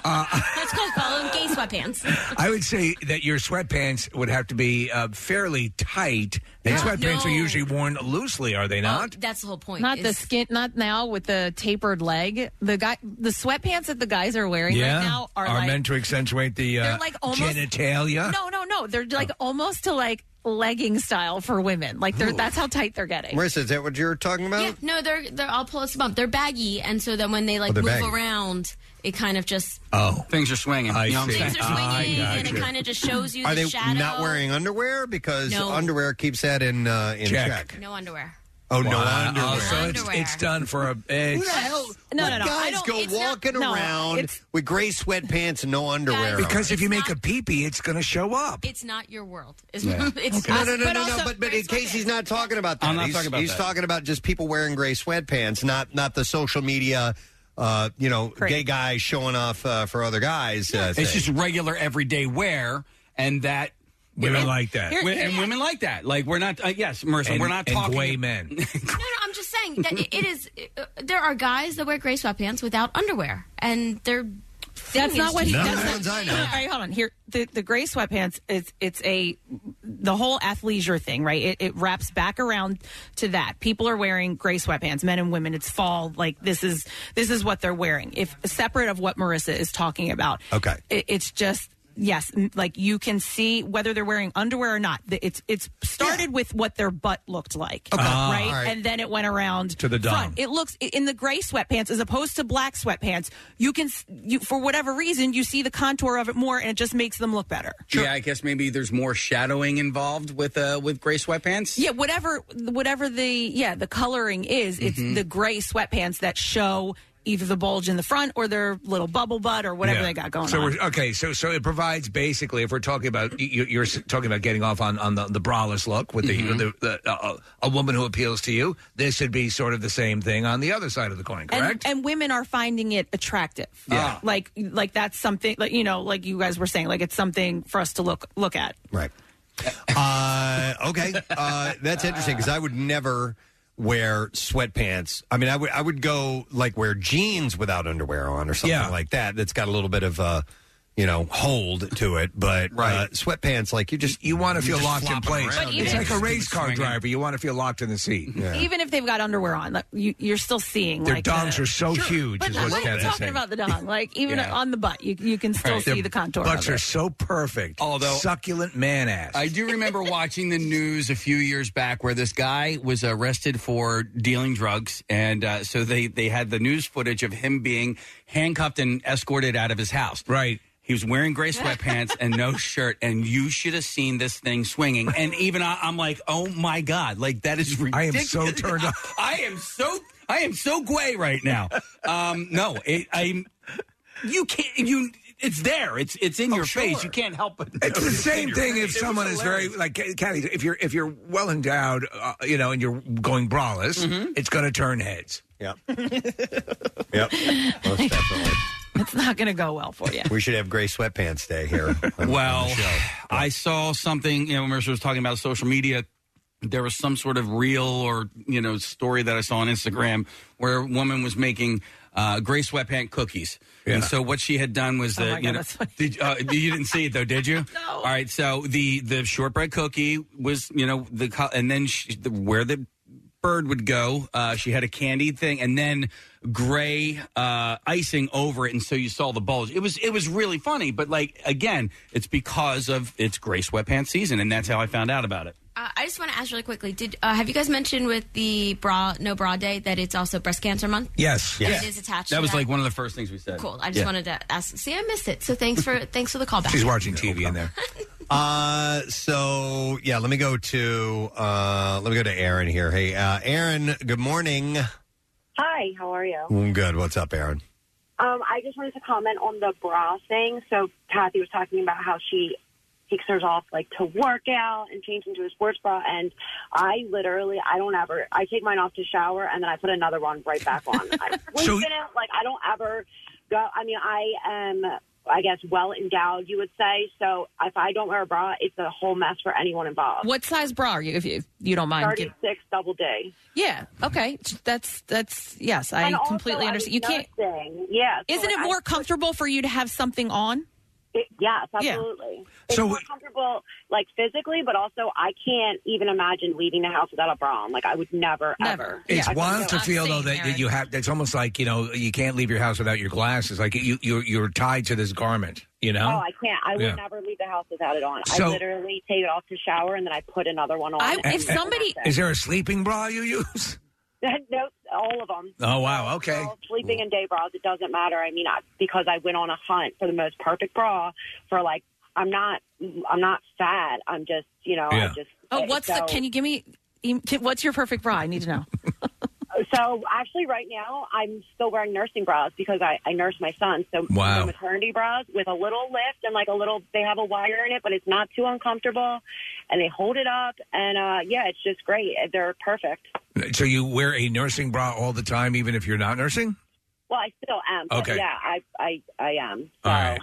Let's go call them gay sweatpants.
I would say that your sweatpants would have to be uh, fairly tight, and
Yeah.
sweatpants are
No.
usually worn loosely, are they not?
Oh, That's the whole point.
Not the skin, not now with the tapered leg. The guy, the sweatpants that the guys are wearing right now are, like
meant to accentuate the
they're
uh,
like almost
genitalia. Oh.
No, no, no. They're like almost to like legging style for women. Like they're that's how tight they're getting.
Marissa, is that what you're talking about?
Yeah, no, they're they're. I'll pull some up. They're baggy, and so then when they like
Oh, they're
move
baggy.
around, it kind of just
Oh,
things are swinging.
I
you know what I'm
see.
saying?
things are swinging, and it kind of just shows you
Are
the
they
shadow.
not wearing underwear? Because
No.
underwear keeps that in uh, in check.
No underwear.
Oh no,
Wow.
underwear.
So it's,
Underwear.
it's done for a. It's,
No,
What
no, no, I
Guys
don't-
go
it's not-
walking
no,
around
it's-
with gray sweatpants and no underwear. on.
because if you make a peepee, it's going to show up.
It's not your world. It's,
Yeah.
it's
no,
us,
no, no,
but
no, no.
also-
But, but in case he's not talking about that,
I'm not
he's,
talking about
he's
that.
talking about just people wearing gray sweatpants, not not the social media, uh, you know, gay guys showing off uh, for other guys. Uh,
It's
thing.
just regular everyday wear, and that
Women
and-
like that.
Wi- and women like that. Like we're not. Uh, yes, Marissa,
And-
we're not
and
talking
gway men.
No, no, I'm just saying that it, it is. Uh, there are guys that wear gray sweatpants without underwear, and they're.
That's not what he
does.
that's not- All right, hold on. Here, the, the gray sweatpants is it's a the whole athleisure thing, right? It, it wraps back around to that. People are wearing gray sweatpants, men and women. It's fall. Like this is this is what they're wearing. If separate of what Marissa is talking about.
Okay.
It, it's just. Yes, m- like you can see whether they're wearing underwear or not. The- It's it's started with what their butt looked like,
Okay. Ah,
right?
all right.
And then it went around
To the dong.
front. It looks in the gray sweatpants as opposed to black sweatpants. You can, you, for whatever reason, you see the contour of it more, and it just makes them look better.
Yeah, I guess maybe there's more shadowing involved with uh with gray sweatpants.
Yeah, whatever, whatever the yeah the coloring is, it's
Mm-hmm.
the gray sweatpants that show either the bulge in the front or their little bubble butt or whatever
Yeah.
they got going
so
on.
We're, okay, so so it provides basically, if we're talking about you, you're s- talking about getting off on, on the, the braless look with the, the, the uh, a woman who appeals to you, this would be sort of the same thing on the other side of the coin, correct?
And, and women are finding it attractive. Uh,
Yeah. Ah.
Like like that's something like you know like you guys were saying like it's something for us to look look at.
Right. Uh, okay, uh, that's interesting because I would never wear sweatpants. I mean, I would I would go like wear jeans without underwear on or something like that. That's got a little bit of uh, you know hold to it, but uh, sweatpants like you just
you want to feel locked in place. It's like a
race.
race car driver; you want to feel locked in the seat.
Even if they've got underwear on, like, you, you're still seeing
Their
like,
dongs
the-
are so huge,
But
is
no,
what
what are we
Kevin's
talking
saying.
about the dong? Like even
Yeah.
on the butt, you you can still
Right.
see
Their
the contour.
Butts
of
are
it.
so
Oh,
perfect.
Although-
succulent man ass.
I do remember watching the news a few years back where this guy was arrested for dealing drugs, and uh, so they they had the news footage of him being handcuffed and escorted out of his house.
Right.
He was wearing gray sweatpants and no shirt, and you should have seen this thing swinging. And even I, I'm like, oh my god, like that is
I am
ridiculous.
so turned on.
I am so I am so gay right now. Um, no, it, I'm. You can't. You. It's there. It's it's in your face. You can't help but.
Oh, It's the
notice.
same
You're
thing
right. It
if
was
someone is very
hilarious.
like Kathy. If you're if you're well endowed, uh, you know, and you're going braless,
Mm-hmm.
it's going to turn heads.
Yeah. Yep. Most definitely.
It's not going to go well for you.
We should have gray sweatpants day here.
Well, I saw something. You know, Mercer was talking about social media there was some sort of reel or you know story that I saw on Instagram where a woman was making uh, gray sweatpant cookies, and so what she had done was
Oh my
that
God,
you know
that's funny.
did, uh, you didn't see it though, did you? No. All right, so the the shortbread cookie was you know the co- and then she, the, where the bird would go, uh, she had a candied thing, and then gray uh, icing over it, and so you saw the bulge. It was it was really funny, but like again, it's because of it's gray sweatpants season, and that's how I found out about it.
Uh, I just want to ask really quickly: Did uh, have you guys mentioned with the bra no bra day that it's also breast cancer month?
Yes.
Yes. It is attached
That
to
was
that.
like one of the first things we said.
Cool. I just wanted to ask. See, I missed it. So thanks for thanks for the callback.
She's watching TV in there.
Uh, so yeah, let me go to uh, let me go to Aaron here. Hey, uh, Aaron, good morning.
Hi, how are you?
Mm, Good. What's up, Aaron?
Um, I just wanted to comment on the bra thing. So Kathy was talking about how she takes hers off like to work out and change into a sports bra, and I literally I don't ever I take mine off to shower and then I put another one right back on. I
So-
in it like I don't ever go. I mean I am I guess well endowed you would say. So if I don't wear a bra, it's a whole mess for anyone involved.
What size bra are you, if you, if you don't mind?
Thirty six double D.
yeah. Okay. That's that's yes. I
And also,
completely
I was
understand. You can't.
noticing- Yeah. so,
Isn't
like,
it
I-
more comfortable for you to have something on?
It, yes, absolutely. It's
So-
more comfortable, like physically, but also I can't even imagine leaving the house without a bra on. Like I would never, ever.
It's
Yeah, I
wild
couldn't
to
do it.
feel though that, that you have. It's almost like you know you can't leave your house without your glasses. Like you you're, you're tied to this garment. You know.
Oh, I can't. I would
Yeah.
never leave the house without it on.
So-
I literally take it off to shower and then I put another one on.
A-
and
a-
that's it.
is there a sleeping bra you use?
no, all of them.
Oh wow. Okay.
Sleeping in day bras, it doesn't matter. I mean, I, because I went on a hunt for the most perfect bra for like I'm not, I'm not fat. I'm just, you know, I
Yeah.
just.
Oh, what's the?
so-
Can you give me? can- What's your perfect bra? I need to know.
So actually, right now I'm still wearing nursing bras because I, I nurse my son. So
Wow.
they're maternity bras with a little lift and like a little. They have a wire in it, but it's not too uncomfortable, and they hold it up. And uh, yeah, it's just great. They're perfect.
So you wear a nursing bra all the time, even if you're not nursing.
Well, I still am. but
Okay.
Yeah, I I I am.
All right.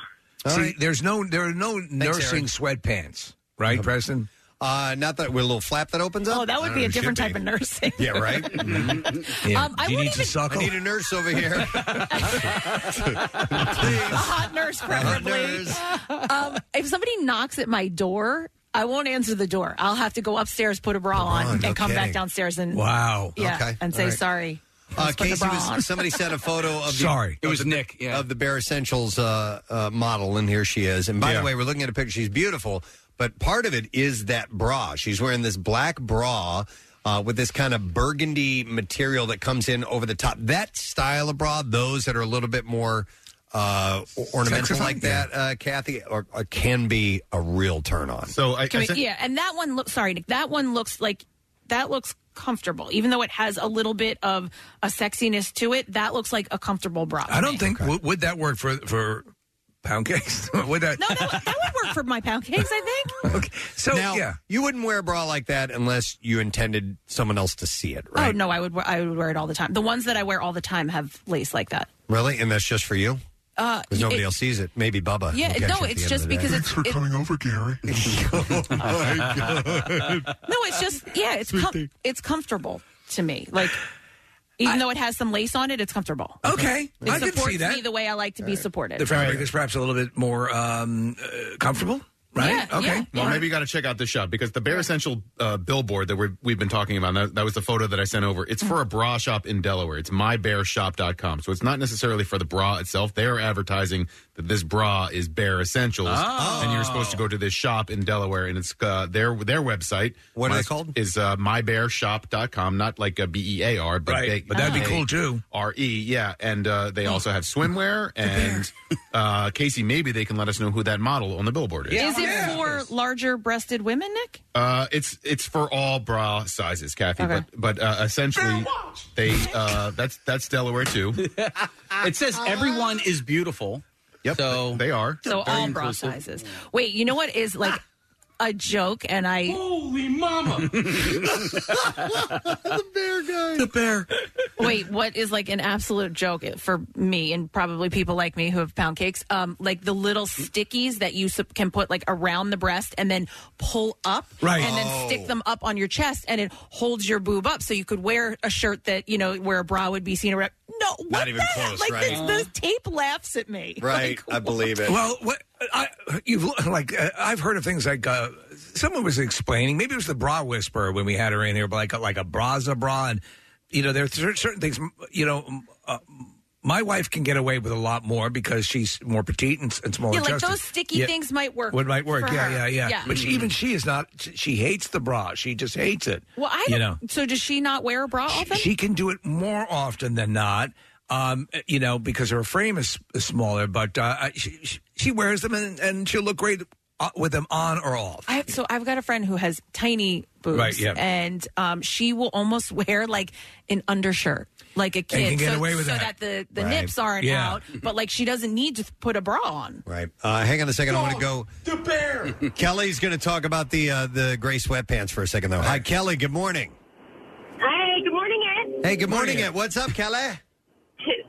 See, there's no there are no nursing sweatpants, right, Preston?
Uh, not that with a little flap that opens up.
Oh, that would be a different type of nursing.
Yeah, right.
Yeah.
Um, I
Do you
won't
need to
even-
suckle? I need a nurse over here.
a hot nurse, preferably. um, if somebody knocks at my door, I won't answer the door. I'll have to go upstairs, put a bra on, and
no
come back
kidding.
downstairs and
Wow.
yeah,
Okay.
and say
All right.
sorry.
Uh,
Just put the
Casey
bra on.
was somebody sent a photo of the,
Sorry.
it was
Nick
of the Bare Essentials uh, uh, model, and here she is. And by
Yeah.
the way, we're looking at a picture. She's beautiful, but part of it is that bra. She's wearing this black bra. Uh, with this kind of burgundy material that comes in over the top, that style of bra, those that are a little bit more uh, or- ornamental
Sexified?
like that, uh, Kathy, or, or can be a real turn on.
So I,
Can we- yeah, and that one looks. Sorry, Nick. That one looks like that looks comfortable, even though it has a little bit of a sexiness to it. That looks like a comfortable bra.
I don't think would, would that work for for pound cakes. would that?
No, that would, that would work for my pound cakes. I think.
So
now, you wouldn't wear a bra like that unless you intended someone else to see it, right?
Oh no, I would. wear- I would wear it all the time. The ones that I wear all the time have lace like that.
Really? And that's just for you?
Uh,
Because nobody
it-
else sees it. Maybe Bubba.
Yeah,
will catch
no,
it at
it's
the end
just
of the day.
because it's- Uh, Thanks for it- coming
over, Gary. oh my God.
No, it's just yeah, it's com- it's comfortable to me. Like even though it has some lace on it, it's comfortable.
Okay.
it
I can see
supports
that.
me the way I like to be supported.
The fabric is perhaps a little bit more um, uh, comfortable, right? okay.
Well, maybe you got to check out this shop because the Bare Essential uh, billboard that we're, we've been talking about, that, that was the photo that I sent over.
Mm.
It's for a bra shop in Delaware. It's mybearshop.com. So it's not necessarily for the bra itself. They're advertising that this bra is Bare Essentials.
Oh.
And you're supposed to go to this shop in Delaware. And it's uh, their their website.
What are
my-
they called?
Is uh, mybearshop.com. Not like a B E A R, but
Right. But that'd be cool,
too. R E, yeah. And uh,
Mm.
they also have swimwear. And uh, Casey, maybe they can let us know who that model on the billboard is.
Is it for larger breasted women, Nick?
Uh, it's it's for all bra sizes, Kathy.
Okay.
But but uh, essentially, they uh, that's that's Delaware too.
it says everyone is beautiful.
Yep,
so
they are.
So all bra sizes. Wait, you know what is like a joke and I
Holy mama.
the
bear guy.
The bear.
Wait, what is like an absolute joke for me and probably people like me who have pound cakes? Um, like the little stickies that you sup- can put like around the breast and then pull up,
Right.
And then
Oh.
stick them up on your chest, and it holds your boob up, so you could wear a shirt that you know where a bra would be seen around. No, what
Not even
the heck?
close,
Like
right?
this, this tape laughs at me.
Right, I believe it.
Well, what I, you've like uh, I've heard of things like uh, someone was explaining. Maybe it was the bra whisperer when we had her in here, but like a, like a bra's a bra, and you know there are cer- certain things. You know, m- uh, my wife can get away with a lot more because she's more petite and, s- and smaller.
yeah, like
chested.
those sticky
Oh, Yeah.
things might work.
Would might work,
for
yeah,
her.
yeah, yeah, But she, even she is not. She she hates the bra. She just hates it.
Well, I
you
don't,
know.
So does she not wear a bra often?
She can do it more often than not, um, you know, because her frame is, is smaller. But uh, I- she, she- she wears them and, and she'll look great uh, with them on or off.
I so I've got a friend who has tiny boobs,
Right, yeah.
and um, she will almost wear like an undershirt, like a kid,
can get
so,
away with
so
that.
that. the the
Right.
nips aren't
Yeah.
out, but like she doesn't need to put a bra on.
Right. Uh, hang on a second. I want to go.
The bear.
Kelly's going to talk about the uh, the gray sweatpants for a second, though. Hi, Kelly. Good morning.
Hi, good morning, Ed.
Hey, good morning. Ed. What's up, Kelly?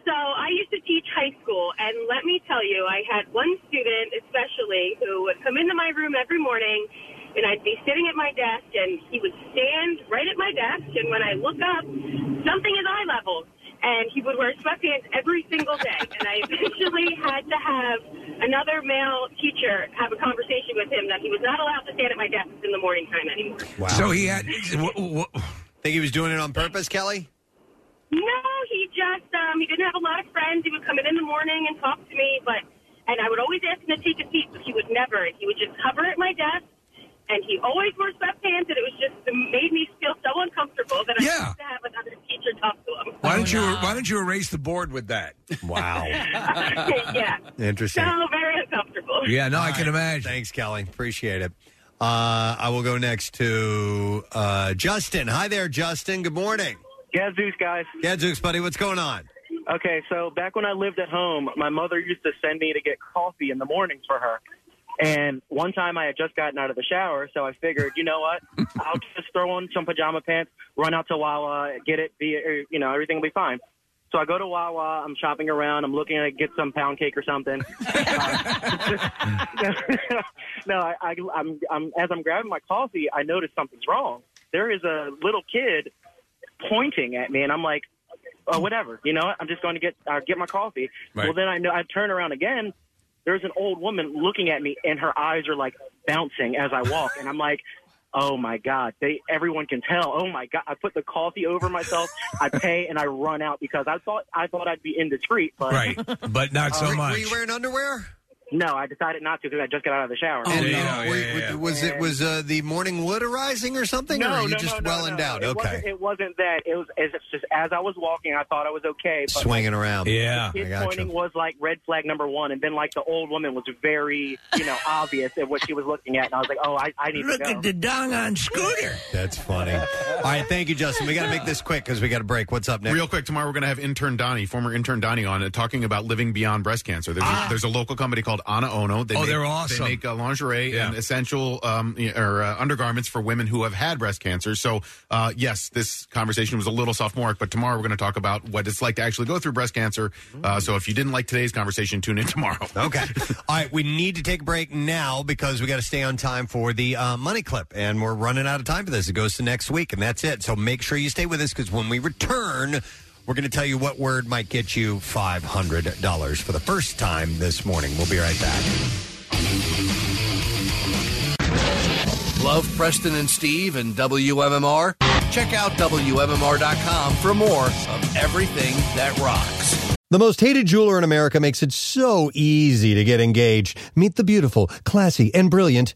So I used to teach high school, and let me tell you, I had one student especially who would come into my room every morning, and I'd be sitting at my desk, and he would stand right at my desk, and when I look up, something is eye level, and he would wear sweatpants every single day, and I eventually had to have another male teacher have a conversation with him that he was not allowed to stand at my desk in the morning time anymore.
Wow.
So he had.
Think he was doing it on purpose, Kelly?
No, he just um, he didn't have a lot of friends. He would come in in the morning and talk to me, but and I would always ask him to take a seat, but he would never. He would just hover at my desk, and he always wore sweatpants, and it was just it made me feel so uncomfortable that I
Yeah.
used to have another teacher talk to him.
Why don't you Why don't you erase the board with that?
Wow.
yeah.
Interesting.
So very uncomfortable.
Yeah, no, I
All right.
can imagine.
Thanks, Kelly. Appreciate it. Uh, I will go next to uh, Justin. Hi there, Justin. Good morning.
Gadzooks, guys.
Gadzooks, buddy. What's going on?
Okay, so back when I lived at home, my mother used to send me to get coffee in the mornings for her. And one time I had just gotten out of the shower, so I figured, you know what? I'll just throw on some pajama pants, run out to Wawa, get it, be, er, you know, everything will be fine. So I go to Wawa, I'm shopping around, I'm looking to get some pound cake or something. no, I, I, I'm, I'm, as I'm grabbing my coffee, I notice something's wrong. There is a little kid pointing at me, and I'm like, oh, whatever. You know, what? I'm just going to get uh, get my coffee.
Right.
Well, then I know I turn around again. There's an old woman looking at me, and her eyes are like bouncing as I walk, and I'm like. Oh my God! They everyone can tell. Oh my God! I put the coffee over myself. I pay and I run out because I thought I thought I'd be indiscreet, but
Right, but not so
Uh,
much.
wearing underwear?
No, I decided not to because I just got out of the shower.
And, uh, were- Was it was uh, the morning wood arising or something?
No,
or are you
no,
just
no, no,
well
no.
endowed?
It
okay.
wasn't, it wasn't that. It was it's just as I was walking, I thought I was okay. But
Swinging around. Yeah.
the kid
I gotcha.
pointing was like red flag number one, and then like the old woman was very, you know, obvious at what she was looking at, and I was like, oh, I, I need
Look
to go.
at the dong on scooter.
That's funny. All right, thank you, Justin. We got to make this quick because we got a break. What's up next?
Real quick, tomorrow we're going to have intern Donnie, former intern Donnie, on uh, talking about living beyond breast cancer. There's, a, there's a local company called Ana Ono. They
Ah. Oh,
make,
they're awesome.
They make uh, lingerie and essential um, y- or uh, undergarments for women who have had breast cancer. So, uh, yes, this conversation was a little sophomoric, but tomorrow we're going to talk about what it's like to actually go through breast cancer. Uh, so, if you didn't like today's conversation, tune in tomorrow.
Okay. All right, we need to take a break now because we got to stay on time for the uh, money clip, and we're running out of time for this. It goes to next week, and that's it. So make sure you stay with us because when we return, we're going to tell you what word might get you five hundred dollars for the first time this morning. We'll be right back.
Love Preston and Steve and WMMR? Check out WMMR.com for more of everything that rocks.
The most hated jeweler in America makes it so easy to get engaged. Meet the beautiful, classy, and brilliant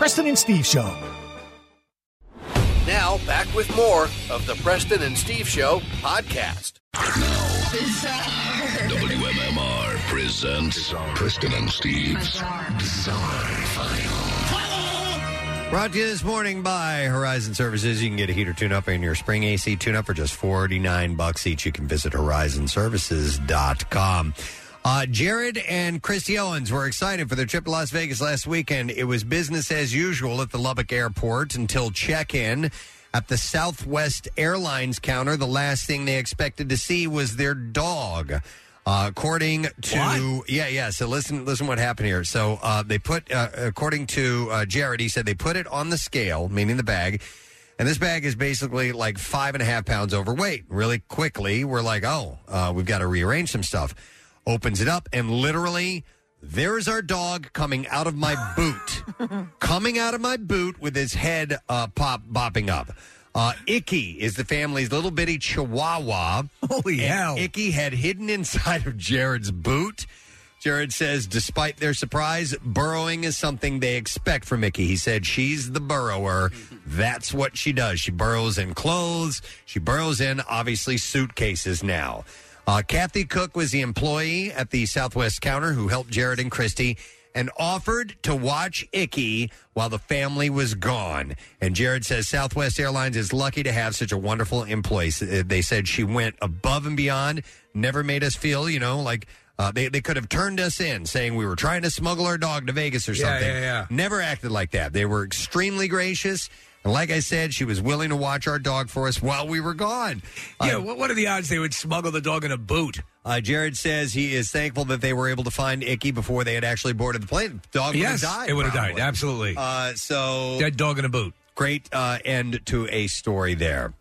Preston and Steve Show.
Now, back with more of the Preston and Steve Show podcast.
WMMR presents Preston and Steve's Bizarre,
Brought to you this morning by Horizon Services. You can get a heater tune-up and your spring AC tune-up for just forty-nine bucks each. You can visit horizonservices.com. Uh, Jared and Christy Owens were excited for their trip to Las Vegas last weekend. It was business as usual at the Lubbock Airport until check-in. At the Southwest Airlines counter, the last thing they expected to see was their dog. Uh, according to yeah yeah so listen listen what happened here so uh, they put uh, according to uh, jared he said they put it on the scale meaning the bag and this bag is basically like five and a half pounds overweight really quickly we're like oh uh, we've got to rearrange some stuff opens it up and literally there is our dog coming out of my boot coming out of my boot with his head uh, pop bopping up uh, Icky is the family's little bitty chihuahua. Holy hell. Icky had hidden inside of Jared's boot. Jared says, despite their surprise, burrowing is something they expect from Icky. He said, she's the burrower. That's what she does. She burrows in clothes. She burrows in, obviously, suitcases now. Uh, Kathy Cook was the employee at the Southwest counter who helped Jared and Christy and offered to watch Icky while the family was gone. And Jared says Southwest Airlines is lucky to have such a wonderful employee. Uh, They said she went above and beyond, never made us feel, you know, like uh, they, they could have turned us in saying we were trying to smuggle our dog to Vegas or
Yeah,
something.
yeah, yeah.
Never acted like that. They were extremely gracious. And like I said, she was willing to watch our dog for us while we were gone.
Yeah, what, what are the odds they would smuggle the dog in a boot?
Uh, Jared says he is thankful that they were able to find Icky before they had actually boarded the plane. The dog would
yes,
have died.
it would have died.
probably.
Absolutely.
Uh, so
dead dog in a boot.
Great uh, end to a story there.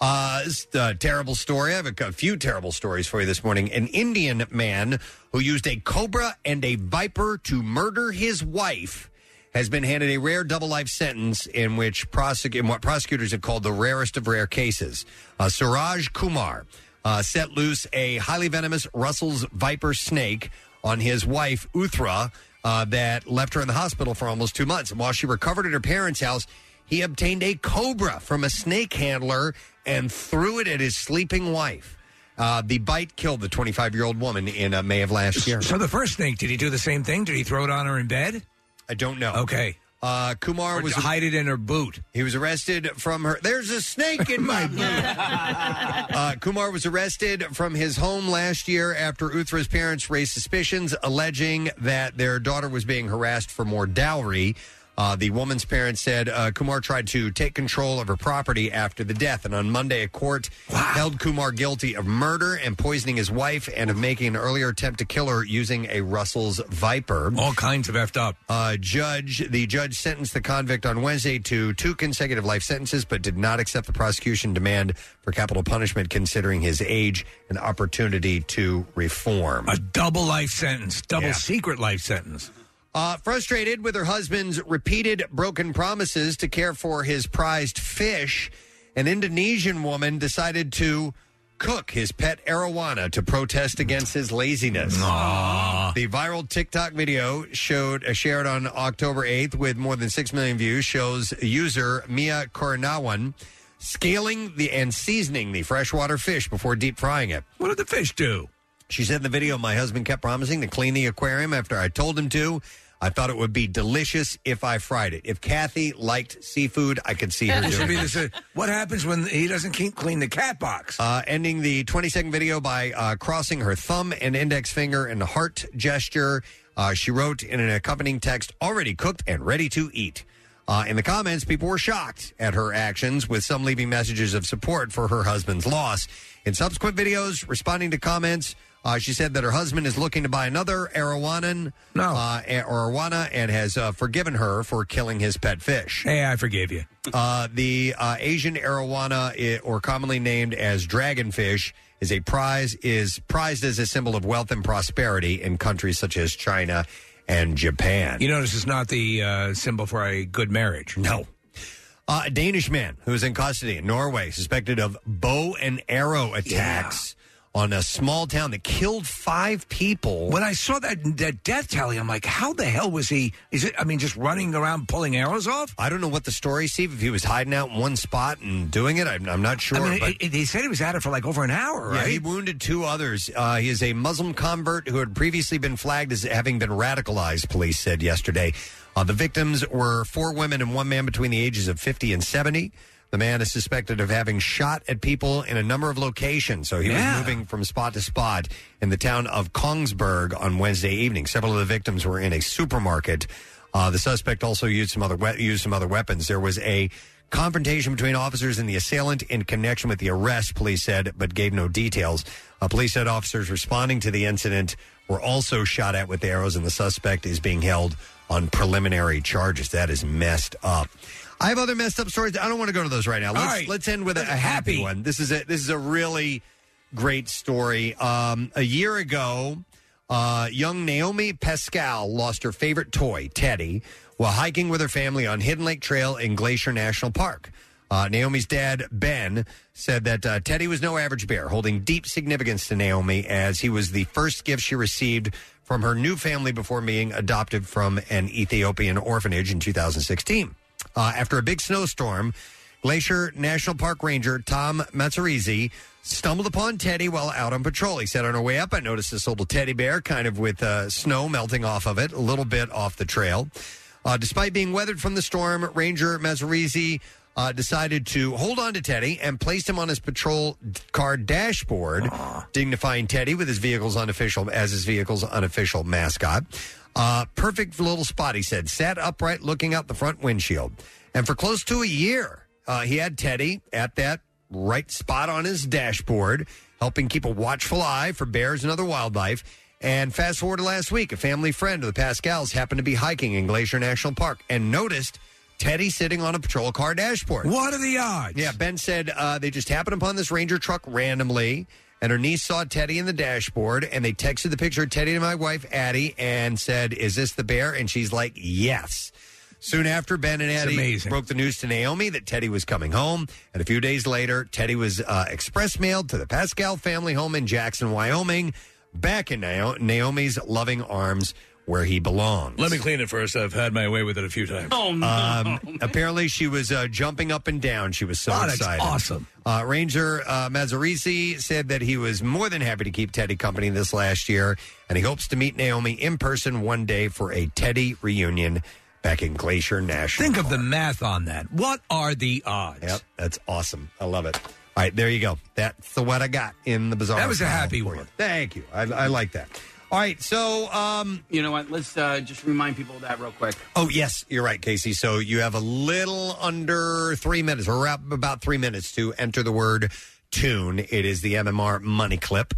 Uh, it's a terrible story. I have a, a few terrible stories for you this morning. An Indian man who used a cobra and a viper to murder his wife has been handed a rare double life sentence in which prosec- in what prosecutors have called the rarest of rare cases. Uh, Suraj Kumar uh, set loose a highly venomous Russell's viper snake on his wife, Uthra, uh, that left her in the hospital for almost two months. And while she recovered at her parents' house, he obtained a cobra from a snake handler and threw it at his sleeping wife. Uh, the bite killed the 25 year old woman in uh, May of last year.
So the first thing, did he do the same thing? Did he throw it on her in bed?
I don't know.
Okay.
Uh, Kumar
was hide it in her boot.
He was arrested from her. There's a snake in my Uh, Kumar was arrested from his home last year after Uthra's parents raised suspicions, alleging that their daughter was being harassed for more dowry. Uh, the woman's parents said uh, Kumar tried to take control of her property after the death, and on Monday, a court held Kumar guilty of murder and poisoning his wife, and of making an earlier attempt to kill her using a Russell's Viper.
All kinds of effed up.
Uh, judge, the judge sentenced the convict on Wednesday to two consecutive life sentences, but did not accept the prosecution demand for capital punishment, considering his age and opportunity to reform.
A double life sentence, double
Yeah.
secret life sentence.
Uh, frustrated with her husband's repeated broken promises to care for his prized fish, an Indonesian woman decided to cook his pet arowana to protest against his laziness. The viral TikTok video showed uh, shared on October 8th with more than 6 million views shows user Mia Coronawan scaling the and seasoning the freshwater fish before deep frying it.
What did the fish do?
She said in the video, My husband kept promising to clean the aquarium after I told him to. I thought it would be delicious if I fried it. If Kathy liked seafood, I could see her
It should
doing
be
it.
this, uh, what happens when he doesn't keep clean the cat box?
Uh, ending the 20 second video by uh, crossing her thumb and index finger in a heart gesture. Uh, she wrote in an accompanying text, already cooked and ready to eat. Uh, in the comments, people were shocked at her actions, with some leaving messages of support for her husband's loss. In subsequent videos, responding to comments, Uh, she said that her husband is looking to buy another Arawanan uh, a- or Arowana and has uh, forgiven her for killing his pet fish.
Hey, I forgave you.
Uh, the uh, Asian arowana, i- or commonly named as dragonfish, is a prize is prized as a symbol of wealth and prosperity in countries such as China and Japan.
You notice it's not the uh, symbol for a good marriage.
No. Uh, a Danish man who is in custody in Norway, suspected of bow and arrow attacks on a small town that killed five people.
When I saw that that death tally, I'm like, how the hell was he? Is it? I mean, just running around pulling arrows off?
I don't know what the story, Steve. If he was hiding out in one spot and doing it, I'm, I'm not sure.
I mean,
but-
it- it- they said he was at it for like over an hour,
Yeah,
right?
he wounded two others. Uh, he is a Muslim convert who had previously been flagged as having been radicalized, police said yesterday. Uh, the victims were four women and one man between the ages of 50 and 70. The man is suspected of having shot at people in a number of locations, so he
Yeah.
was moving from spot to spot in the town of Kongsberg on Wednesday evening. Several of the victims were in a supermarket. Uh, the suspect also used some other we- used some other weapons. There was a confrontation between officers and the assailant in connection with the arrest. Police said, but gave no details. Uh, police said officers responding to the incident were also shot at with arrows, and the suspect is being held on preliminary charges. That is messed up. I have other messed up stories. I don't want to go to those right now.
All
Let's,
right.
let's end with a, a happy one. This is a this is a really great story. Um, a year ago, uh, young Naomi Pascal lost her favorite toy, Teddy, while hiking with her family on Hidden Lake Trail in Glacier National Park. Uh, Naomi's dad, Ben, said that uh, Teddy was no average bear, holding deep significance to Naomi as he was the first gift she received from her new family before being adopted from an Ethiopian orphanage in 2016. Uh, after a big snowstorm, Glacier National Park Ranger Tom Mazzarisi stumbled upon Teddy while out on patrol. He said, On our way up, I noticed this little teddy bear kind of with uh, snow melting off of it, a little bit off the trail. Uh, despite being weathered from the storm, Ranger Mazzarisi uh, decided to hold on to Teddy and placed him on his patrol d- car dashboard, dignifying Teddy with his vehicle's unofficial as his vehicle's unofficial mascot. Uh, perfect little spot, he said. Sat upright, looking out the front windshield, and for close to a year, uh, he had Teddy at that right spot on his dashboard, helping keep a watchful eye for bears and other wildlife. And fast forward to last week, a family friend of the Pascals happened to be hiking in Glacier National Park and noticed Teddy sitting on a patrol car dashboard.
What are the odds?
Yeah, Ben said uh, they just happened upon this Ranger truck randomly, and her niece saw Teddy in the dashboard, and they texted the picture of Teddy to my wife, Addie, and said, Is this the bear? And she's like, Yes. Soon after, Ben and Addie broke the news to Naomi that Teddy was coming home. And a few days later, Teddy was uh, express mailed to the Pascal family home in Jackson, Wyoming, back in Nao- Naomi's loving arms where he belongs.
Let me clean it first. I've had my way with it a few times.
Um, apparently, she was uh, jumping up and down. She was so
Oh, that's
excited.
awesome.
Uh, Ranger uh, Mazzarisi said that he was more than happy to keep Teddy company this last year, and he hopes to meet Naomi in person one day for a Teddy reunion back in Glacier National.
Think of the math on that. What are the odds?
Yep, that's awesome. I love it. All right, there you go. That's the what I got in the bizarre.
That was a
file
happy
for
one.
you. Thank you. I, I like that. All right, so um,
you know what? Let's uh, just remind people of that real quick.
Oh yes, you're right, Casey. So you have a little under three minutes, or up about three minutes to enter the word tune. It is the MMR money clip.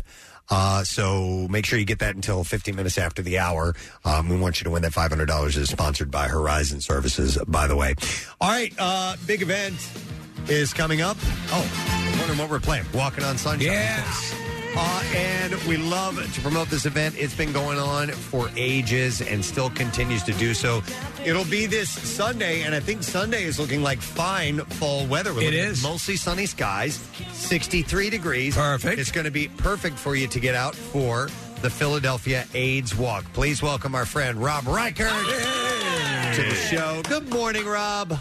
Uh, so make sure you get that until 15 minutes after the hour. Um, we want you to win that $500. It is sponsored by Horizon Services, by the way. All right, uh, big event is coming up. Oh, I'm wondering what we're playing. Walking on Sunshine. Yes. Uh, and we love to promote this event. It's been going on for ages and still continues to do so. It'll be this Sunday, and I think Sunday is looking like fine fall weather. We're
It
looking at
is.
mostly sunny skies, 63 degrees.
Perfect.
It's going to be perfect for you to get out for the Philadelphia AIDS Walk. Please welcome our friend Rob Reichert to the show. Good morning, Rob.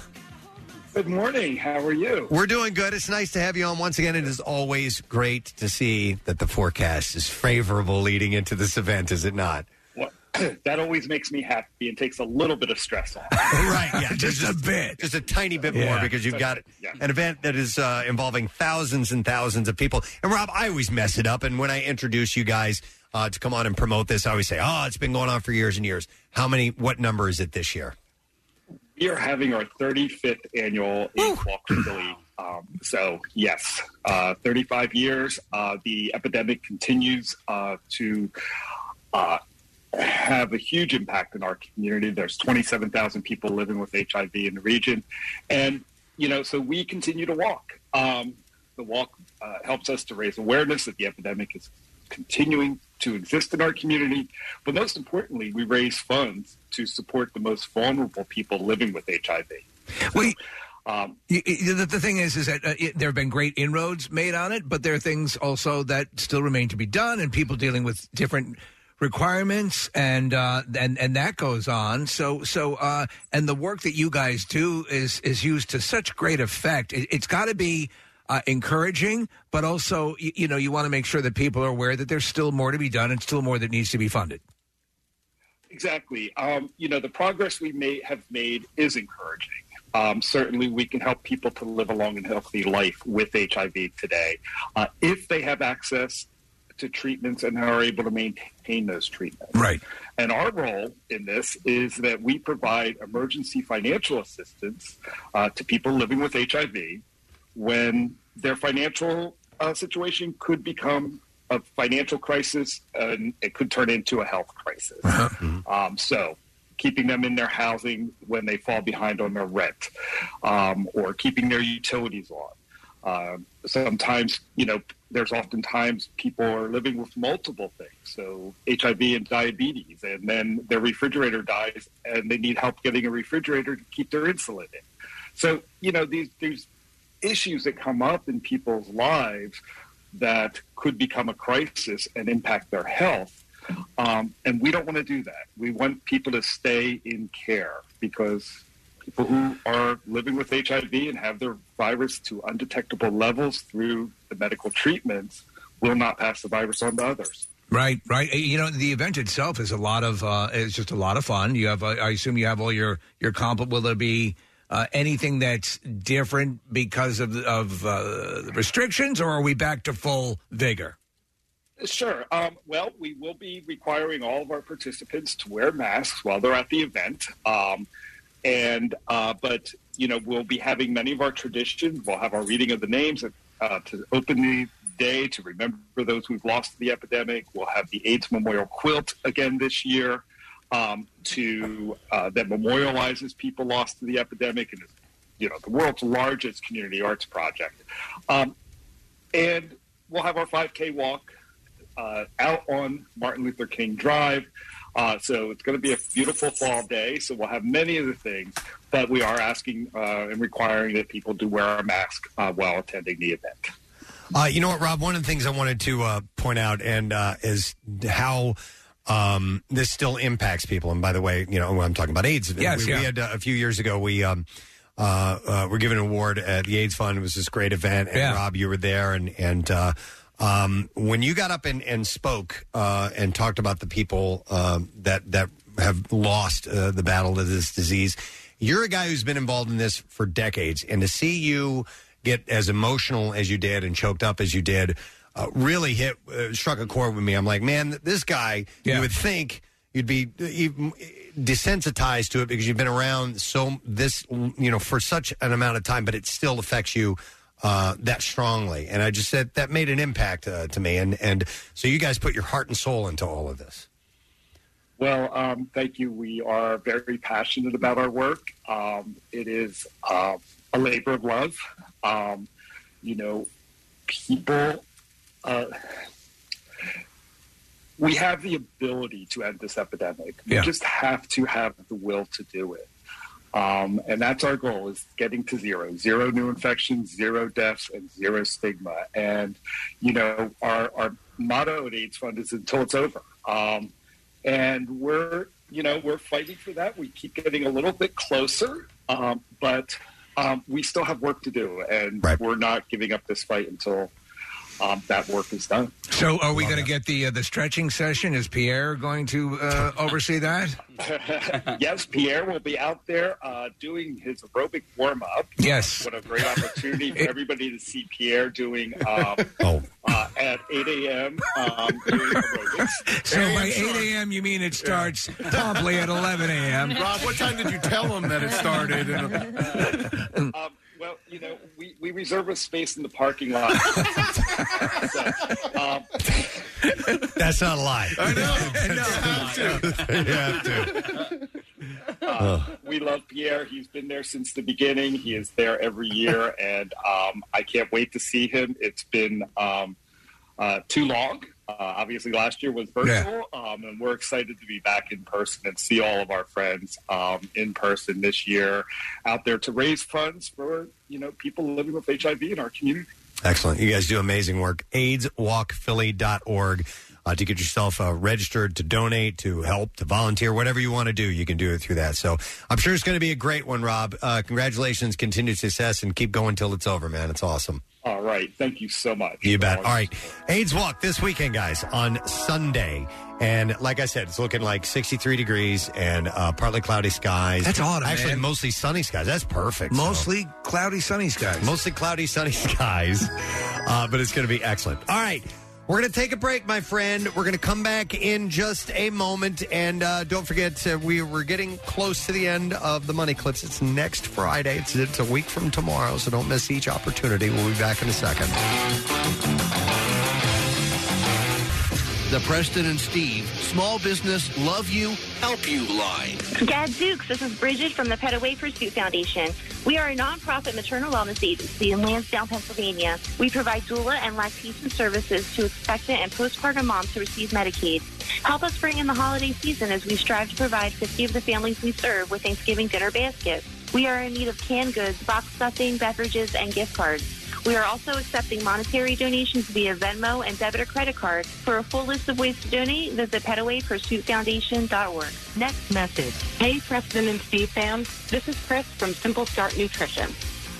Good morning. How are you?
We're doing good. It's nice to have you on once again. It is always great to see that the forecast is favorable leading into this event, is it not?
Well, that always makes me happy and takes a little bit of stress off.
right, yeah, just, a bit, just a tiny bit more
Yeah.
because you've got
Yeah.
an event that is uh, involving thousands and thousands of people. And Rob, I always mess it up. And when I introduce you guys uh, to come on and promote this, I always say, "Oh, it's been going on for years and years." How many? What number is it this year?
We are having our 35th annual Eight Walk Philly Um, so, yes, uh, 35 years. Uh, the epidemic continues uh, to uh, have a huge impact in our community. There's 27,000 people living with HIV in the region. And, you know, so we continue to walk. Um, the walk uh, helps us to raise awareness that the epidemic is continuing to exist in our community. But most importantly, we raise funds to support the most vulnerable people living with HIV.
Wait. Y- y- the, the thing is, is that uh, it, there have been great inroads made on it, but there are things also that still remain to be done, and people dealing with different requirements, and uh, and and that goes on. So so, uh, and the work that you guys do is is used to such great effect. It, it's got to be. Uh, encouraging, but also, you, you know, you want to make sure that people are aware that there's still more to be done and still more that needs to be funded.
Exactly. Um, you know, the progress we may have made is encouraging. Um, certainly, we can help people to live a long and healthy life with HIV today uh, if they have access to treatments and are able to maintain those treatments.
Right.
And our role in this is that we provide emergency financial assistance uh, to people living with HIV when their financial uh, situation could become a financial crisis and it could turn into a health crisis. Um, so, keeping them in their housing when they fall behind on their rent um, or keeping their utilities on. Um, sometimes, you know, there's oftentimes people are living with multiple things, so HIV and diabetes, and then their refrigerator dies, and they need help getting a refrigerator to keep their insulin in. So, you know, these these issues that come up in people's lives that could become a crisis and impact their health. Um, and we don't want to do that. We want people to stay in care because people who are living with HIV and have their virus to undetectable levels through the medical treatments will not pass the virus on to others.
Right, right. Eh, You know, the event itself is a lot of uh, it's just a lot of fun. You have, uh, I assume, you have all your your comp. Will there be uh, anything that's different because of of uh, the restrictions, or are we back to full vigor?
Sure. Um, well, we will be requiring all of our participants to wear masks while they're at the event. Um, and uh, but you know we'll be having many of our traditions. We'll have our reading of the names uh, to open the day to remember those we've lost to the epidemic. We'll have the AIDS memorial quilt again this year um, to uh, that memorializes people lost to the epidemic and is you know the world's largest community arts project. Um, and we'll have our 5K walk uh, out on Martin Luther King Drive. Uh, so it's going to be a beautiful fall day. So we'll have many of the things, but we are asking uh, and requiring that people do wear a mask uh, while attending the event.
Uh, you know what, Rob? One of the things I wanted to uh, point out and uh, is how um, this still impacts people. And by the way, you know, I'm talking about AIDS.
Yes,
we,
yeah.
we had uh, a few years ago. We um, uh, uh, were given an award at the AIDS Fund. It was this great event, and
Yeah.
Rob, you were there, and and uh, um, when you got up and and spoke uh, and talked about the people um, that that have lost uh, the battle to this disease, you're a guy who's been involved in this for decades, and to see you get as emotional as you did and choked up as you did. Uh, really hit uh, struck a chord with me. I'm like, man, this guy. You would think you'd be uh, even desensitized to it because you've been around so this you know for such an amount of time, but it still affects you uh, that strongly. And I just said that made an impact uh, to me, and and so you guys put your heart and soul into all of this.
Well, um, thank you. We are very passionate about our work. Um, it is uh, a labor of love. Um, you know, people, uh, we have the ability to end this epidemic.
Yeah.
We just have to have the will to do it. Um, and that's our goal is getting to zero, zero new infections, zero deaths, and zero stigma. And, you know, our, our motto at AIDS Fund is until it's over. Um, and we're you know we're fighting for that we keep getting a little bit closer um, but um, we still have work to do and we're not giving up this fight until um, that work is done
So, are we going to get the uh, the stretching session? Is Pierre going to uh, oversee that?
yes pierre will be out there uh, doing his aerobic warm-up
Yes.
what a great opportunity for everybody to see pierre doing um, uh, at 8 a.m um, doing aerobics
So by 8 a.m., you mean it starts promptly at 11 a.m.
Rob, what time did you tell him that it started?
um, well, you know, we, we reserve a space in the parking lot. so, um,
That's not a lie. I know.
Uh, we love Pierre. He's been there since the beginning. He is there every year, and um, I can't wait to see him. It's been um, uh, too long. Uh, obviously, last year was virtual, um, and we're excited to be back in person and see all of our friends um, in person this year, out there to raise funds for you know people living with HIV in our community.
Excellent. You guys do amazing work. AIDSWalkPhilly.org uh, to get yourself uh, registered, to donate, to help, to volunteer, whatever you want to do, you can do it through that. So I'm sure it's going to be a great one, Rob. Uh, congratulations, continued success, and keep going till it's over, man. It's awesome.
All right, thank you so much.
You bet. All right. AIDS Walk this weekend, guys, on Sunday. And like I said, it's looking like 63 degrees and uh, partly cloudy skies.
That's autumn,
Actually,
man.
mostly sunny skies. That's perfect. So-
Mostly cloudy, sunny skies.
Mostly cloudy, sunny skies. Uh, but it's going to be excellent. All right. We're going to take a break, my friend. We're going to come back in just a moment. And uh, don't forget, uh, we, we're getting close to the end of the Money Clips. It's next Friday. It's, it's a week from tomorrow, so don't miss each opportunity. We'll be back in a second.
The Preston and Steve Small Business Love You, Help You line.
Gadzooks, this is Bridget from the Pet Away Pursuit Foundation. We are a nonprofit maternal wellness agency in Lansdowne, Pennsylvania. We provide doula and lactation services to expectant and postpartum moms who receive Medicaid. Help us bring in the holiday season as we strive to provide 50 of the families we serve with Thanksgiving dinner baskets. We are in need of canned goods, box stuffing, beverages, and gift cards. We are also accepting monetary donations via Venmo and debit or credit card. For a full list of ways to donate, visit petawaypursuitfoundation.org.
Next message. Hey, Preston and Steve fans. This is Chris from Simple Start Nutrition.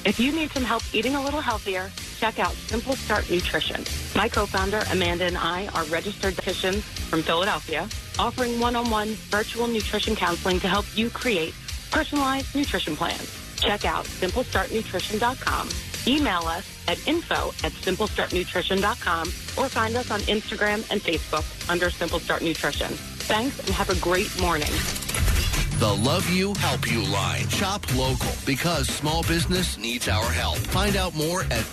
If you need some help eating a little healthier, check out Simple Start Nutrition. My co-founder, Amanda, and I are registered dietitians from Philadelphia, offering one-on-one virtual nutrition counseling to help you create personalized nutrition plans. Check out simplestartnutrition.com. Email us at info at simplestartnutrition.com or find us on Instagram and Facebook under Simple Start Nutrition. Thanks and have a great morning.
The Love You, Help You line. Shop local because small business needs our help. Find out more at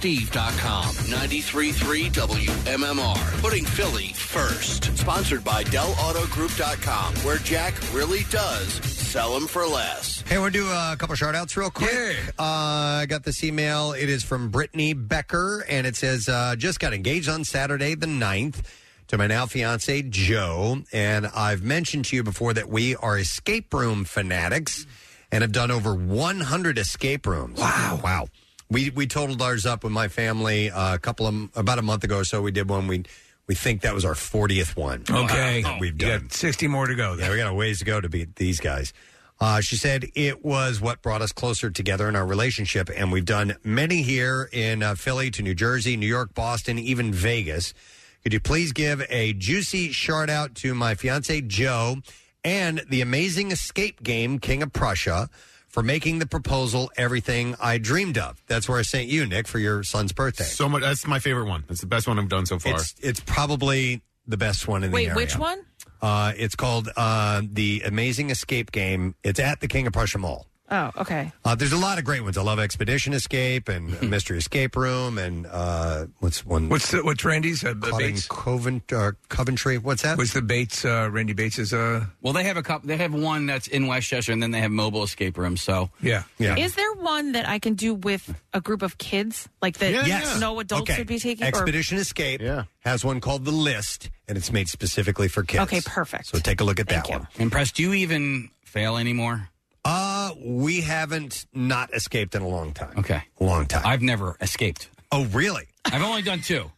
PrestonandSteve.com. 93.3 WMMR. Putting Philly first. Sponsored by DellAutoGroup.com, where Jack really does sell them for less.
Hey, we'll do uh, a couple shout outs real quick. Uh, I got this email. It is from Brittany Becker, and it says, uh, Just got engaged on Saturday the 9th to my now fiance, Joe. And I've mentioned to you before that we are escape room fanatics and have done over 100 escape rooms. Wow. Wow. We, we totaled ours up with my family uh, a couple of about a month ago or so. We did one. We we think that was our 40th one.
Okay.
That we've
You
done.
60 more to go.
Yeah, we got a ways to go to beat these guys. Uh, she said it was what brought us closer together in our relationship, and we've done many here in uh, Philly to New Jersey, New York, Boston, even Vegas. Could you please give a juicy shout out to my fiance Joe and the amazing escape game King of Prussia for making the proposal everything I dreamed of? That's where I sent you, Nick, for your son's birthday.
So much. That's my favorite one. That's the best one I've done so far.
It's it's probably the best one in the
Wait,
area.
which one?
Uh, it's called uh, the Amazing Escape Game. It's at the King of Prussia Mall.
Oh, okay.
Uh, there's a lot of great ones. I love Expedition Escape and Mystery Escape Room and uh, what's one?
Hmm. What's the, what's Randy's? Uh,
Caught in
Bates?
Covent, uh, Coventry. What's that?
What's the Bates? Uh, Randy Bates is. Uh,
Well, they have a couple. They have one that's in Westchester, and then they have mobile escape rooms. So
yeah,
yeah.
Is there one that I can do with a group of kids, like that?
Yeah, yeah.
No adults
Okay.
would be taking.
Expedition Escape has one called The List, and it's made specifically for kids.
Okay, perfect.
So take a look at that one.
Impressed? Do you even fail anymore?
Uh, we haven't not escaped in a long time.
Okay,
long time.
I've never escaped.
Oh, really?
I've only done two,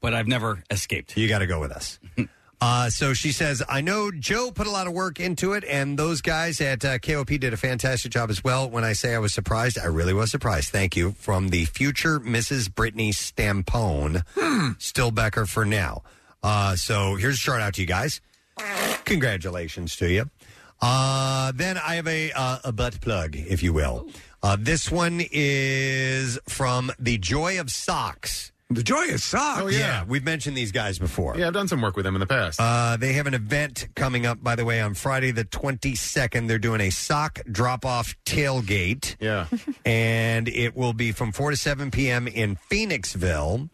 but I've never escaped.
You got to go with us. Uh, so she says, I know Joe put a lot of work into it, and those guys at uh, KOP did a fantastic job as well. When I say I was surprised, I really was surprised. Thank you. From the future Mrs. Brittany Stampone, still Becker for now. Uh, so here's a shout out to you guys. Congratulations to you. Uh, then I have a, uh, a butt plug, if you will. Uh, this one is from The Joy of Socks.
The Joyous Sox.
Oh, yeah. We've mentioned these guys before.
Yeah, I've done some work with them in the past.
Uh, they have an event coming up, by the way, on Friday the 22nd. They're doing a sock drop off tailgate.
Yeah.
and it will be from 4 to 7 p.m. in Phoenixville.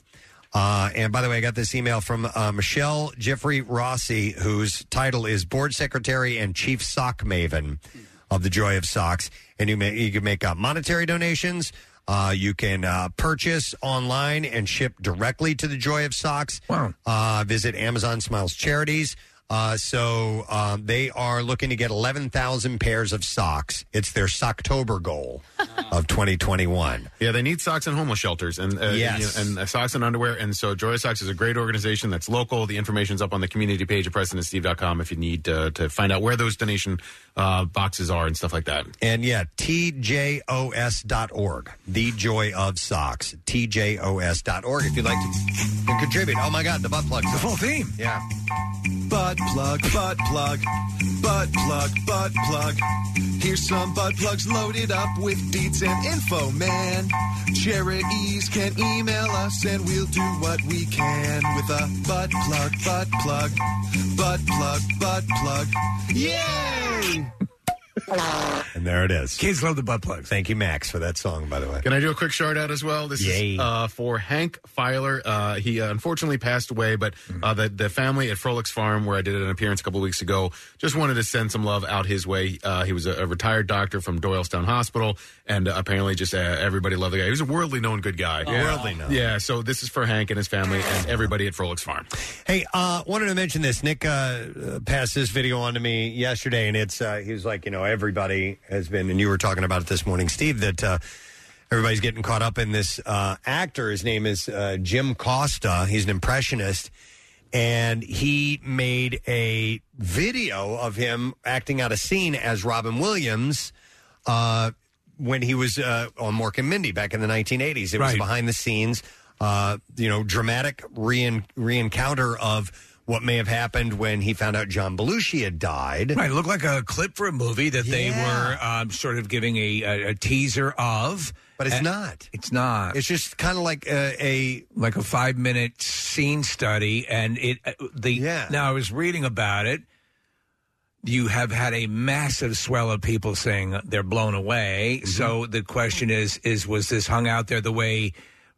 Uh, and by the way, I got this email from uh, Michelle Jeffrey Rossi, whose title is Board Secretary and Chief Sock Maven of the Joy of Socks. And you, may, you can make uh, monetary donations. Uh, you can uh, purchase online and ship directly to the Joy of Socks. Wow. Uh, visit Amazon Smiles Charities. Uh, so um, they are looking to get 11,000 pairs of socks. It's their Socktober goal of 2021.
Yeah, they need socks in homeless shelters and uh,
Yes.
you know, and uh, socks and underwear. And so Joy Socks is a great organization that's local. The information's up on the community page at PresidentSteve.com if you need uh, to find out where those donation uh, boxes are and stuff like that.
And yeah, tjos.org. The Joy of Socks. tjos.org if you'd like to to contribute. Oh my God, the butt plug. The
full theme.
Yeah.
Butt plug, butt plug, butt plug, butt plug. Here's some butt plugs loaded up with deeds and info, man. Charities can email us and we'll do what we can with a butt plug, butt plug, butt plug, butt plug. Yay!
And there it is.
Kids love the butt plugs.
Thank you, Max, for that song, by the way.
Can I do a quick shout out as well? This
Yay.
is uh, for Hank Filer. Uh, he uh, unfortunately passed away, but uh, the, the family at Frolics Farm, where I did an appearance a couple weeks ago, just wanted to send some love out his way. Uh, he was a, a retired doctor from Doylestown Hospital, and uh, apparently just uh, everybody loved the guy. He was a worldly known good guy.
Yeah. Oh, Worldly known.
Yeah, so this is for Hank and his family and everybody at Frolics Farm.
Hey, uh, wanted to mention this. Nick uh, uh, passed this video on to me yesterday, and it's uh, he was like, you know, everybody has been, and you were talking about it this morning, Steve, that uh, everybody's getting caught up in this uh, actor. His name is uh, Jim Costa. He's an impressionist, and he made a video of him acting out a scene as Robin Williams. Uh, when he was uh, on Mork and Mindy back in the 1980s, it was
Right.
behind the scenes, uh, you know, dramatic rein reencounter of what may have happened when he found out John Belushi had died.
Right, it looked like a clip for a movie that they were um, sort of giving a, a, a teaser of,
But it's
And-
not.
It's not.
It's just kind of like a, a
like a five minute scene study, and it uh, the yeah. Now I was reading about it. You have had a massive swell of people saying they're blown away.
Mm-hmm.
So the question is: is was this hung out there the way?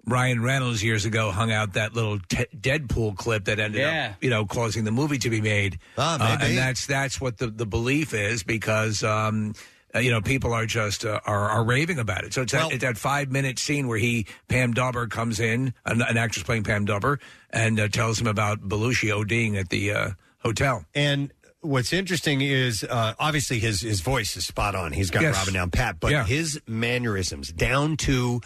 Ryan Reynolds years ago hung out that little t- Deadpool clip that ended
Yeah.
up, you know, causing the movie to be made.
Ah,
Uh,
maybe.
and that's that's what the, the belief is because um, uh, you know people are just uh, are, are raving about it. So it's, that, it's that five minute scene where he Pam Dauber comes in, an, an actress playing Pam Dauber, and uh, tells him about Belushi ODing at the uh, hotel.
And what's interesting is uh, obviously his his voice is spot on. He's got
Yes.
Robin down pat, but
Yeah.
his mannerisms down to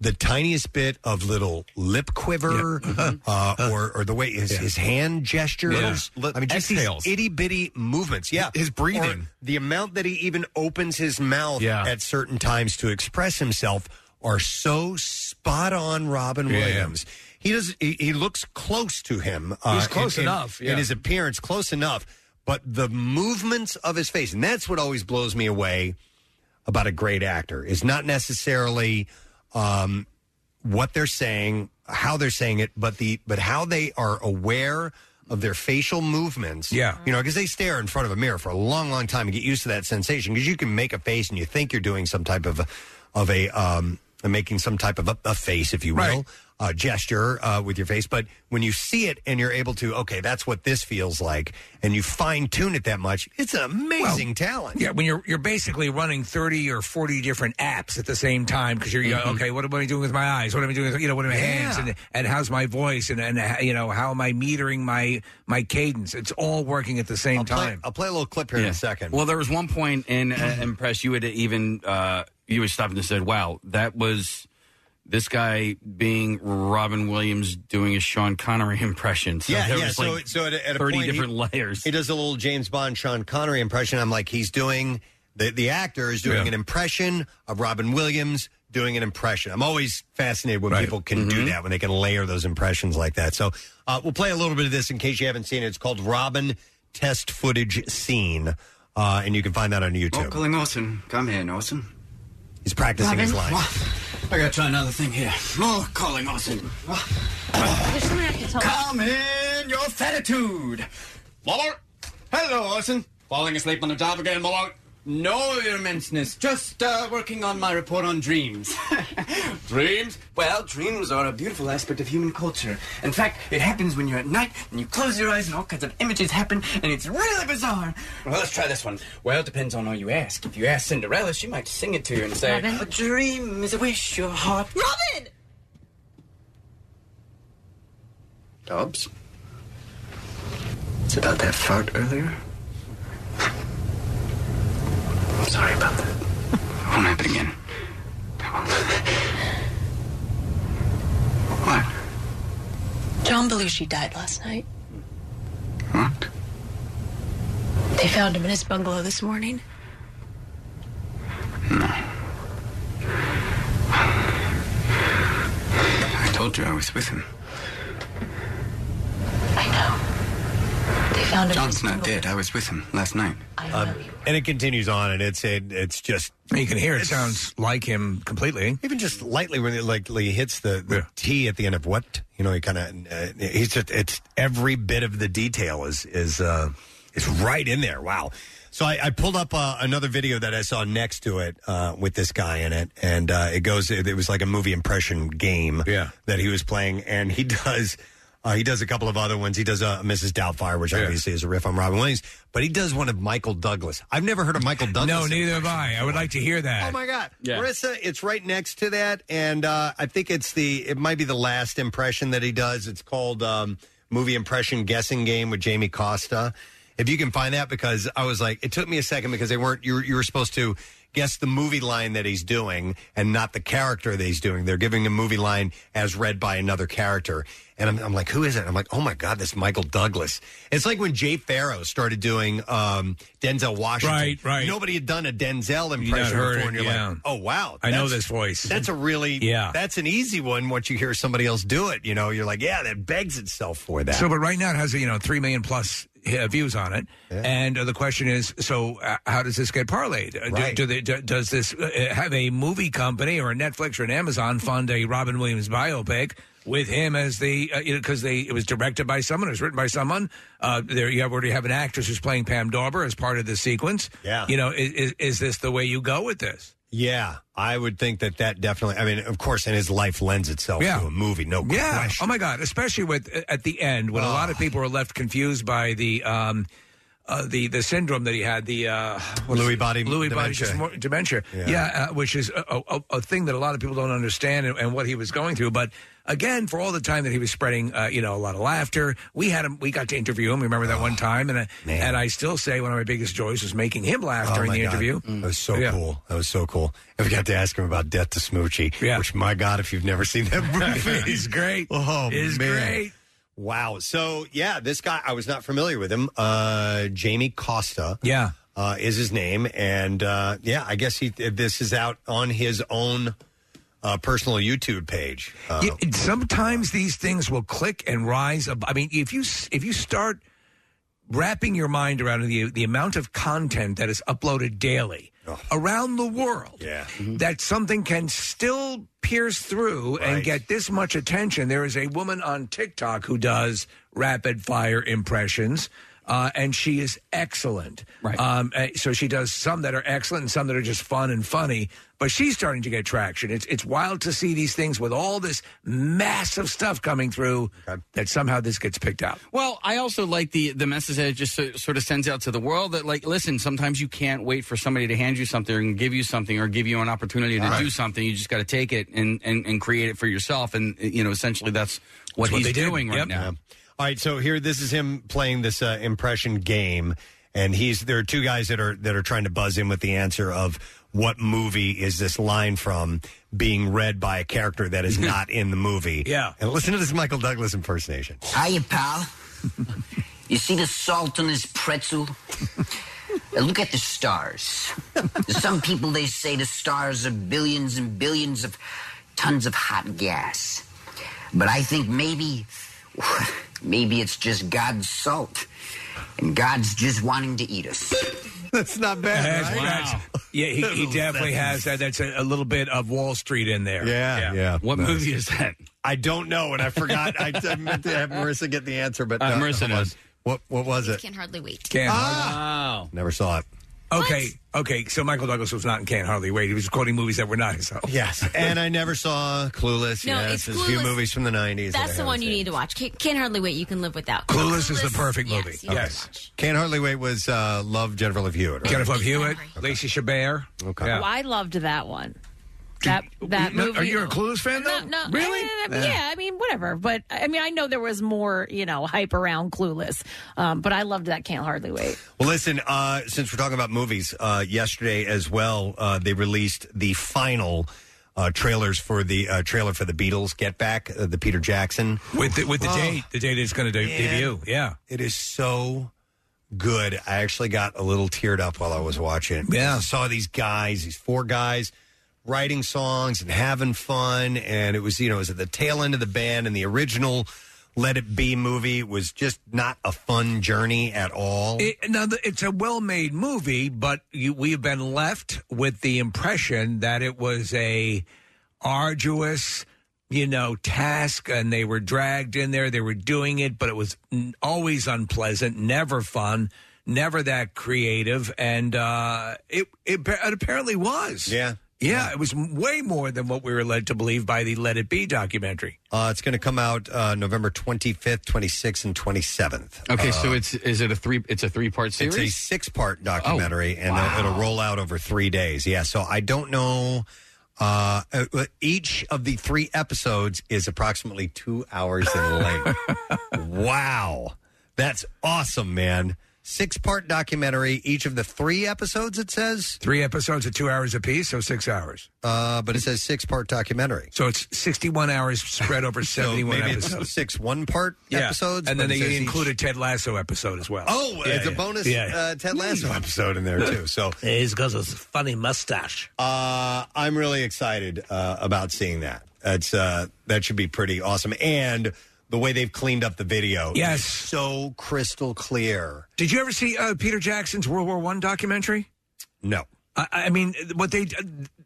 the tiniest bit of little lip quiver,
Mm-hmm.
uh, or or the way his, his hand gestures.
Uh-huh. Yeah. Little
I mean, just
exhales.
these itty bitty movements. Yeah,
His breathing.
Or the amount that he even opens his mouth
Yeah.
at certain times to express himself are so spot on. Robin
Yeah.
Williams. He does. He, he looks close to him. uh,
He's close
in- in-
enough,
in
yeah.
his appearance, close enough. But the movements of his face, and that's what always blows me away about a great actor, is not necessarily um, what they're saying, how they're saying it, but the but how they are aware of their facial movements.
Yeah.
you know, because they stare in front of a mirror for a long, long time and get used to that sensation. Because you can make a face and you think you're doing some type of of a um, making some type of a, a face, if you will uh, gesture uh, with your face, but when you see it and you're able to, okay, that's what this feels like, and you fine tune it that much, it's an amazing talent.
Yeah, when you're you're basically running thirty or forty different apps at the same time because you're you go,
Mm-hmm.
okay. What am I doing with my eyes? What am I doing? With, you know, what are my hands? And and how's my voice? And and uh, you know, how am I metering my my cadence? It's all working at the same time.
I'll play a little clip here in
Yeah.
a second.
Well, there was one point in uh, Impress you had even uh, you had stopped and said, "Wow, that was this guy being Robin Williams doing a Sean Connery impression." So
yeah,
there
yeah.
was,
so,
like,
so at, a- at a
thirty
point,
different
he,
layers.
He does a little James Bond, Sean Connery impression. I'm like, he's doing the the actor is doing
Yeah.
an impression of Robin Williams doing an impression. I'm always fascinated when people can
Mm-hmm.
do that when they can layer those impressions like that. So uh, we'll play a little bit of this in case you haven't seen it. It's called Robin Test Footage Scene, uh,
Oh,
and you can find that on YouTube.
Oh.
calling Orson. Come here, Orson.
He's practicing his lines.
I gotta try another thing here. Oh, More calling Austin.
There's something I can tell
Come in, your fatitude. Muller? Hello, Orson. Falling asleep on the job again, Muller? No, Your Immenseness. Just uh, working on my report on dreams. dreams? Well, dreams are a beautiful aspect of human culture. In fact, it happens when you're at night and you close your eyes and all kinds of images happen, and it's really bizarre. Well, let's try this one. Well, it depends on who you ask. If you ask Cinderella, she might sing it to you and say,
Robin?
A dream is a wish your heart.
Robin!
Dobbs? It's about that fart earlier. I'm sorry about that. Won't happen again.
John Belushi died last night. What? They found him in his bungalow this morning.
I told you I was with him.
They found him.
John's not dead. I was with him last night.
Um, and it continues on, and it's it, it's just
you can hear it sounds like him completely,
even just lightly when it like he hits the, the T at the end of what you know. He kind of uh, he's just it's every bit of the detail is is uh, is right in there. Wow. So I, I pulled up uh, another video that I saw next to it uh, with this guy in it, and uh, it goes. It, it was like a movie impression game yeah. that he was playing, and he does. Uh, he does a couple of other ones. He does uh, Mrs. Doubtfire, which obviously is a riff on Robin Williams, but he does one of Michael Douglas. I've never heard of Michael Douglas.
No, neither have I. I would like to hear that.
Oh my God, Marissa, it's right next to that, and uh, I think it's the it might be the last impression that he does. It's called um, movie impression guessing game with Jamie Costa. If you can find that, because I was like, it took me a second because they weren't you were, you were supposed to guess the movie line that he's doing and not the character that he's doing. They're giving a movie line as read by another character, and I'm, I'm like, who is it? I'm like, oh my God, that's Michael Douglas. It's like when Jay Farrow started doing um, Denzel Washington.
Right, right.
Nobody had done a Denzel
not
impression
heard
before,
it,
and you're
yeah.
like, oh wow,
I know
that's-
this voice.
That's a really
Yeah.
That's an easy one once you hear somebody else do it. You know, you're like, yeah, that begs itself for that.
So, but right now it has you know three million plus uh, views on it, and uh, the question is: so uh, how does this get parlayed? Uh, do-
Right.
Do, they, do, does this uh, have a movie company or a Netflix or an Amazon fund a Robin Williams biopic? With him as the, uh, you know, because they it was directed by someone, it was written by someone. Uh, there you have already have an actress who's playing Pam Dauber as part of the sequence.
Yeah.
you know, is, is, is this the way you go with this?
yeah, I would think that that definitely. I mean, of course, and his life lends itself
Yeah.
to a movie, no
yeah.
question.
Oh my God! Especially with at the end when a lot of people are left confused by the um, uh, the the syndrome that he had the uh, what's-
Lewy body
Lewy body
dementia.
dysmor- dementia.
Yeah.
Yeah, uh, which is a, a, a thing that a lot of people don't understand and, and what he was going through. But again, for all the time that he was spreading, uh, you know, a lot of laughter. We had him. We got to interview him. Remember that
Oh,
one time? And I, and I still say one of my biggest joys was making him laugh
Oh,
during
my
the
God.
interview. Mm.
That was so
Yeah.
cool. That was so cool. And we got to ask him about Death to Smoochie, which, my God, if you've never seen that movie,
He's great.
Oh,
He's
man.
great.
Wow. So, yeah, this guy, I was not familiar with him. Uh, Jamie Costa.
Yeah.
Uh, is his name. And, uh, yeah, I guess he this is out on his own uh, personal YouTube page. Uh,
Yeah, it- sometimes these things will click and rise. Up. I mean, if you s- if you start wrapping your mind around the the amount of content that is uploaded daily around the world,
yeah.
that something can still pierce through and get this much attention. There is a woman on TikTok who does rapid fire impressions. Uh, and she is excellent. Right. Um, uh, so she does some that are excellent and some that are just fun and funny. But she's starting to get traction. It's it's wild to see these things with all this massive stuff coming through that somehow this gets picked up.
Well, I also like the the message that it just so, sort of sends out to the world that like, listen, sometimes you can't wait for somebody to hand you something and give you something or give you an opportunity to
Right.
do something. You just got to take it and, and and create it for yourself. And you know, essentially, that's what
That's what
he's
they did.
doing right
Yep.
now.
All right, so here this is him playing this uh, impression game, and he's there are two guys that are that are trying to buzz in with the answer of what movie is this line from being read by a character that is not in the movie. Yeah, and listen to this Michael Douglas impersonation.
Hiya, pal. you see the salt on this pretzel? Now Look at the stars. To Some people, they say the stars are billions and billions of tons of hot gas. But I think maybe, maybe it's just God's salt. And God's just wanting to eat us.
That's not bad.
That's- that's- Yeah, he, he definitely has that. That's a, a little bit of Wall Street in there.
Yeah, yeah.
What movie is that?
I don't know, and I forgot. I, I meant to have Marissa get the answer, but
Uh,
no,
Marissa
hold on.
knows.
What what was it?
Can't hardly wait.
Can't
Ah! Never saw it.
Okay, okay. So Michael Douglas was not in Can't Hardly Wait. He was quoting movies that were not his own.
Yes, and I never saw Clueless.
No,
yes,
it's
there's a few
Clueless.
movies from the '90s. that I
That's the
haven't
one you need to watch. Can't, can't hardly wait. You can live without.
Clueless is the perfect
movie.
Okay. Can't hardly wait was uh, Love Jennifer Love Hewitt. Right?
Jennifer Love Hewitt, Lacey Chabert.
Okay.
Well, I loved that one. That that
no,
movie.
are you a Clueless fan though?
No, no,
really?
I- I- I- yeah. I mean, whatever. But I mean, I know there was more, you know, hype around Clueless. Um, but I loved that. Can't hardly wait.
Well, listen, uh, since we're talking about movies, uh, yesterday as well, uh, they released the final uh, trailers for the uh, trailer for the Beatles Get Back, uh, the Peter Jackson.
With the, with the
Oh,
date, the date is going to
man.
debut. Yeah.
It is so good. I actually got a little teared up while I was watching it. Yeah. I saw these guys, these four guys, writing songs and having fun. And it was, you know, it was at the tail end of the band, and the original Let It Be movie was just not a fun journey at all.
It, now, the- it's a well-made movie, but you, we have been left with the impression that it was a arduous, you know, task, and they were dragged in there. They were doing it, but it was n- always unpleasant, never fun, never that creative, and uh, it, it pa- it apparently was.
Yeah.
yeah, it was m- way more than what we were led to believe by the Let It Be documentary.
Uh, it's going to come out uh, November 25th, 26th, and 27th.
Okay,
Uh,
so
it's is it a three? It's a Oh, three part
it's a six part documentary, and uh, it'll- it'll roll out over three days. Yeah, so I don't know. Uh, uh, each of the three episodes is approximately two hours in length. wow, that's awesome, man! Six part documentary, each of the three episodes. It says
Three episodes at two hours apiece, so six hours.
Uh, but it says six part documentary.
So it's 61 hours spread over 71
maybe it's
episodes.
six one part episodes,
And then
but it
they
says each-
include a Ted Lasso episode as well.
Oh,
Yeah,
it's a
yeah.
bonus
Yeah.
uh, Ted Lasso episode in there too. So
he's got a funny mustache.
Uh, I'm really excited uh, about seeing that. That's uh, that should be pretty awesome. And the way they've cleaned up the video, is
Yes.
so crystal clear.
Did you ever see uh, Peter Jackson's World War One documentary?
No.
I, I mean, what they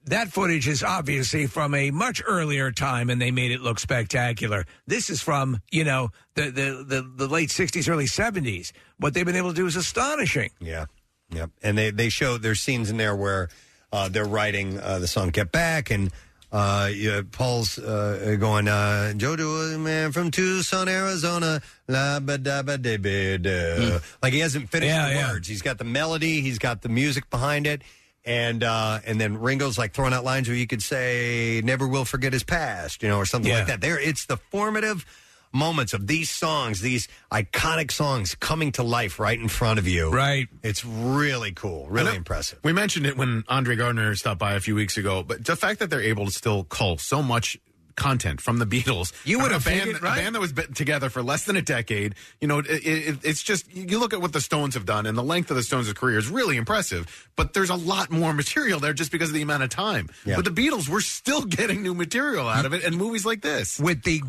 that footage is obviously from a much earlier time, and they made it look spectacular. This is from you know the the the, the late '60s, early '70s. What they've been able to do is astonishing.
Yeah, yep. And they they show there's scenes in there where uh, they're writing uh, the song "Get Back" and. Uh, yeah, Paul's uh, going, uh, Jojo, a man from Tucson, Arizona, la ba da ba da ba da. Like he hasn't finished
Hmm. Yeah,
the
yeah.
words. He's got the melody, he's got the music behind it, and uh, and then Ringo's like throwing out lines where you could say, "Never will forget his past," you know, or something
Yeah.
like that. There, it's the formative moments of these songs, these iconic songs coming to life right in front of you.
Right.
It's really cool, really impressive.
We mentioned it when Andre Gardner stopped by a few weeks ago, but the fact that they're able to still cull so much content from the Beatles,
You would
from
have
a band,
figured, right?
a band that was been together for less than a decade. You know, it, it, it's just you look at what the Stones have done, and the length of the Stones' career is really impressive. But there's a lot more material there just because of the amount of time. But the Beatles were still getting new material out of it, and movies like this
with the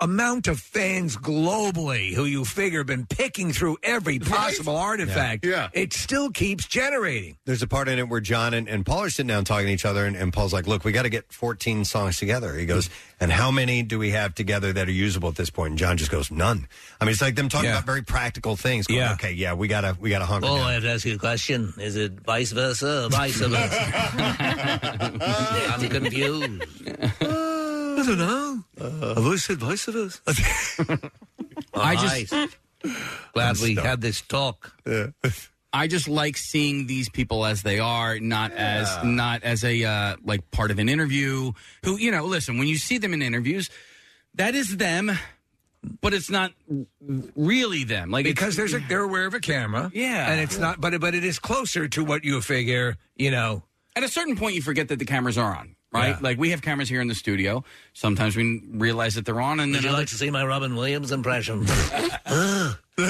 amount of fans globally who you figure have been picking through every possible artifact.
Yeah.
It still keeps generating.
There's a part in it where John and, and Paul are sitting down talking to each other, and, and Paul's like, Look, we got to get 14 songs together. He goes, And how many do we have together that are usable at this point? And John just goes, None. I mean, it's like them talking
Yeah.
about very practical things. Going,
Yeah.
Okay, yeah, we got to we gotta hunker
Oh,
down.
I have to ask you a question. Is it vice versa or vice versa? I'm confused.
I don't know. Uh, have I said vice versa?
I just-
Glad
we
had this talk.
I just like seeing these people as they are, not
Yeah.
as not as a uh, like part of an interview. Who you know? Listen, when you see them in interviews, that is them, but it's not really them. Like it's-
because there's a, they're aware of a camera.
Yeah.
and it's not, but but it is closer to what you figure. You know,
at a certain point you forget that the cameras are on, right?
Yeah.
Like we have cameras here in the studio. Sometimes we realize that they're on, and
Would
then
you like to see my Robin Williams impression?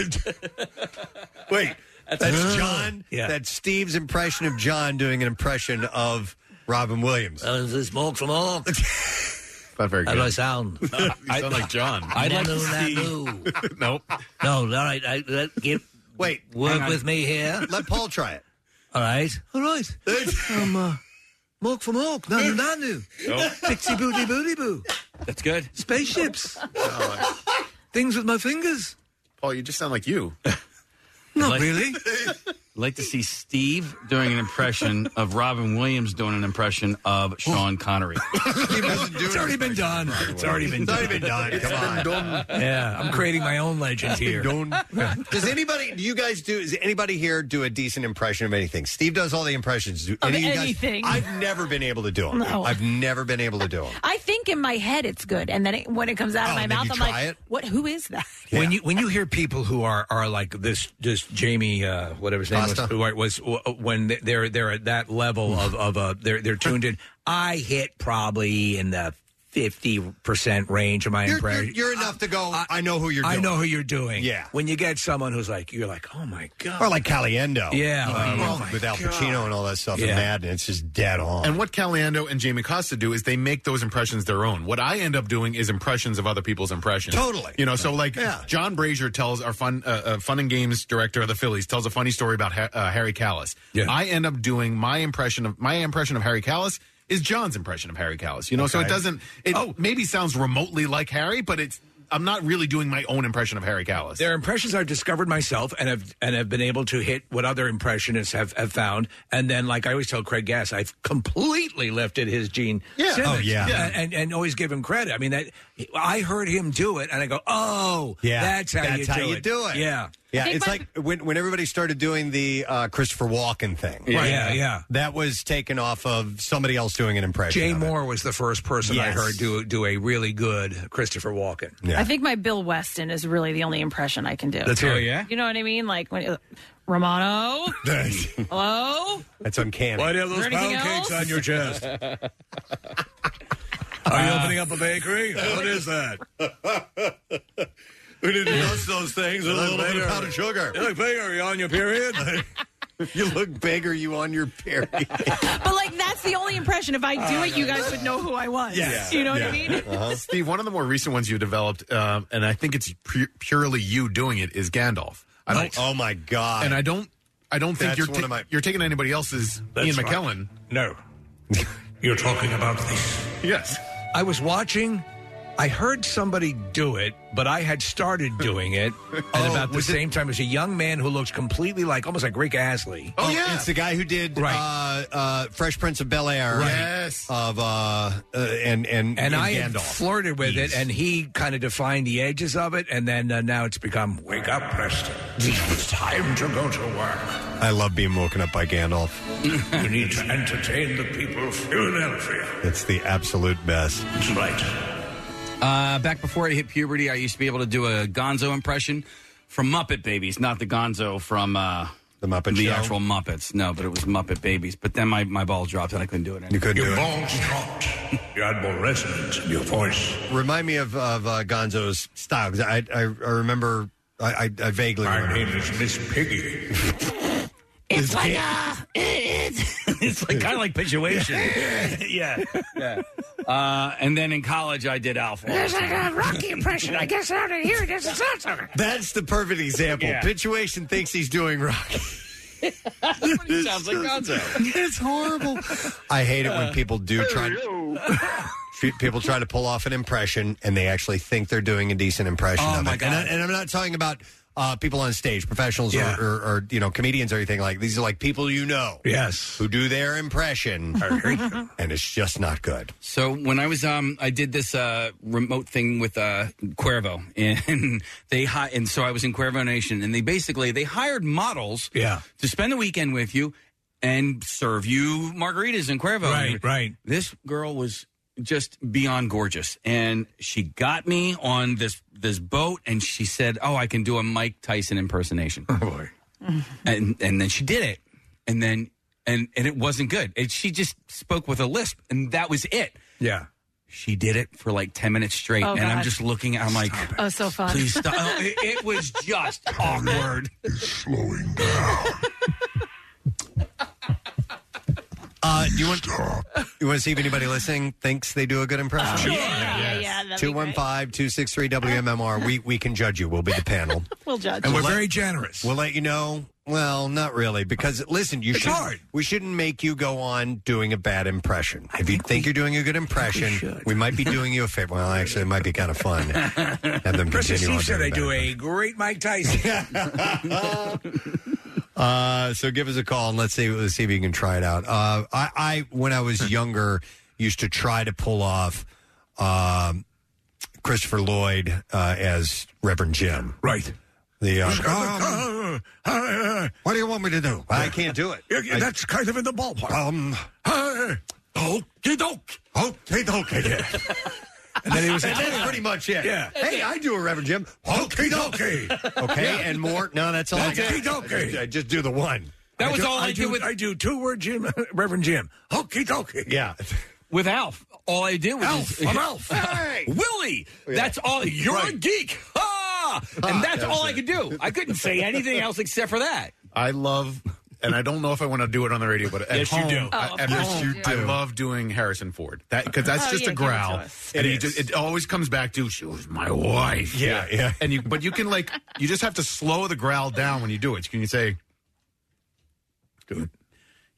Wait, that's,
Ah.
John.
Yeah.
That's Steve's impression of John doing an impression of Robin Williams.
Uh, is this Mork from Ork?
Not very
How do I sound?
you sound like John.
I'd like to see. nope. No, all right. I, let, get,
Wait,
work
hang on.
with me here.
Let Paul try it.
All right. All right. um, uh, Mark from Hawk, Nanu Nanu,
Oh.
Pixie Booty Booty Boo,
That's good.
spaceships, things with my fingers.
Paul, you just sound like you.
Not really.
like to see Steve doing an impression of Robin Williams doing an impression of Sean Connery.
it's already been done. It's already been done.
Come on.
Yeah, I'm creating my own legend
It's been
here.
done. Does anybody? Do you guys do? Is anybody here do a decent impression of anything? Steve does all the impressions. Do
Of
any you guys-
anything.
I've never been able to do them.
No.
I've never been able to do them.
I think in my head it's good, and then it, when it comes out
Oh,
of my
and then
mouth,
you
I'm
try
like,
it?
"What? Who is that?"
When you when you hear people who are are like this this Jamie uh, whatever his name was,
Costa.
who I- was was when they're they're at that level of of uh, they're they're tuned in. I hit probably in the fifty percent range of my
You're, you're,
impression.
you're enough to go. I, know who you're.
I
Doing.
know who you're doing.
Yeah.
When you get someone who's like, you're like, oh my god,
Or like Caliendo.
Yeah,
Uh,
oh
with,
my
with Al
God.
Pacino and all that stuff
Yeah.
and Madden. It's just dead on.
And what Caliendo and Jamie Costa do is they make those impressions their own. What I end up doing is impressions of other people's impressions.
Totally.
You know, so like John Brazier tells our fun uh, uh, fun and games director of the Phillies tells a funny story about ha- uh, Harry Callis. Yeah. I end up doing my impression of my impression of Harry Callis is John's impression of Harry Callis. You know, so it
Okay. Oh.
doesn't it maybe sounds remotely like Harry, but it's I'm not really doing my own impression of Harry Callis.
Their impressions I've discovered myself and have and have been able to hit what other impressionists have, have found. And then, like I always tell Craig Gass, I've completely lifted his Gene
Yeah.
Simmons.
Oh, yeah. Yeah.
And, and always give him credit. I mean, that I heard him do it, and I go, oh,
Yeah,
that's how, you, do it. Yeah.
yeah. It's like when when everybody started doing the uh, Christopher Walken thing.
Yeah, yeah, yeah.
That was taken off of somebody else doing an impression.
Jay
of it.
Moore was the first person I
Yes.
heard do do a really good Christopher Walken.
I think my Bill Weston is really the only impression I can do.
Let's hear it. Oh, yeah?
You know what I mean? Like when uh, Romano. Hello.
That's uncanny.
Why do you have
Is
those
there anything
pound cakes
else?
on your chest? Are you opening up a bakery? What is that?
we need to dust those things with a little bit of powdered sugar.
You look bigger. Are you on your period?
you look bigger. You on your period?
But like that's the only impression. If I do it, you guys would know who I was. You know what I mean?
Uh-huh.
Steve, one of the more recent ones you developed, um, and I think it's pu- purely you doing it, is Gandalf. I don't.
Oh my god!
And I don't. I don't think
That's
you're
one
ta-
of my-
you're taking anybody else's Ian
right.
McKellen.
No. You're talking about this.
Yes.
I was watching. I heard somebody do it, but I had started doing Oh, it at about the same time as a young man who looks completely like almost like Rick Astley.
Oh, yeah, it's the guy who did uh, uh, Fresh Prince of Bel Air.
Right.
Yes, of uh, uh, and and
And I had
Gandalf.
flirted with it, and he kind of defined the edges of it, and then uh, now it's become "Wake up, Preston! It's time to go to work.
I love being woken up by Gandalf.
You need to entertain the people of Philadelphia."
It's the absolute best.
That's right.
Uh, back before I hit puberty, I used to be able to do a Gonzo impression from Muppet Babies, not the Gonzo from uh,
the Muppet
the
Show?
actual Muppets. No, but it was Muppet Babies. But then my, my ball dropped and I couldn't do it. Anymore.
You couldn't
Your
do it.
balls
dropped. You had more resonance in your voice.
Remind me of of uh, Gonzo's style 'cause I, I I remember I, I, I vaguely.
My
remember.
name is Miss Piggy.
It's like
it's like kind of like punctuation. yeah. yeah. Uh, and then in college, I did Alpha.
impression. I guess out of here, this is not so.
That's the perfect example.
Yeah.
Pituation thinks he's doing rock.
sounds like Gonzo.
It's horrible. I hate it
Uh,
when people do try Fe- people try to pull off an impression and they actually think they're doing a decent impression
Oh,
of
my
it. And, I,
God.
and I'm not talking about uh, people on stage, professionals
Yeah.
or, or, or you know comedians or anything like. These are like people you know,
yes,
who do their impression, and it's just not good.
So when I was um, I did this uh remote thing with uh Cuervo, and they hi- and so I was in Cuervo Nation, and they basically they hired models,
Yeah.
to spend the weekend with you and serve you margaritas in Cuervo.
Right, right.
This girl was just beyond gorgeous, and she got me on this this boat, and she said, "Oh, I can do a Mike Tyson impersonation." Oh boy and and then she did it, and then and and it wasn't good. And she just spoke with a lisp, and that was it.
Yeah,
she did it for like ten minutes straight,
Oh,
and I'm
God.
just looking. I'm like,
Oh, so fun.
please stop. Oh, it, it was just awkward.
Uh, do you want you want to see if anybody listening thinks they do a good impression?
Sure. Yeah, yeah, yeah, that'd be
Two one five two six three WMMR. We we can judge you. We'll be the panel.
We'll judge.
We'll let-
generous.
We'll let you know Well, not really, because listen, you
It's
should.
hard.
We shouldn't make you go on doing a bad impression. if you think, you're doing a good impression, we, might be doing you a favor. Well, actually, it might be kind of fun. Have them
Preston
continue on
Steve said
doing
I
that.
do a great Mike Tyson.
Uh, so give us a call and let's see let's see if you can try it out. Uh, I, I when I
Hmm.
was younger used to try to pull off um, Christopher Lloyd uh, as Reverend Jim.
Right.
The uh, Oh,
what
do you want me to do? I can't do it.
Yeah, yeah,
I-
that's kind of in the ballpark.
Um,
okey doke.
Okey doke.
And then he was
And that's pretty much it.
Yeah.
Hey, I do a Reverend Jim. Okey dokey. Okay,
Yeah.
and more. No, that's all. I got.
Okey dokey.
I just do the one.
That was
do-
all I, do, with I do two word Jim Reverend Jim. Hokey dokey.
Yeah.
With Alf, all I did was
Alf,
just-
I'm Alf.
Hey, Willie,
Yeah.
that's all. You're a
Right.
geek, ah!
Ah,
and that's,
that's
all I
it.
could do. I couldn't say anything else except for that.
I love, and I don't know if I want to do it on the radio, but at
Yes, you
home,
do.
I,
Oh, of
at
course
home,
you do.
I love doing Harrison Ford that because that's
Oh,
just
yeah,
a
give it to
growl,
us.
and
It
he
is.
just, it always comes back to she was my wife.
Yeah, yeah.
And you, but you can like, you just have to slow the growl down when you do it. Can you say? Good.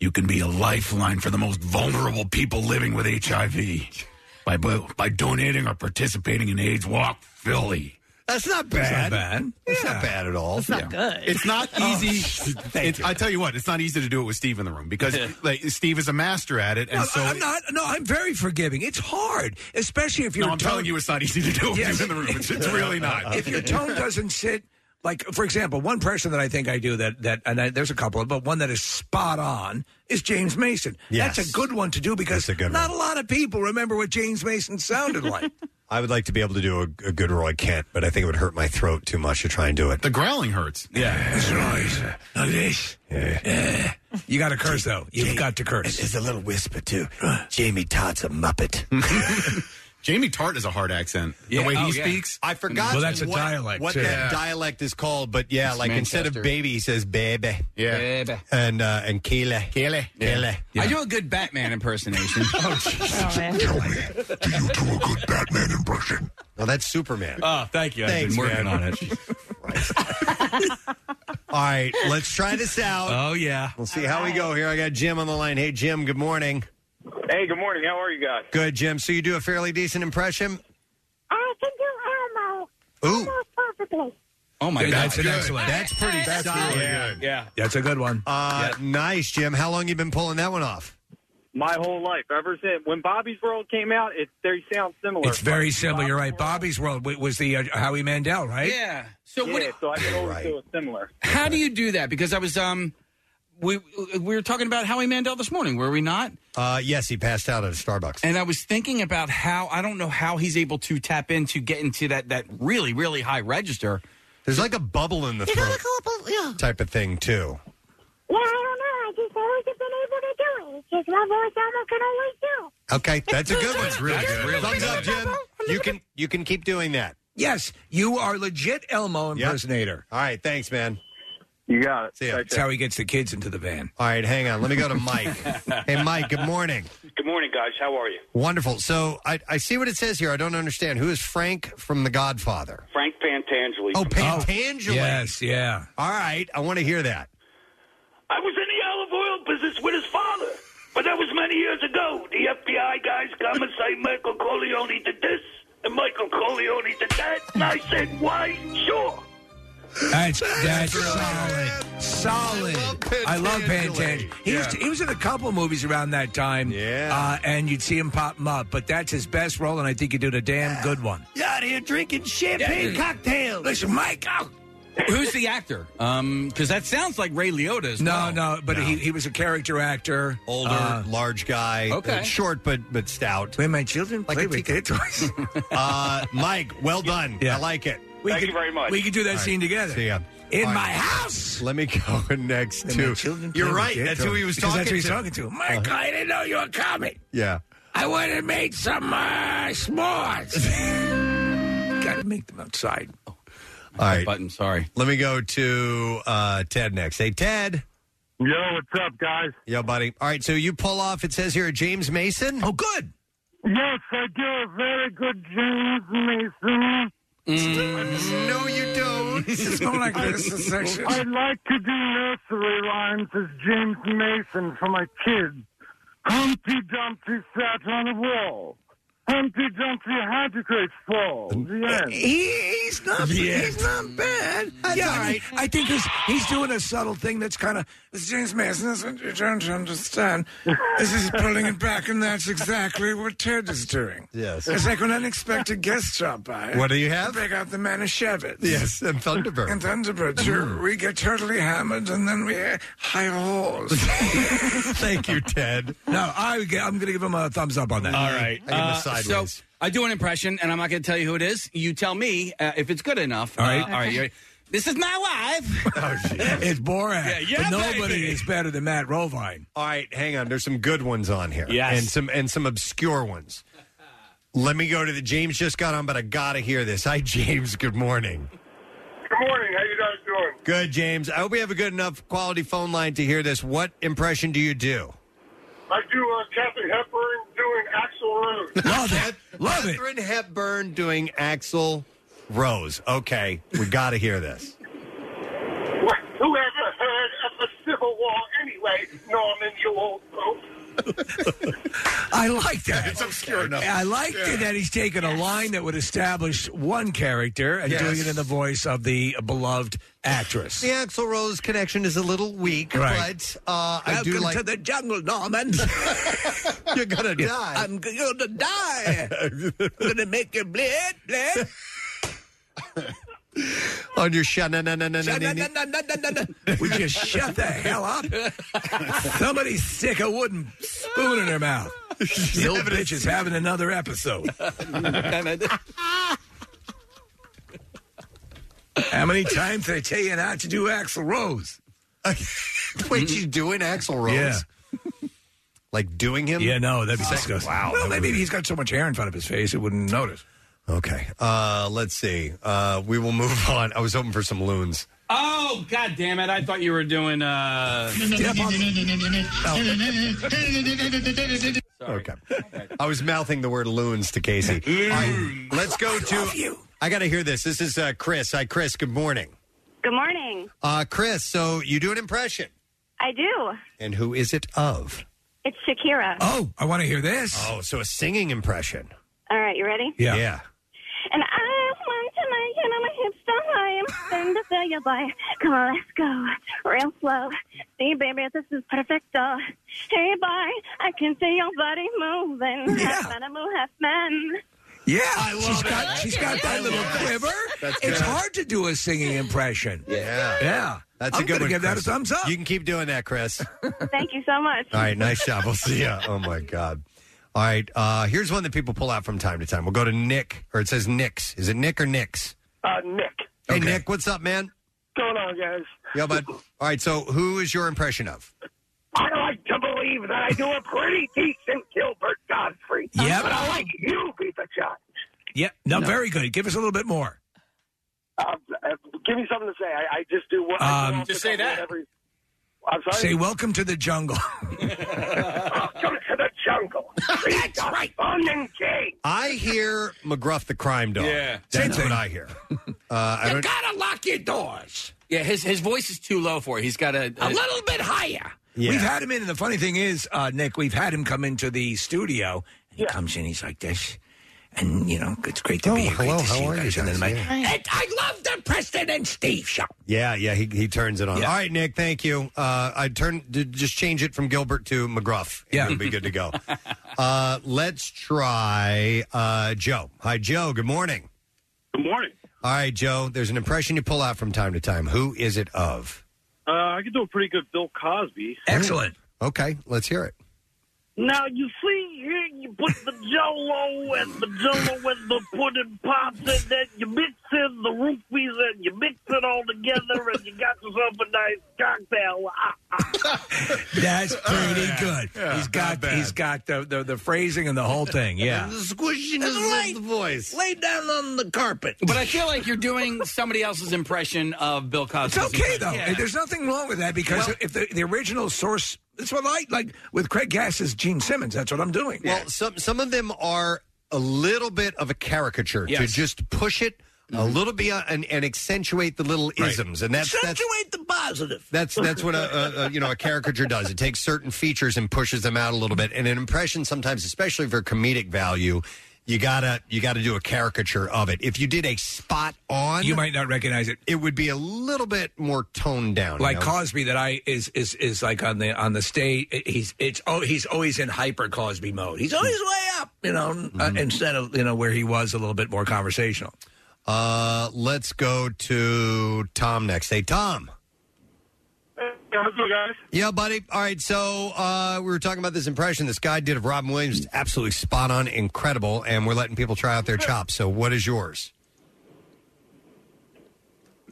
You can be a lifeline for the most vulnerable people living with HIV by by donating or participating in AIDS Walk Philly.
That's not
That's
bad.
not bad.
It's not bad at all.
It's not
good.
It's not easy. It's- I tell you what, it's not easy to do it with Steve in the room because like Steve is a master at it, and
No,
so
I'm not. No, I'm very forgiving. It's hard, especially if
No,
your
I'm
tone-
telling you it's not easy to do with you in the room. It's- it's really not.
If your tone doesn't sit, like for example, one person that I think I do that that and I, there's a couple, but one that is spot on is James Mason. That's
Yes.
a good one to do because
That's a good
not a lot of people remember what James Mason sounded like.
I would like to be able to do a, a good Roy Kent, but I think it would hurt my throat too much to try and do it.
The growling hurts.
Yeah, that's right. Now this. You got to curse though. You've got to curse.
There's a little whisper too. Jamie Todd's a muppet.
Jamie Tart is a hard accent. the
oh,
way he speaks,
I forgot. what, What that dialect is called, but yeah,
It's
like instead
Manchester.
of baby, he says baby.
Yeah.
Baby.
And uh, and Keele. Keele. Keele.
I do a good Batman impersonation. oh,
Tell
me,
No, that's Superman.
Oh, thank you. I've
Thanks,
been working
man.
on it.
All right, let's try this out.
Oh yeah.
We'll see how we go here. I got Jim on the line. Hey, Jim. Good morning.
Hey, good morning. How are you guys?
Good, Jim. So you do a fairly decent impression.
I can do Elmo.
Ooh.
perfectly.
Oh
my God. That's an excellent-
That's pretty
That's
solid.
really
good. Yeah.
That's a good one.
Uh, Nice, Jim. How long you been pulling that one off?
My whole life, ever since when Bobby's World came out, it they sound similar.
It's very similar. You're right. Bobby's World w- was the uh, Howie Mandel, right?
Yeah.
So what-
yeah, so I can always do it similar.
How do you do that? Because I was um, we we were talking about Howie Mandel this morning, were we not?
Uh, yes, he passed out at a Starbucks.
And I was thinking about how I don't know how he's able to tap into get into that that really really high register.
There's like a bubble in the throat type of thing too.
Yeah, I don't know. I just always have been able to do it. It's just my voice Elmo can always do.
Okay, that's a good one. That's
really good. Really
Thumbs up, Jim. You can you can keep doing that.
Yes, you are legit Elmo impersonator.
All right, thanks, man.
You got it.
See ya.
That's how he gets the kids into the van.
All right, hang on. Let me go to Mike. hey, Mike. Good morning.
Good morning, guys. How are you?
Wonderful. So I, I see what it says here. I don't understand. Who is Frank from The Godfather?
Frank Pantangeli.
Oh, Pantangeli.
Yes, yeah.
All right, I want to hear that.
I was in the olive oil business with his father, but that was many years ago. The FBI guys come and say Michael Corleone did this and Michael Corleone did that, and I said, "Why? Sure."
That's, that's solid. Solid. I love Pantangelo. He, was, he was in a couple movies around that time. Yeah. Uh, and you'd see him pop 'em up, but that's his best role, and I think he did a damn good one.
You're out here drinking
champagne
cocktails.
Listen, Mike. oh. Out.
Who's the actor? Um, because that sounds like Ray Liotta. As
No,
well.
no, but He, he was a character actor.
Older, large guy.
Okay.
uh, short but but stout.
When Uh, my children play with their toys.
uh, Mike, well done. I like it.
We Thank could- you very much. we could do that
All
scene together.
See ya.
In
All
my house.
Let me go next
When my
to.
children play
You're
with
right.
their
That's who he
toys.
was
Because
talking
that's who he's
to. Uh-huh.
talking to. Mike, I didn't know you were coming.
Yeah.
I went and made some uh, s'mores. Got to make them outside.
Oh.
All right.
Button, sorry.
Let me go to uh, Ted next. Hey, Ted.
Yo, what's up, guys?
Yo, buddy. All right, so you pull off, it says here, James Mason.
Oh, good.
Yes, I do a very good James Mason.
No, you don't.
It's more like this, this section.
Mm-hmm. I'd like to do nursery rhymes as James Mason for my kids. Humpty Dumpty sat on a wall. Humpty Dumpty had a great
Oh,
fall. The end.
He, he's not. He's not bad. yeah, I, mean, I think he's he's doing a subtle thing that's kind of it's James Mason. That's what you're trying to understand. this is pulling it back, and that's exactly what Ted is doing.
Yes.
It's like when unexpected guests drop by.
What do you have?
Break out the Manischewitz.
Yes, and Thunderbird. Mm-hmm.
And Thunderbird. Sure, we get totally hammered, and then we uh, high horse.
Thank you, Ted.
No, I, I'm going to give him a thumbs up on that.
All right. Uh, so I do an impression, and I'm not going to tell you who it is. You tell me uh, if it's good enough. Uh, All right. all right. you're- This is my wife.
it's Borat.
Yeah, yeah,
but nobody
baby.
is better than Matt Rovine.
All right, hang on. There's some good ones on here.
Yes.
And some and some obscure ones. Let me go to the James just got on, but I gotta hear this. Hi, James. Good morning.
Good morning. How you guys doing?
Good, James. I hope we have a good enough quality phone line to hear this. What impression do you do?
I do uh, Kathy Hepburn doing Axel Rose.
Love it. Love it. Catherine Hepburn doing Axel Rose. Okay, we gotta hear this.
Whoever heard of the Civil War anyway, Norman, you old pope?
I like that.
It's obscure enough.
I liked
Yeah.
it that he's taken a line that would establish one character and
Yes.
doing it in the voice of the beloved actress.
The Axel Rose connection is a little weak, but uh, I
Welcome
do like
to the jungle, Norman.
you're gonna die.
I'm g- you're gonna die. I'm gonna make you bleed, bleed.
on your shananananananini.
Would you shut the hell up? Somebody stick a wooden spoon in her mouth. The old bitch is having another episode. How many times did I tell you not to do Axl Rose?
Wait, she's doing Axl Rose? Like doing him?
Yeah, no, that'd be
Oh,
disgusting.
wow.
Well,
That
maybe
would-
he's got so much hair in front of his face it wouldn't notice.
Okay. Uh, let's see. Uh, we will move on. I was hoping for some loons.
Oh, god damn it. I thought you were doing. uh
Okay. I was mouthing the word loons to Casey. All right, let's go to. I, got to hear this. This is uh, Chris. Hi, Chris. Good morning.
Good morning.
Uh, Chris, so you do an impression.
I do.
And who is it of?
It's Shakira.
Oh, I want to hear this.
Oh, so a singing impression.
All right, you ready?
Yeah. Yeah.
And I want to make it on my hips so high. I'm starting to feel your boy. Come on, let's go. Real slow. See, baby, this is perfecto. Hey, boy, I can see your body moving. Half animal, half man.
Yeah, she's got
it.
she's got that little quiver.
That's
it's
good.
hard to do a singing impression.
Yeah.
yeah.
That's
I'm
a good
gonna
one.
Give that a
Chris.
thumbs up.
You can keep doing that, Chris.
Thank you so much.
All right, nice job. We'll see ya. Oh my god. All right, uh, here's one that people pull out from time to time. We'll go to Nick, or it says Nick's. Is it Nick or Nick's?
Uh, Nick.
Hey, Nick, what's up, man?
Going on, guys?
Yeah, bud. All right, so who is your impression of?
I like to believe that I do a pretty decent Gilbert Godfrey.
Yep.
But I like you, Pizza John.
Yeah, no, very good. Give us a little bit more.
Um, uh, give me something to say. I, I just do what. I
Um,
do off the
Just say
cuff
that.
Every, I'm sorry.
Say welcome to the jungle.
welcome to the jungle. That's right. Fun and game.
I hear McGruff the crime dog.
Yeah.
Same
that's
thing.
what I hear. Uh, I don't.
gotta lock your doors.
Yeah, his his voice is too low for it. He's got a.
A little bit higher.
We've had him in, and the funny thing is, uh, Nick, we've had him come into the studio. He comes in, he's like this, and you know, it's great to be here. Great
hello,
to see
how are
you guys.
you
and then my,
guys?
And I love the Preston and Steve show.
Yeah, yeah, he, he turns it on. All right, Nick, thank you. Uh, I turn d- just change it from Gilbert to McGruff. Yeah, it'll be good to go. uh, let's try uh, Joe. Hi, Joe. Good morning.
Good morning.
All right, Joe. There's an impression you pull out from time to time. Who is it of?
Uh, I could do a pretty good Bill Cosby.
Excellent.
Okay, let's hear it.
Now you see here, you put the Jello and the Jello and the pudding pops, and then you mix in the roofies, and you mix it all together, and you got yourself a nice cocktail. Ah,
That's pretty good. he's got he's got the, the the phrasing and the whole thing. Yeah.
squishing his voice. Lay down on the carpet. But I feel like you're doing somebody else's impression of Bill Cosby.
It's okay though. There's nothing wrong with that because if the, the original source, that's what I like with Craig Gass's Gene Simmons. That's what I'm doing.
Well, some some of them are a little bit of a caricature to
Yes. Mm-hmm.
just push it a little beyond and, and accentuate the little isms, and that's that's
Accentuate the positive.
that's that's what a, a, a you know a caricature does. It takes certain features and pushes them out a little bit. And an impression, sometimes, especially for comedic value, you gotta you gotta do a caricature of it. If you did a spot on,
You might not recognize it.
It would be a little bit more toned down,
like
you know?
Cosby that I is is is like on the on the stage. He's it's oh he's always in hyper Cosby mode. He's always
Hmm.
way up, you know, uh,
Mm-hmm.
instead of you know where he was a little bit more conversational.
Uh, let's go to Tom next. Hey, Tom.
How's it, guys?
Yeah, buddy. All right, so uh, we were talking about this impression this guy did of Robin Williams. It's Absolutely spot on, incredible, and we're letting people try out their chops. So, what is yours?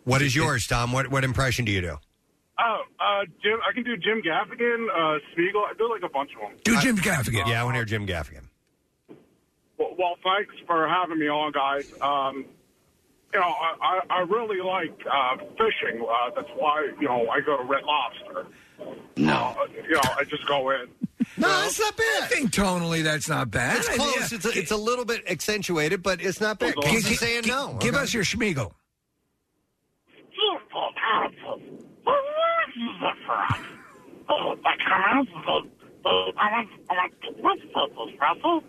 What is yours, Tom? What what impression do you do?
Oh, uh, Jim, I can do Jim Gaffigan, uh, Spiegel. I do like a bunch of them.
Do Jim Gaffigan? Yeah, I want to hear Jim Gaffigan.
Well, well thanks for having me on, guys. Um, you know, I, I, I really like uh, fishing. Uh, that's why, you know, I go to Red Lobster. No. Uh, you know, I just go in.
No, that's not bad. I
think tonally that's not bad.
It's close. It's, a, it's a little bit accentuated, but it's not bad. Keeps
Gi- gi-
saying
gi-
no.
Give
Okay.
us your schmiegel.
Beautiful, powerful. Well, this is it for us. Oh, my God. Oh, I like, I like, what's this, Russell?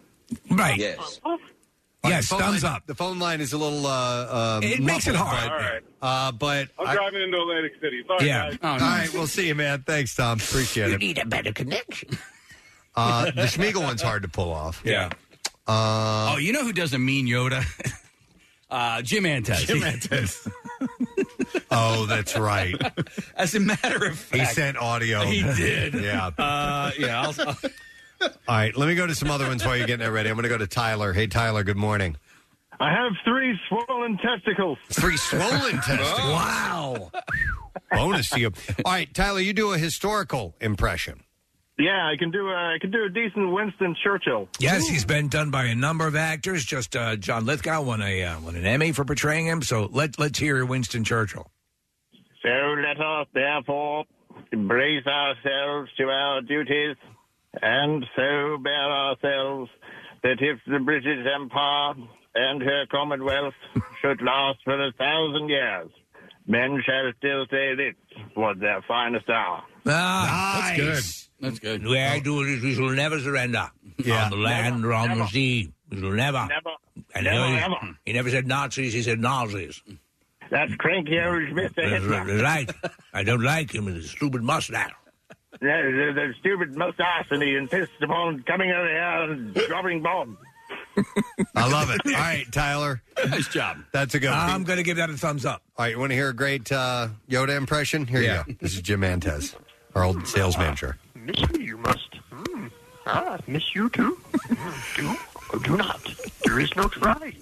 Right.
Yes.
Yes, thumbs up. The phone line is a little. Uh,
Um,
uh,
It makes it hard.
But,
All right.
uh, but
I'm
I-
driving into Atlantic City. Sorry,
yeah.
Oh,
Oh,
guys.
All right, we'll see you, man. Thanks, Tom. Appreciate it.
a better connection.
Uh, the Schmiegel one's hard to pull off. Uh,
Yeah.
oh, you know who does a mean Yoda? uh, Jim Antes. Jim Antes.
oh, that's right.
As a matter of fact,
He sent audio.
He did.
Yeah.
Uh, yeah. I'll, I'll-
All right, let me go to some other ones while you're getting that ready. I'm going to go to Tyler. Hey, Tyler, good morning.
I have three swollen testicles.
Three swollen testicles.
Wow.
Bonus to you. All right, Tyler, you do a historical impression.
Yeah, I can do. A, I can do a decent Winston Churchill.
Yes, he's been done by a number of actors. Just uh, John Lithgow won a uh, won an Emmy for portraying him. So let let's hear Winston Churchill.
So let us therefore brace ourselves to our duties, and so bear ourselves that if the British Empire and her Commonwealth should last for a thousand years, men shall still say this was their finest hour.
Ah,
Nice.
That's good.
The way I do it is we shall never surrender
Yeah.
on the land or on the
Never.
sea. We shall never. And
Never,
he,
ever.
he never said Nazis. He said Nazis.
That's cranky old
That's
Mr. Hitler.
right. that's right. I don't like him with his stupid mustache.
No, the, the stupid mustache, and he insists upon coming over here and dropping bombs.
I love it. All right, Tyler.
Nice job.
That's a good one.
I'm going to give that a thumbs up.
All right, you want to hear a great uh, Yoda impression? Here
Yeah.
you go. This is Jim Antez, our old sales manager.
Miss you, you must. Mm. Ah, miss you too. Mm, do or do not. There is no try.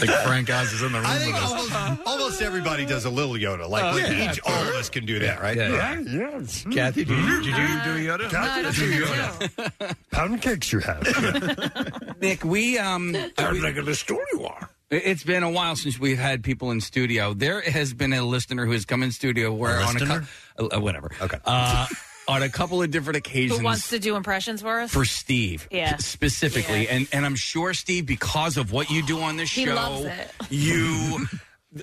Like Frank Oz is in the room
I
with
think
us.
almost, almost everybody does a little Yoda. Like,
Oh,
we-
yeah.
each, all of us can do that, right?
yes.
Mm-hmm. Kathy, do you, do Yoda?
Kathy,
No,
do Yoda. Pound cakes you have.
Nick, we um,
I'm like a story war.
It's been a while since we've had people in studio. There has been a listener who has come in studio where on a
listener?
cou- uh, whatever. Okay. Uh, on a couple of different occasions
Who wants to do impressions for us?
for Steve
Yeah.
specifically, and and I'm sure Steve, because of what you do on this
He
show,
loves it.
you.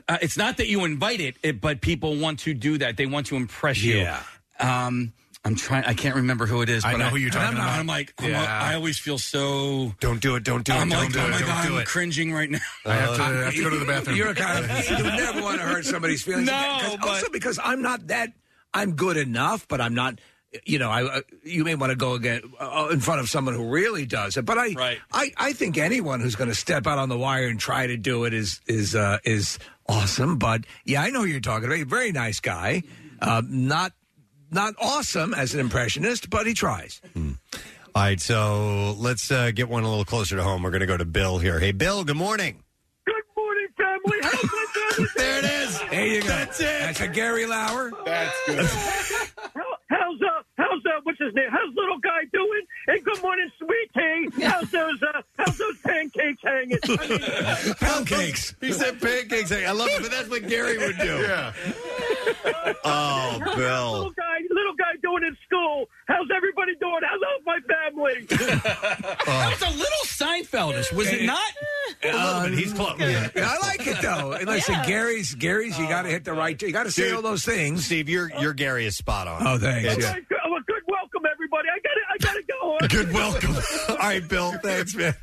Uh, it's not that you invite it, it, but people want to do that. They want to impress you.
Yeah.
Um, I'm trying. I can't remember who it is.
I
but
know who you're
and
talking
I'm not-
about.
I'm like, I'm
Yeah.
like- I always feel so.
Don't do it. Don't do it.
I'm
don't
like,
do
oh
it.
my
don't
god,
do
I'm
it.
cringing right now.
I have to- I have
to go to the bathroom.
You're a kind of you never want to hurt somebody's feelings.
No,
Because-
but-
also because I'm not that. I'm good enough, but I'm not. You know, I uh, you may want to go again uh, in front of someone who really does it. But I, I, I think anyone who's going to step out on the wire and try to do it is is uh, is awesome. But yeah, I know who you're talking about. Very nice guy. Uh, not not awesome as an impressionist, but he tries.
All right, so let's uh, get one a little closer to home. We're going to go to Bill here. Hey, Bill, good morning.
Morning, family.
there it is.
There you go. That's it. That's a Gary Lauer.
That's
How's uh, how's uh, what's his name? How's little guy doing? And good morning, sweetie. How's those uh, how's those pancakes hanging? I mean,
pancakes.
He said pancakes. I love it, but that's what Gary would do.
Yeah.
Oh, Bill.
little guy, little guy doing in school. How's everybody doing? How's all my family?
That was a little Seinfeldish, was it not?
A little bit. He's close.
Um, Yeah. I like it though. And Listen,
Yeah.
Uh, Gary's Gary's. You got to hit the right. You got to say
Dude,
all those things.
Steve, your your Gary is spot on.
Oh, thanks.
It's-
Yeah.
Oh, well, good welcome, everybody. I gotta, I gotta go. I
Good
gotta go.
welcome. All right, Bill. Thanks, man.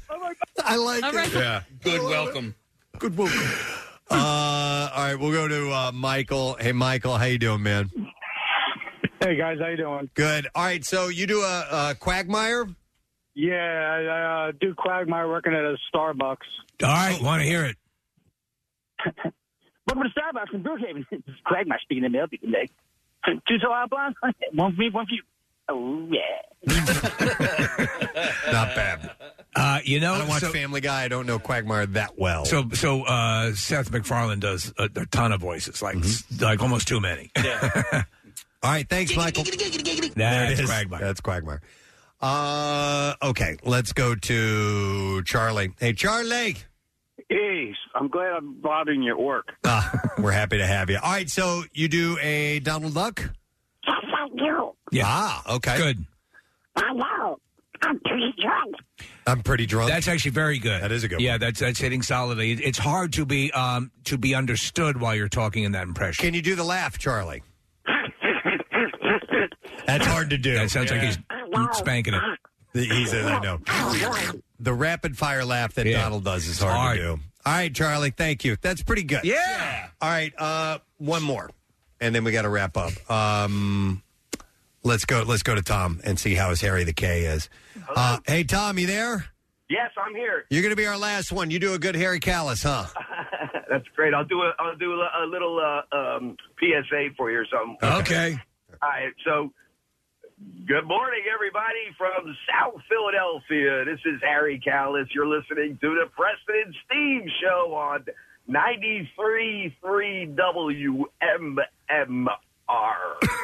I like
All
it.
right. Yeah.
Good welcome. Good welcome. Uh, all right, we'll go to uh, Michael. Hey, Michael, how you doing, man?
Hey guys, how you doing?
Good. All right, so you do a, a quagmire?
Yeah, I uh, do quagmire working at a Starbucks.
All right, want to hear it?
Welcome to Starbucks in Brookhaven. This is Quagmire speaking to me you today. Two tall hot blondes? One for me, one for you. Oh, yeah.
Not bad.
Uh, you know,
I don't watch
so-
Family Guy. I don't know Quagmire that well.
So so uh, Seth MacFarlane does a, a ton of voices, like like almost too many.
Mm-hmm. all right, thanks, Michael.
That's
There it is.
Quagmire.
That's Quagmire. Uh, okay, let's go to Charlie. Hey, Charlie.
Hey, I'm glad I'm bothering your work.
Ah, we're happy to have you. All right, so you do a Donald Duck?
Yes, I do.
Yeah. Ah, okay.
Good.
I know. I'm pretty drunk.
I'm pretty drunk.
That's actually very good. That
is a good.
Yeah, that's that's hitting solidly. It- It's hard to be um to be understood while you're talking in that impression.
Can you do the laugh, Charlie? That's hard to do.
That sounds like he's spanking it.
He says, I know. The rapid fire laugh that
Yeah.
Donald does is hard, to do. All right, Charlie, thank you. That's pretty good.
Yeah.
All right, uh, one more, and then we got to wrap up. Um, let's go. Let's go to Tom and see how his Harry the K is. Uh, hey, Tom, you there?
Yes, I'm here.
You're going to be our last one. You do a good Harry Callis, huh?
That's great. I'll do a I'll do a, a little uh, um, PSA for you or something.
Okay.
All right. So, good morning, everybody from South Philadelphia. This is Harry Callis. You're listening to the Preston and Steve Show on 93.3 WMMR.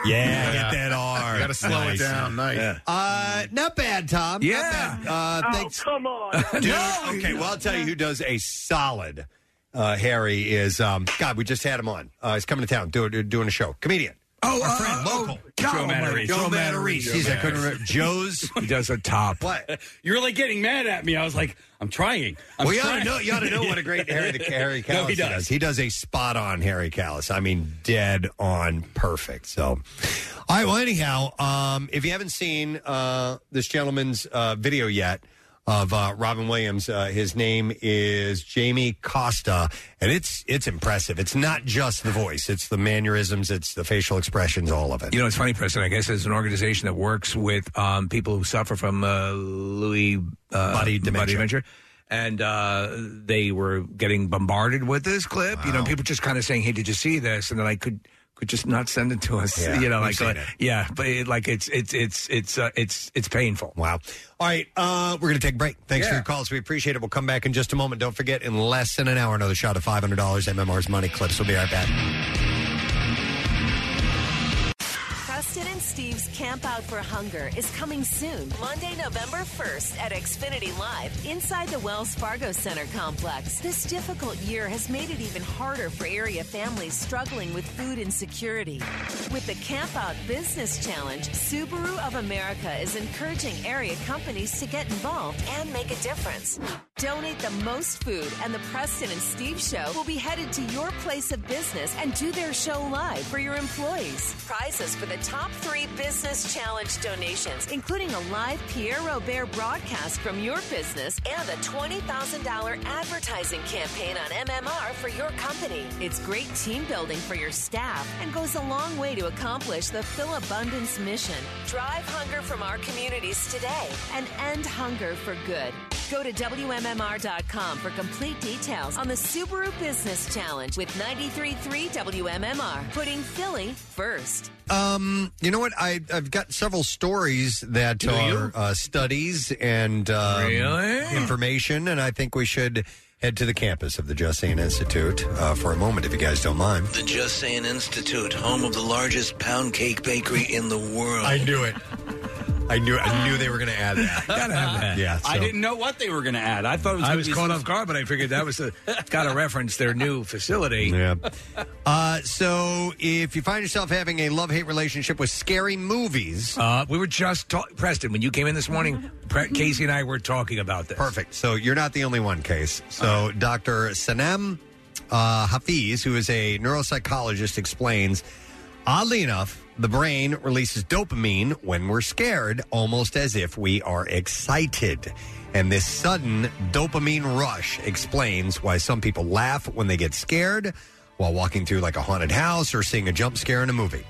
Yeah, get that R.
You gotta slow it down. Nice.
Uh, not bad, Tom. Not
Yeah.
bad. Uh,
Oh,
thanks.
come on.
Dude, okay, well, I'll tell you who does a solid uh, Harry is, um, God, we just had him on. Uh, he's coming to town, do, do- doing a show. Comedian.
Oh,
Our friend, local.
Oh
Joe Matarese.
Joe
Joe
Matarese.
Matarese.
Jeez, I couldn't remember. Joe's.
He does a top.
What?
You're like getting mad at me. I was like, I'm trying.
I'm well, you ought to know. You ought to know what a great Harry the Harry Callis
No, he does.
He does a spot on Harry Callis. I mean, dead on perfect. So, all right. Well, anyhow, um, if you haven't seen uh, this gentleman's uh, video yet of uh, Robin Williams, uh, his name is Jamie Costa, and it's it's impressive. It's not just the voice; it's the mannerisms, it's the facial expressions, all of it.
You know, it's funny, Preston. I guess it's an organization that works with um, people who suffer from uh, Louis uh,
Body dementia.
And uh, they were getting bombarded with this clip. You know, people just kind of saying, "Hey, did you see this?" And then I could could just not send it to us.
Yeah,
you know,
we've
like
seen
uh,
it.
yeah, but it, like it's it's it's it's uh, it's it's painful.
Wow. All right, uh, we're going to take a break. Thanks for
Yeah.
your calls. We appreciate it. We'll come back in just a moment. Don't forget, in less than an hour, another shot of $500 MMR's Money Clips. We'll be right back.
Preston and Steve's Camp Out for Hunger is coming soon, Monday, November 1st at Xfinity Live inside the Wells Fargo Center complex. This difficult year has made it even harder for area families struggling with food insecurity. With the Camp Out Business Challenge, Subaru of America is encouraging area companies to get involved and make a difference. Donate the most food, and the Preston and Steve Show will be headed to your place of business and do their show live for your employees. Prizes for the top three Business Challenge donations, including a live Pierre Robert broadcast from your business and a $20,000 advertising campaign on MMR for your company. It's great team building for your staff and goes a long way to accomplish the Phil Abundance mission. Drive hunger from our communities today and end hunger for good. Go to WMMR.com for complete details on the Subaru Business Challenge with 93.3 WMMR, putting Philly first.
Um, you know what? I, I've got several stories that are uh, studies and um, information, and I think we should head to the campus of the Justine Institute uh, for a moment, if you guys don't mind.
The Just Saying Institute, home of the largest pound cake bakery in the world.
I knew it. I knew I knew they were going to add that.
Gotta have that.
Yeah,
I
so-
didn't know what they were going to add. I thought it was.
I
gonna
was
be
caught
some-
off guard, but I figured that was the, got to reference their new facility.
Yeah. Uh, so, if you find yourself having a love hate relationship with scary movies,
Uh, we were just talk- Preston when you came in this morning. Pre- Casey and I were talking about this.
Perfect. So you're not the only one, Case. So Dr. Sanem uh, Hafiz, who is a neuropsychologist, explains oddly enough, the brain releases dopamine when we're scared, almost as if we are excited. And this sudden dopamine rush explains why some people laugh when they get scared while walking through like a haunted house or seeing a jump scare in a movie.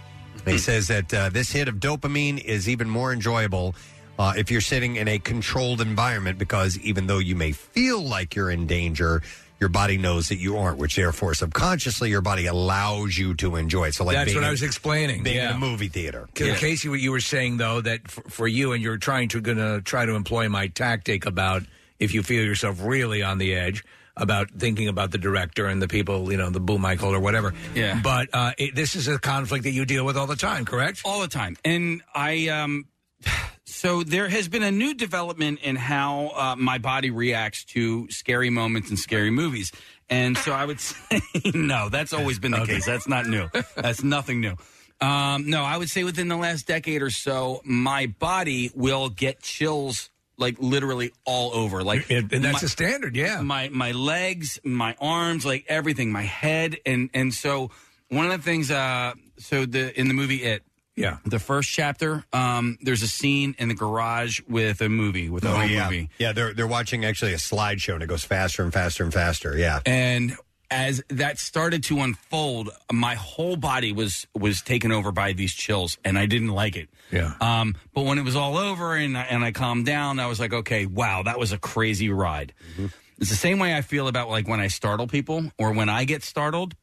And he says that uh, this hit of dopamine is even more enjoyable uh, if you're sitting in a controlled environment because even though you may feel like you're in danger, your body knows that you aren't, which therefore subconsciously your body allows you to enjoy it. So like
That's
being
what I
in-
was explaining.
Being
yeah.
in a movie theater.
'Cause Casey, what you were saying though that for, for you and you're trying to gonna try to employ my tactic about if you feel yourself really on the edge about thinking about the director and the people, you know, the boom Michael or whatever.
Yeah.
But uh, it, this is a conflict that you deal with all the time, correct?
All the time. And I um so there has been a new development in how uh, my body reacts to scary moments and scary movies. And so I would say no, that's always been the case. That's not new. That's nothing new. Um, no, I would say within the last decade or so, my body will get chills like literally all over. Like
And and that's
my-
a standard, yeah.
my my legs, my arms, like everything, my head, and and so one of the things. Uh, so the in the movie It,
yeah,
the first chapter. Um, there's a scene in the garage with a movie with a
Oh,
whole
yeah.
movie.
Yeah, they're they're watching actually a slideshow and it goes faster and faster and faster. Yeah.
And as that started to unfold, my whole body was was taken over by these chills, and I didn't like it.
Yeah.
Um, but when it was all over and I, and I calmed down, I was like, okay, wow, that was a crazy ride.
Mm-hmm.
It's the same way I feel about like when I startle people or when I get startled.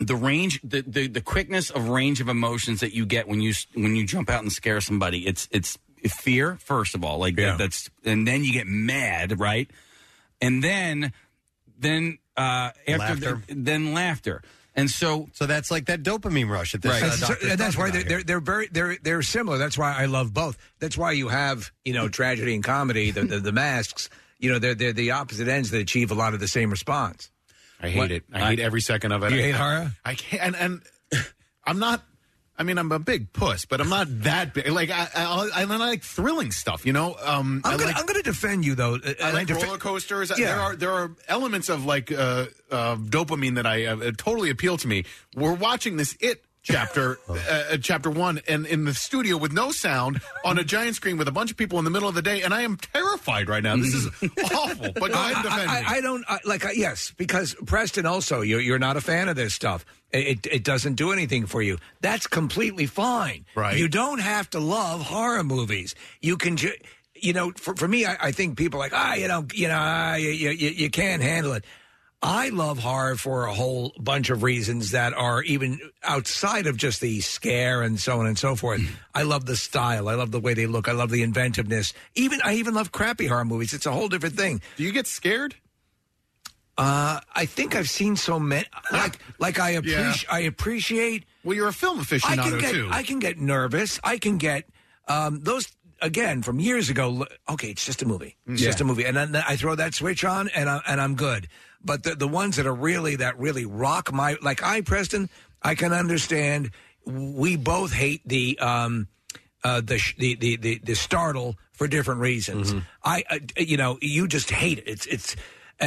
The range, the, the the quickness of range of emotions that you get when you s- when you jump out and scare somebody, it's it's fear first of all, like that, that's, and then you get mad, right? And then then uh, after
Laughter.
The, then laughter, and so
so that's like that uh, dopamine rush at
That's- and that's why they're, they're they're very they're they're similar. That's why I love both. That's why you have you know tragedy and comedy, the the, the masks. You know they're they're the opposite ends that achieve a lot of the same response.
I hate it. I, hate every second of it.
You
I-
hate horror?
I can't. And, and I'm not. I mean, I'm a big puss, but I'm not that big. Like I, I, I, and I like thrilling stuff. You know. Um,
I'm
I
gonna
like,
I'm gonna defend you though. Uh,
I like
defe-
roller coasters.
Yeah.
There are there are elements of like uh, uh, dopamine that I uh, totally appeal to me. We're watching this it chapter
Oh.
uh, uh, chapter one and in the studio with no sound on a giant screen with a bunch of people in the middle of the day, and I am terrified right
Mm-hmm.
now. This is awful. But go ahead and defend
I, I-
me.
I don't I, like. I, yes, because Preston also, you're, you're not a fan of this stuff. It, it doesn't do anything for you. That's completely fine. Right. You don't have to love horror movies. You can ju- you know, for, for me, I, I think people are like ah, you know, you know, ah, you, you you you can't handle it. I love horror for a whole bunch of reasons that are even outside of just the scare and so on and so
Mm.
forth. I love the style. I love the way they look. I love the inventiveness. Even I even love crappy horror movies. It's a whole different thing.
Do you get scared?
Uh, I think I've seen so many. Like, like I appreciate. I appreciate.
Well, you're a film
I can
aficionado,
get,
too.
I can get nervous. I can get um, those again from years ago. l- Okay, it's just a movie. It's
Yeah.
just a movie, and then I throw that switch on, and I, and I'm good. But the the ones that are really that really rock my like I Preston, I can understand. We both hate the um, uh, the, sh- the the the the startle for different reasons. I uh, you know you just hate it. It's it's.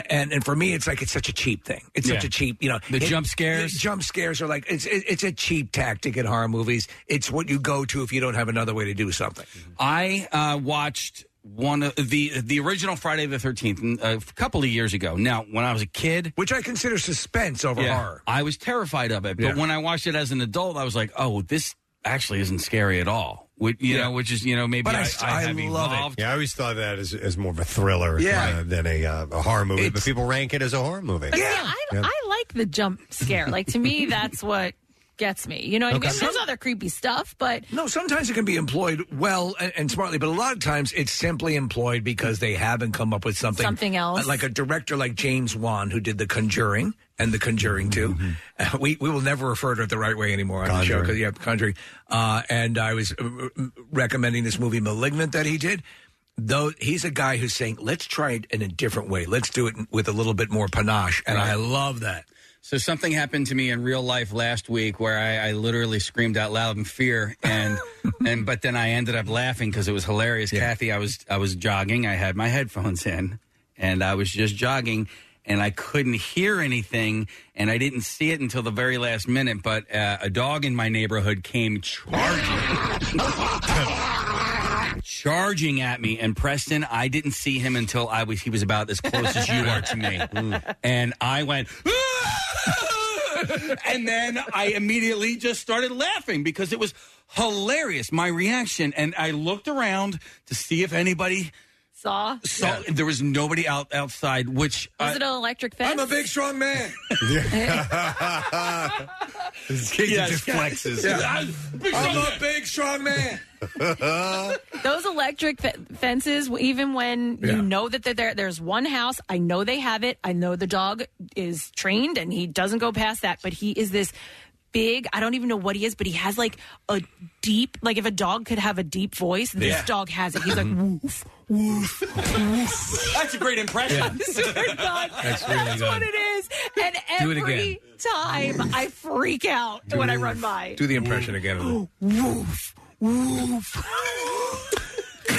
And and for me, it's like it's such a cheap thing. It's such
Yeah.
a cheap, you know.
The
it-
jump scares?
the jump scares are like it's it, it's a cheap tactic in horror movies. It's what you go to if you don't have another way to do something.
I uh, watched one of the the original Friday the Thirteenth mm, a couple of years ago. Now, when I was a kid,
which I consider suspense over horror.
I was terrified of it. But
Yeah.
when I watched it as an adult, I was like, oh, this actually isn't scary at all. Which, you
Yeah.
know, which is you know maybe
But I
I,
st-
I
I
have
love it.
evolved.
Yeah, I always thought of that as, as more of a thriller
Yeah.
uh, than a, uh, a horror movie, but people rank it as a horror movie.
But yeah, I,
Yeah.
I like the jump scare. Like to me, that's what gets me. You know what
Okay.
I mean? There's other creepy stuff, but
No, sometimes it can be employed well and, and smartly, but a lot of times it's simply employed because they haven't come up with something
Something else.
Like a director like James Wan, who did The Conjuring and The Conjuring 2 Uh, we we will never refer to it the right way anymore on the show because yeah, Conjuring. Uh, and I was uh, r- recommending this movie *Malignant* that he did. Though he's a guy who's saying, "Let's try it in a different way. Let's do it with a little bit more panache," and I love that.
So something happened to me in real life last week where I, I literally screamed out loud in fear, and and but then I ended up laughing because it was hilarious. Kathy, I was I was jogging, I had my headphones in, and I was just jogging, and I couldn't hear anything, and I didn't see it until the very last minute. But uh, a dog in my neighborhood came charging. Charging at me, and Preston, I didn't see him until I was—he was about as close as you are to me, and I went. "Ah!" and then I immediately just started laughing because it was hilarious, my reaction. And I looked around to see if anybody
saw.
saw. There was nobody out outside, which uh,
Was
I-
it an electric fence? I'm a
big, strong man.
Casey just flexes.
I'm a big, strong man.
Those electric fe- fences, even when
Yeah.
you know that they're there, there's one house. I know they have it. I know the dog is trained and he doesn't go past that, but he is this big. I don't even know what he is, but he has like a deep, like if a dog could have a deep voice, this
Yeah.
dog has it. He's like, woof, woof, woof.
That's a great impression.
Swear to God,
That's
that's,
really good.
what it is. And
Do it
every
again.
time I freak out when I run by.
Do the impression again.
Woof, woof.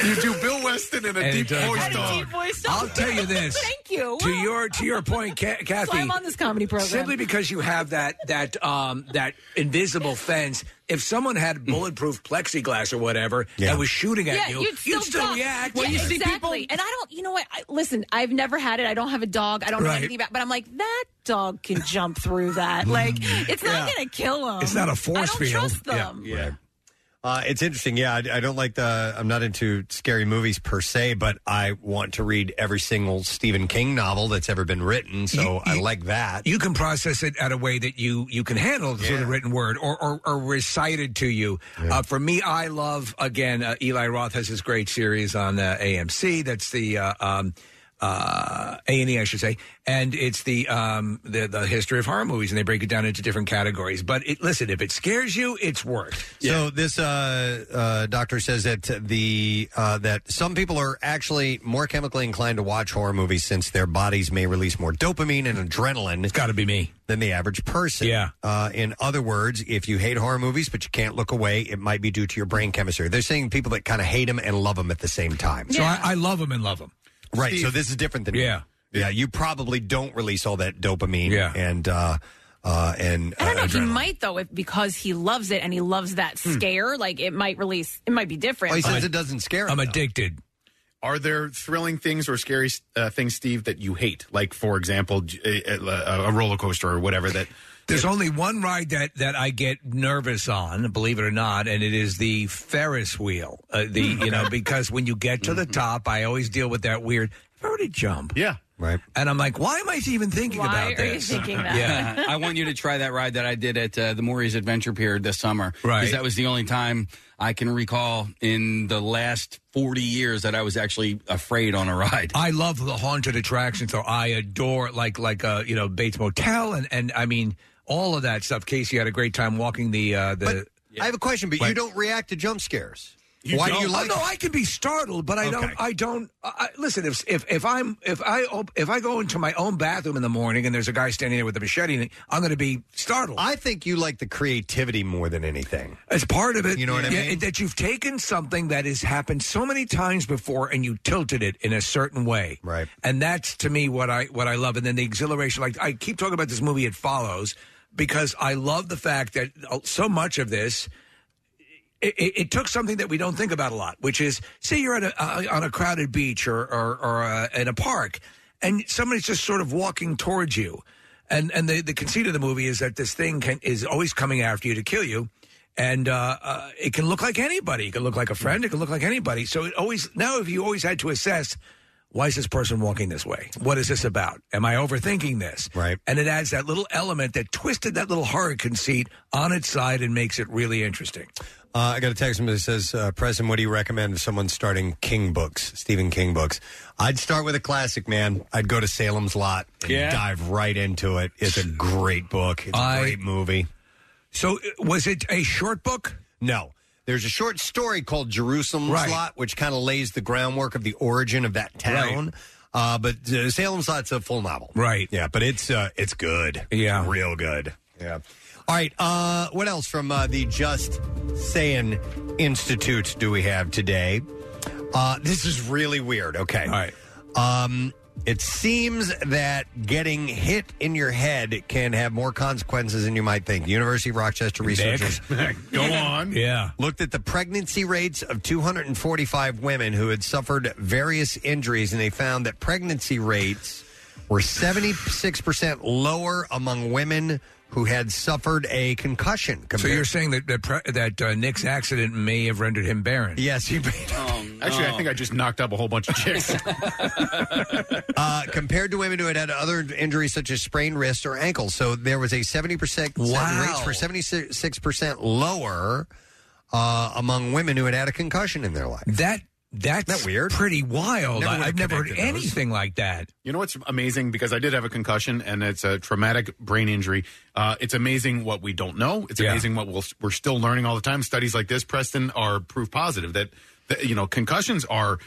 You do Bill Weston in a
And uh,
deep
it does.
voice dog.
I'll tell you this.
Thank you.
To your to your point, Ca- Kathy.
I'm on this comedy program.
Simply because you have that that um, that invisible fence. If someone had bulletproof plexiglass or whatever and was shooting at
yeah,
you,
would still, duck.
react.
Yeah, exactly. And I don't, you know what? I, listen, I've never had it. I don't have a dog. I don't know
Right.
anything about. But I'm like, that dog can jump through that. Like, it's not
Yeah.
going to kill him.
It's not a force
I don't
field.
Trust them.
Yeah. Uh, it's interesting. Yeah, I, I don't like the. I'm not into scary movies per se, but I want to read every single Stephen King novel that's ever been written. So I like that.
You can process it at a way that you you can handle it through the written word or or, or recited to you. Uh, for me, I love again. Uh, Eli Roth has this great series on uh, AMC. That's the uh, um, uh, A&E, I should say, and it's the, um, the the history of horror movies, and they break it down into different categories. But it, listen, if it scares you, it's worth.
So this uh, uh, doctor says that the uh, that some people are actually more chemically inclined to watch horror movies since their bodies may release more dopamine and adrenaline. It's
got to be me
than the average person. Yeah. Uh, in other words, if you hate horror movies but you can't look away, it might be due to your brain chemistry. They're saying people that kind of hate them and love them at the same time.
So I, I love them and love them.
Right. So this is different than
Yeah.
Yeah. You probably don't release all that dopamine. Yeah. And uh, uh, and
I don't know. He
adrenaline.
might though, if because he loves it and he loves that scare. Like it might release. It might be different.
Well, Oh, he says
but-
it
doesn't scare
I'm addicted.
Are there thrilling things or scary uh, things, Steve, that you hate? Like, for example, j- a, a- a roller coaster or whatever that.
There's only one ride that, that I get nervous on, believe it or not, and it is the Ferris wheel. Uh, the you know because when you get to the top, I always deal with that weird. I've already jump.
Yeah,
right.
And I'm like, why am I even thinking
Why
about
are you
this?
thinking that?
Yeah.
I want you to try that ride that I did at uh, the Maury's Adventure Pier this summer.
Right.
Because that was the only time I can recall in the last 40 years that I was actually afraid on a ride.
I love the haunted attractions, so I adore like like uh, you know Bates Motel and and I mean all of that stuff. Casey had a great time walking the uh, the.
I have a question, but you
Right.
don't react to jump scares.
You
Why
don't?
do you
Oh,
like?
no, I can be startled, but I don't. I don't. I, I- listen, if if if I'm if I op- if I go into my own bathroom in the morning and there's a guy standing there with a machete, I'm going to be startled.
I think you like the creativity more than anything.
As part of it,
You know what I
yeah,
mean?
it- That you've taken something that has happened so many times before and you tilted it in a certain way, right? And that's to me what I what I love. And then the exhilaration, like I keep talking about this movie, it follows because I love the fact that uh, so much of this it, it, it took something that we don't think about a lot, which is say you're at a, uh, on a crowded beach or or, or uh, in a park, and somebody's just sort of walking towards you, and and the, the conceit of the movie is that this thing can, is always coming after you to kill you, and uh, uh, it can look like anybody. It can look like a friend. It can look like anybody. So it always now if you always had to assess. Why is this person walking this way? What is this about? Am I overthinking this?
Right.
And it adds that little element that twisted that little horror conceit on its side and makes it really interesting.
Uh, I got a text from that says, uh, President, what do you recommend if someone's starting King books, Stephen King books? I'd start with a classic, man. I'd go to Salem's Lot and
Yeah.
dive right into it. It's a great book. It's a
I-
great movie.
So, uh, was it a short book?
No. There's a short story called Jerusalem's
Right.
Lot, which kind of lays the groundwork of the origin of that town. Uh, but uh, Salem's Lot's a full novel.
Right.
Yeah, but it's uh, it's good.
Yeah.
Real good. Yeah. All right. Uh, what else from uh, the Just Saying Institute do we have today? Uh, this is really weird. Okay. All
right.
Um, it seems that getting hit in your head can have more consequences than you might think. University of Rochester researchers
Go on.
Yeah.
Looked at the pregnancy rates of 245 women who had suffered various injuries, and they found that pregnancy rates were 76% lower among women who had suffered a concussion.
so you're saying that that, pre- that uh, Nick's accident may have rendered him barren?
Yes, he.
Actually, I think I just knocked up a whole bunch of chicks.
uh, compared to women who had had other injuries such as sprained wrists or ankles. So there was a 70%
Wow.
rates for 76% lower uh, among women who had had a concussion in their life.
That that's
that weird.
Pretty wild.
Never
I-
would've
I've never heard
connected those.
anything like that.
You know what's amazing? Because I did have a concussion, and it's a traumatic brain injury. Uh, it's amazing what we don't know. It's
Yeah.
amazing what we'll, we're still learning all the time. Studies like this, Preston, are proof positive that, that you know concussions are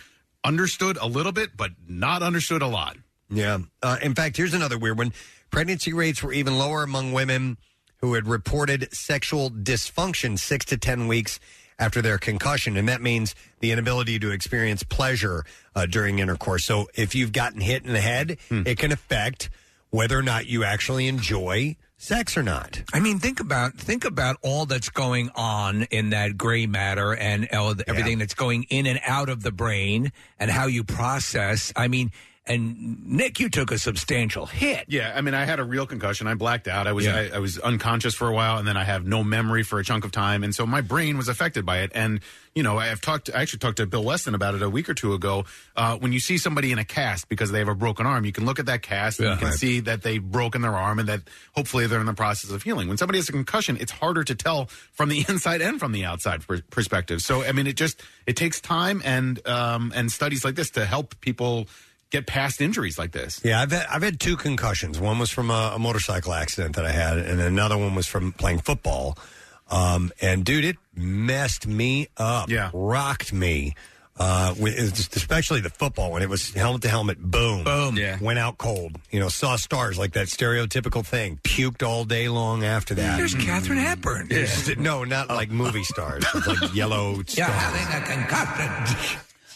understood a little bit, but not understood a lot.
Yeah. Uh, in fact, here's another weird one. Pregnancy rates were even lower among women who had reported sexual dysfunction six to 10 weeks after their concussion. And that means the inability to experience pleasure uh, during intercourse. So if you've gotten hit in the head,
Hmm.
it can affect whether or not you actually enjoy sex or not.
I mean, think about think about all that's going on in that gray matter and all the- everything that's going in and out of the brain and how you process. I mean, and Nick, you took a substantial hit.
Yeah, I mean, I had a real concussion. I blacked out. I was
Yeah.
I, I was unconscious for a while, and then I have no memory for a chunk of time, and so my brain was affected by it. And you know, I have talked. I actually talked to Bill Weston about it a week or two ago. Uh, when you see somebody in a cast because they have a broken arm, you can look at that cast and
Yeah.
you can
Right.
see that they've broken their arm, and that hopefully they're in the process of healing. When somebody has a concussion, it's harder to tell from the inside and from the outside per- perspective. So, I mean, it just it takes time and um, and studies like this to help people get past injuries like this.
Yeah, I've had, I've had two concussions. One was from a, a motorcycle accident that I had, and another one was from playing football. Um, and dude, it messed me up. Yeah, rocked me. Uh, with, it's just- especially the football when it was helmet to helmet. Boom, boom. Yeah, went out cold. You know, saw stars like that stereotypical thing. Puked all day long after that.
There's Katharine Hepburn.
There's- No, not like movie stars. It's like yellow stars.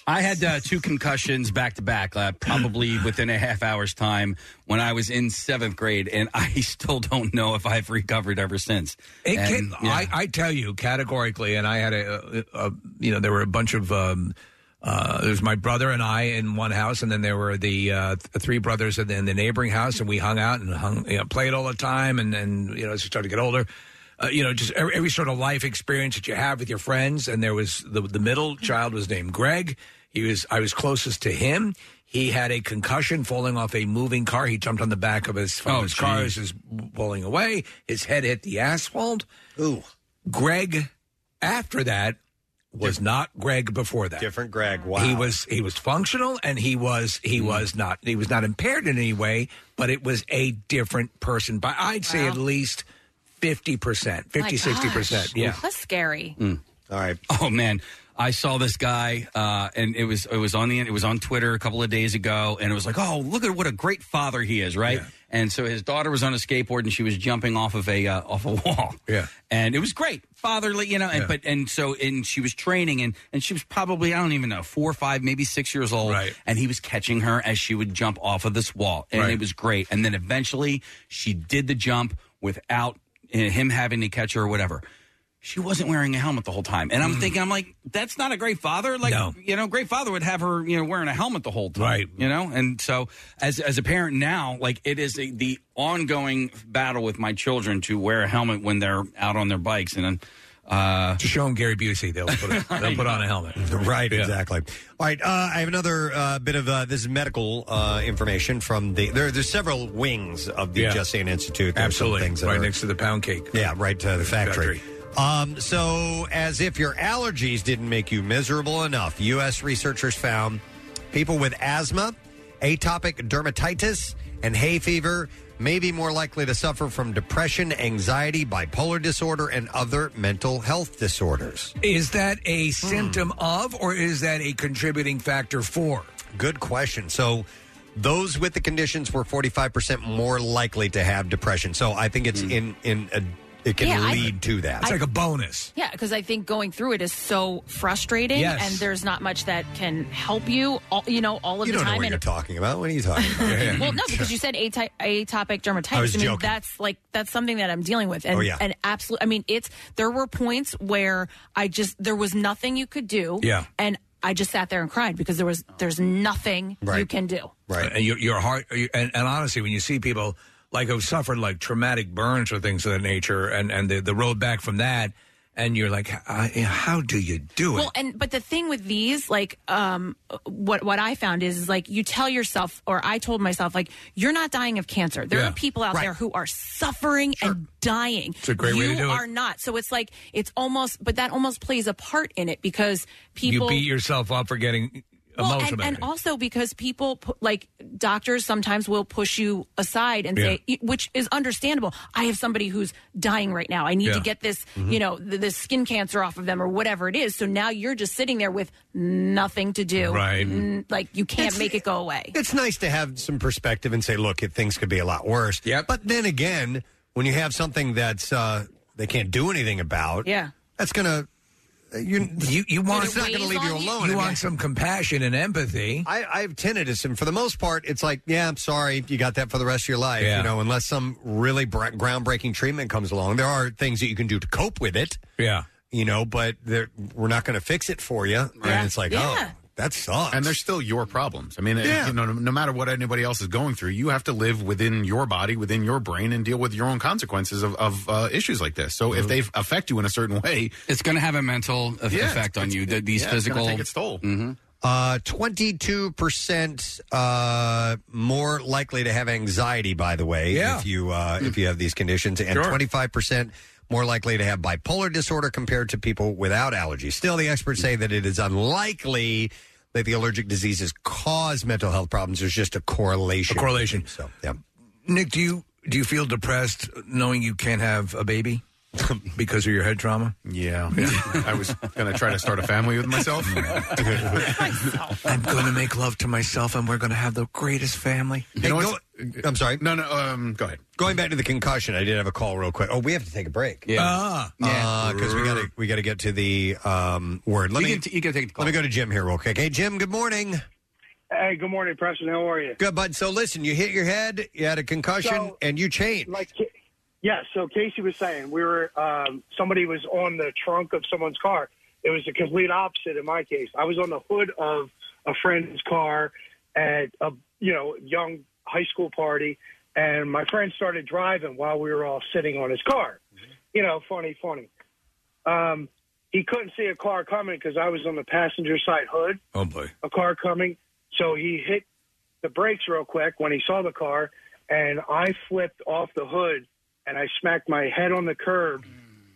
I had uh, two concussions back to back, uh, probably within a half hour's time when I was in seventh grade, and I still don't know if I've recovered ever since.
It
And,
can,
yeah.
I, I tell you categorically, and I had a, a, a you know, there were a bunch of, um, uh, there was my brother and I in one house, and then there were the uh, th- three brothers in the, in the neighboring house, and we hung out and hung, you know, played all the time, and then you know, as you started to get older, uh, you know, just every, every sort of life experience that you have with your friends. And there was the the middle child was named Greg. He was I was closest to him. He had a concussion falling off a moving car. He jumped on the back of his father's car as it was rolling away. His head hit the asphalt.
Ooh.
Greg after that was not Greg before that. Different Hmm.
Greg. Wow.
He was he was functional and he was he was not he was not impaired in any way, but it was a different person. But I'd say at least 50%, 50 60%. Yeah.
That's scary.
Mm. All right.
Oh man, I saw this guy, uh, and it was it was on the it was on Twitter a couple of days ago, and it was like, oh, look at what a great father he is, right? And so his daughter was on a skateboard, and she was jumping off of a uh, off a wall.
Yeah.
and it was great, fatherly, you know. And but and so and she was training, and and she was probably I don't even know four or five, maybe six years old, right? And he was catching her as she would jump off of this wall, and
Right.
it was great. And then eventually she did the jump without uh, him having to catch her or whatever. She wasn't wearing a helmet the whole time, and I'm thinking, I'm like, that's not a great father. Like,
Mm-hmm. No.
you know, great father would have her, you know, wearing a helmet the whole time,
Right.
You know, and so as as a parent now, like it is a, the ongoing battle with my children to wear a helmet when they're out on their bikes, and I'm, Uh,
to show him Gary Busey, they'll put, a, they'll put on a helmet.
Right, exactly. All right, uh, I have another uh, bit of uh, this is medical uh, information from the there. There's several wings of the
Yeah.
Just Saying Institute. There's some
Absolutely,
things that
right
are-
next to the pound cake.
Yeah, right to the factory. Um, so, as if your allergies didn't make you miserable enough, U.S. researchers found people with asthma, atopic dermatitis, and hay fever may be more likely to suffer from depression, anxiety, bipolar disorder, and other mental health disorders.
Is that a symptom of, or is that a contributing factor for?
Good question. So, those with the conditions were 45% more likely to have depression. So, I think it's in, in a, it can
Yeah, I-
lead to that.
Hmm. It's I- like a
bonus.
Yeah, because I think going through it is so frustrating,
Yes.
and there's not much that can help you. All, you know, all of
You
the
don't know
time.
what
and-
you're talking about. What are you talking about?
Well, no, because you said ati- atopic dermatitis.
I was
mean,
joking.
that's like that's something that I'm dealing with, and
Oh, yeah.
and absolutely. I mean, it's there were points where I just there was nothing you could do.
Yeah.
and I just sat there and cried because there was there's nothing you
Right.
can do.
Right.
And your, your heart, and, and honestly, when you see people like who've suffered like traumatic burns or things of that nature, and, and the, the road back from that, and you're like, I, how do you do it?
Well, and but the thing with these, like, um, what what I found is, is like you tell yourself, or I told myself, like you're not dying of cancer. There
Yeah.
are people out
Right.
there who are suffering and dying.
It's a great
you
way to do it.
are not. So it's like it's almost, but that almost plays a part in it because
you
people
beat yourself up for getting
well,
emotional.
and,
about
and
it.
also because people, pu- like doctors, sometimes will push you aside and say, which is understandable. I have somebody who's dying right now. I need to
Yeah.
get this,
Mhm.
you know, th- this skin cancer off of them or whatever it is. So now you're just sitting there with nothing to do.
Right.
N- like you can't
It's-
make it go away.
it's nice to have some perspective and say, look, it, things could be a lot worse. Yeah. But then again, when you have something that's uh, they can't do anything about,
Yeah.
that's gonna uh, you
you, you want
it's not gonna leave you alone.
You
I mean,
want some compassion and empathy.
I, I have tinnitus, and for the most part, it's like, yeah, I'm sorry, you got that for the rest of your life.
Yeah.
You know, unless some really br- groundbreaking treatment comes along, there are things that you can do to cope with it.
Yeah.
You know, but there- we're not going to fix it for you. And it's like, oh, that sucks.
And they're still your problems. I mean, it-
Yeah.
you know, no, no matter what anybody else is going through, you have to live within your body, within your brain, and deal with your own consequences of, of uh, issues like this. So if they f- affect you in a certain way,
it's going to have a mental eff-
Yeah,
effect
it's-
on you. The, these Mm-hmm.
yeah, it's gonna
physical.
take its toll.
Uh, 22% uh, more likely to have anxiety, by the way,
Yeah.
if you uh, if you have these conditions, and
Sure.
25% more likely to have bipolar disorder compared to people without allergies. Still, the experts say that it is unlikely that the allergic diseases cause mental health problems. There's just a correlation.
A correlation.
So, yeah.
Nick, do you do you feel depressed knowing you can't have a baby because of your head trauma?
Yeah, I was going to try to start a family with myself.
I'm going to make love to myself, and we're going to have the greatest family.
Hey, go- I'm sorry.
No, no. Um, go ahead.
Going back to the concussion, I did have a call real quick. Oh, we have to take a break.
Yeah. Ah.
because we got to we got to get to the um, word. Let
You
me
can
you can take
let me go to Jim here real quick. Hey, Jim. Good morning.
Hey, good morning, Preston. How are you?
Good, bud. So listen, you hit your head, you had a concussion,
So-
and you changed.
Like, yeah. So Casey was saying we were um, somebody was on the trunk of someone's car. It was the complete opposite in my case. I was on the hood of a friend's car at a you know young high school party, and my friend started driving while we were all sitting on his car. You know, funny, funny. Um, he couldn't see a car coming because I was on the passenger side hood.
Oh boy.
a car coming. So he hit the brakes real quick when he saw the car, and I flipped off the hood and I smacked my head on the curb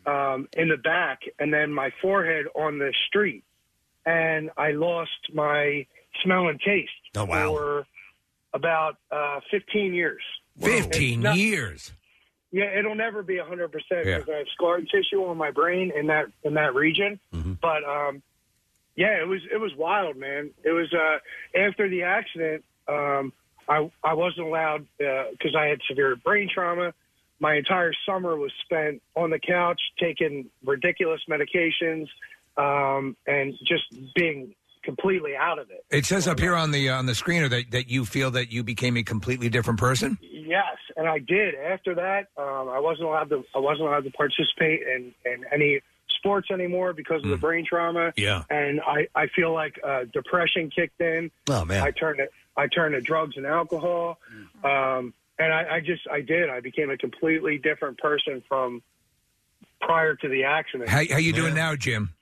um, in the back and then my forehead on the street. And I lost my smell and taste
Oh, wow.
for about uh, 15 years.
Fifteen
It's not-
years.
Yeah, it'll never be 100%
Yeah.
because I have scar tissue on my brain in that in that region. But um, yeah, it was it was wild, man. It was uh, after the accident. Um, I I wasn't allowed because I had severe brain trauma. My entire summer was spent on the couch taking ridiculous medications um, and just being completely out of it.
It says up here on the uh, on the screener that, that you feel that you became a completely different person.
Yes, and I did. After that, um, I wasn't allowed to. I wasn't allowed to participate in, in any sports anymore because of the brain trauma.
Hmm. Yeah.
and I, I feel like uh, depression kicked in.
Oh, man.
I turned to I turned to drugs and alcohol, um, and I, I just I did. I became a completely different person from prior to the accident.
How, how you doing now, Jim?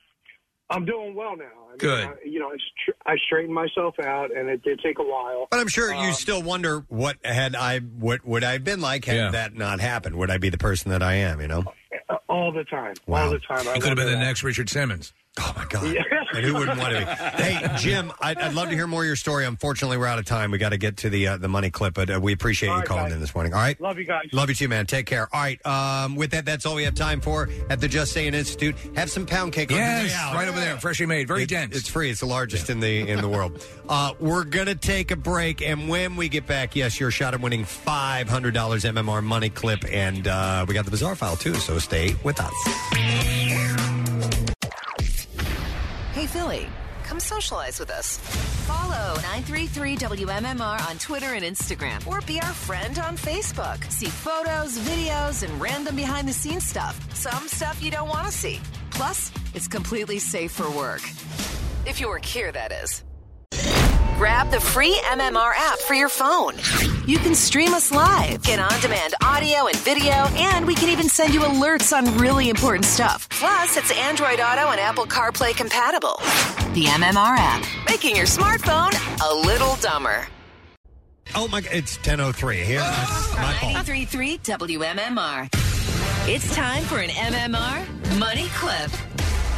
I'm doing well now. I mean,
Good.
I- you know, I, str- I straightened myself out, and it did take a while.
But I'm sure you
Um,
still wonder what had I what would I have been like had
Yeah.
that not happened? Would I be the person that I am? You know,
Uh, all the time.
Wow.
All the time. I
You could have
wonder
been the
that.
Next, Richard Simmons.
Oh my God! and who wouldn't want to be? Hey, Jim, I'd, I'd love to hear more of your story. Unfortunately, we're out of time. We got to get to the uh, the money clip, but uh, we appreciate
All
you
right,
calling
guys.
in this morning. All right,
Love you guys.
Love you too, man. Take care. All right. Um, with that, that's all we have time for at the Just Saying Institute. Have some pound cake. on the
Yes,
way out.
right over there, freshly made, very
It-
dense.
It's free. It's the largest in the in the world. Uh, we're gonna take a break, and when we get back, yes, your shot at winning five hundred dollars MMR money clip, and uh, we got the bizarre file too. So stay with us.
Hey, Philly, come socialize with us. Follow 933 WMMR on Twitter and Instagram, or be our friend on Facebook. See photos, videos, and random behind the scenes stuff. Some stuff you don't want to see. Plus, it's completely safe for work. If you work here, that is. Grab the free MMR app for your phone. You can stream us live, get on demand audio and video, and we can even send you alerts on really important stuff. Plus, it's Android Auto and Apple CarPlay compatible. The MMR app, making your smartphone a little dumber.
Oh my! It's ten oh three here. it's my fault.
933 WMMR. It's time for an MMR money clip.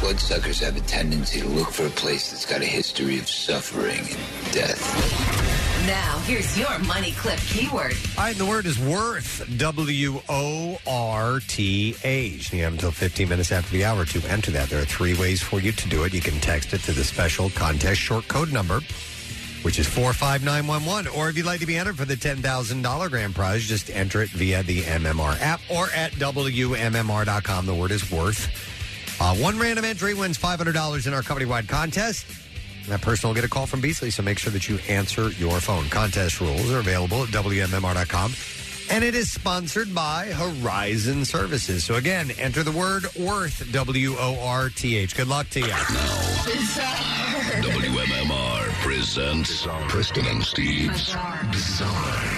Bloodsuckers have a tendency to look for a place that's got a history of suffering and death.
Now, here's your money clip keyword.
All right, and the word is worth. W O R T H. You have until 15 minutes after the hour to enter that. There are three ways for you to do it. You can text it to the special contest short code number, which is 45911. Or if you'd like to be entered for the $10,000 grand prize, just enter it via the MMR app or at WMMR.com. The word is worth. Uh, one random entry wins $500 in our company wide contest. And That person will get a call from Beasley, so make sure that you answer your phone. Contest rules are available at WMMR.com. And it is sponsored by Horizon Services. So again, enter the word worth, W O R T H. Good luck to you.
WMMR presents Preston and Steve's Bizarre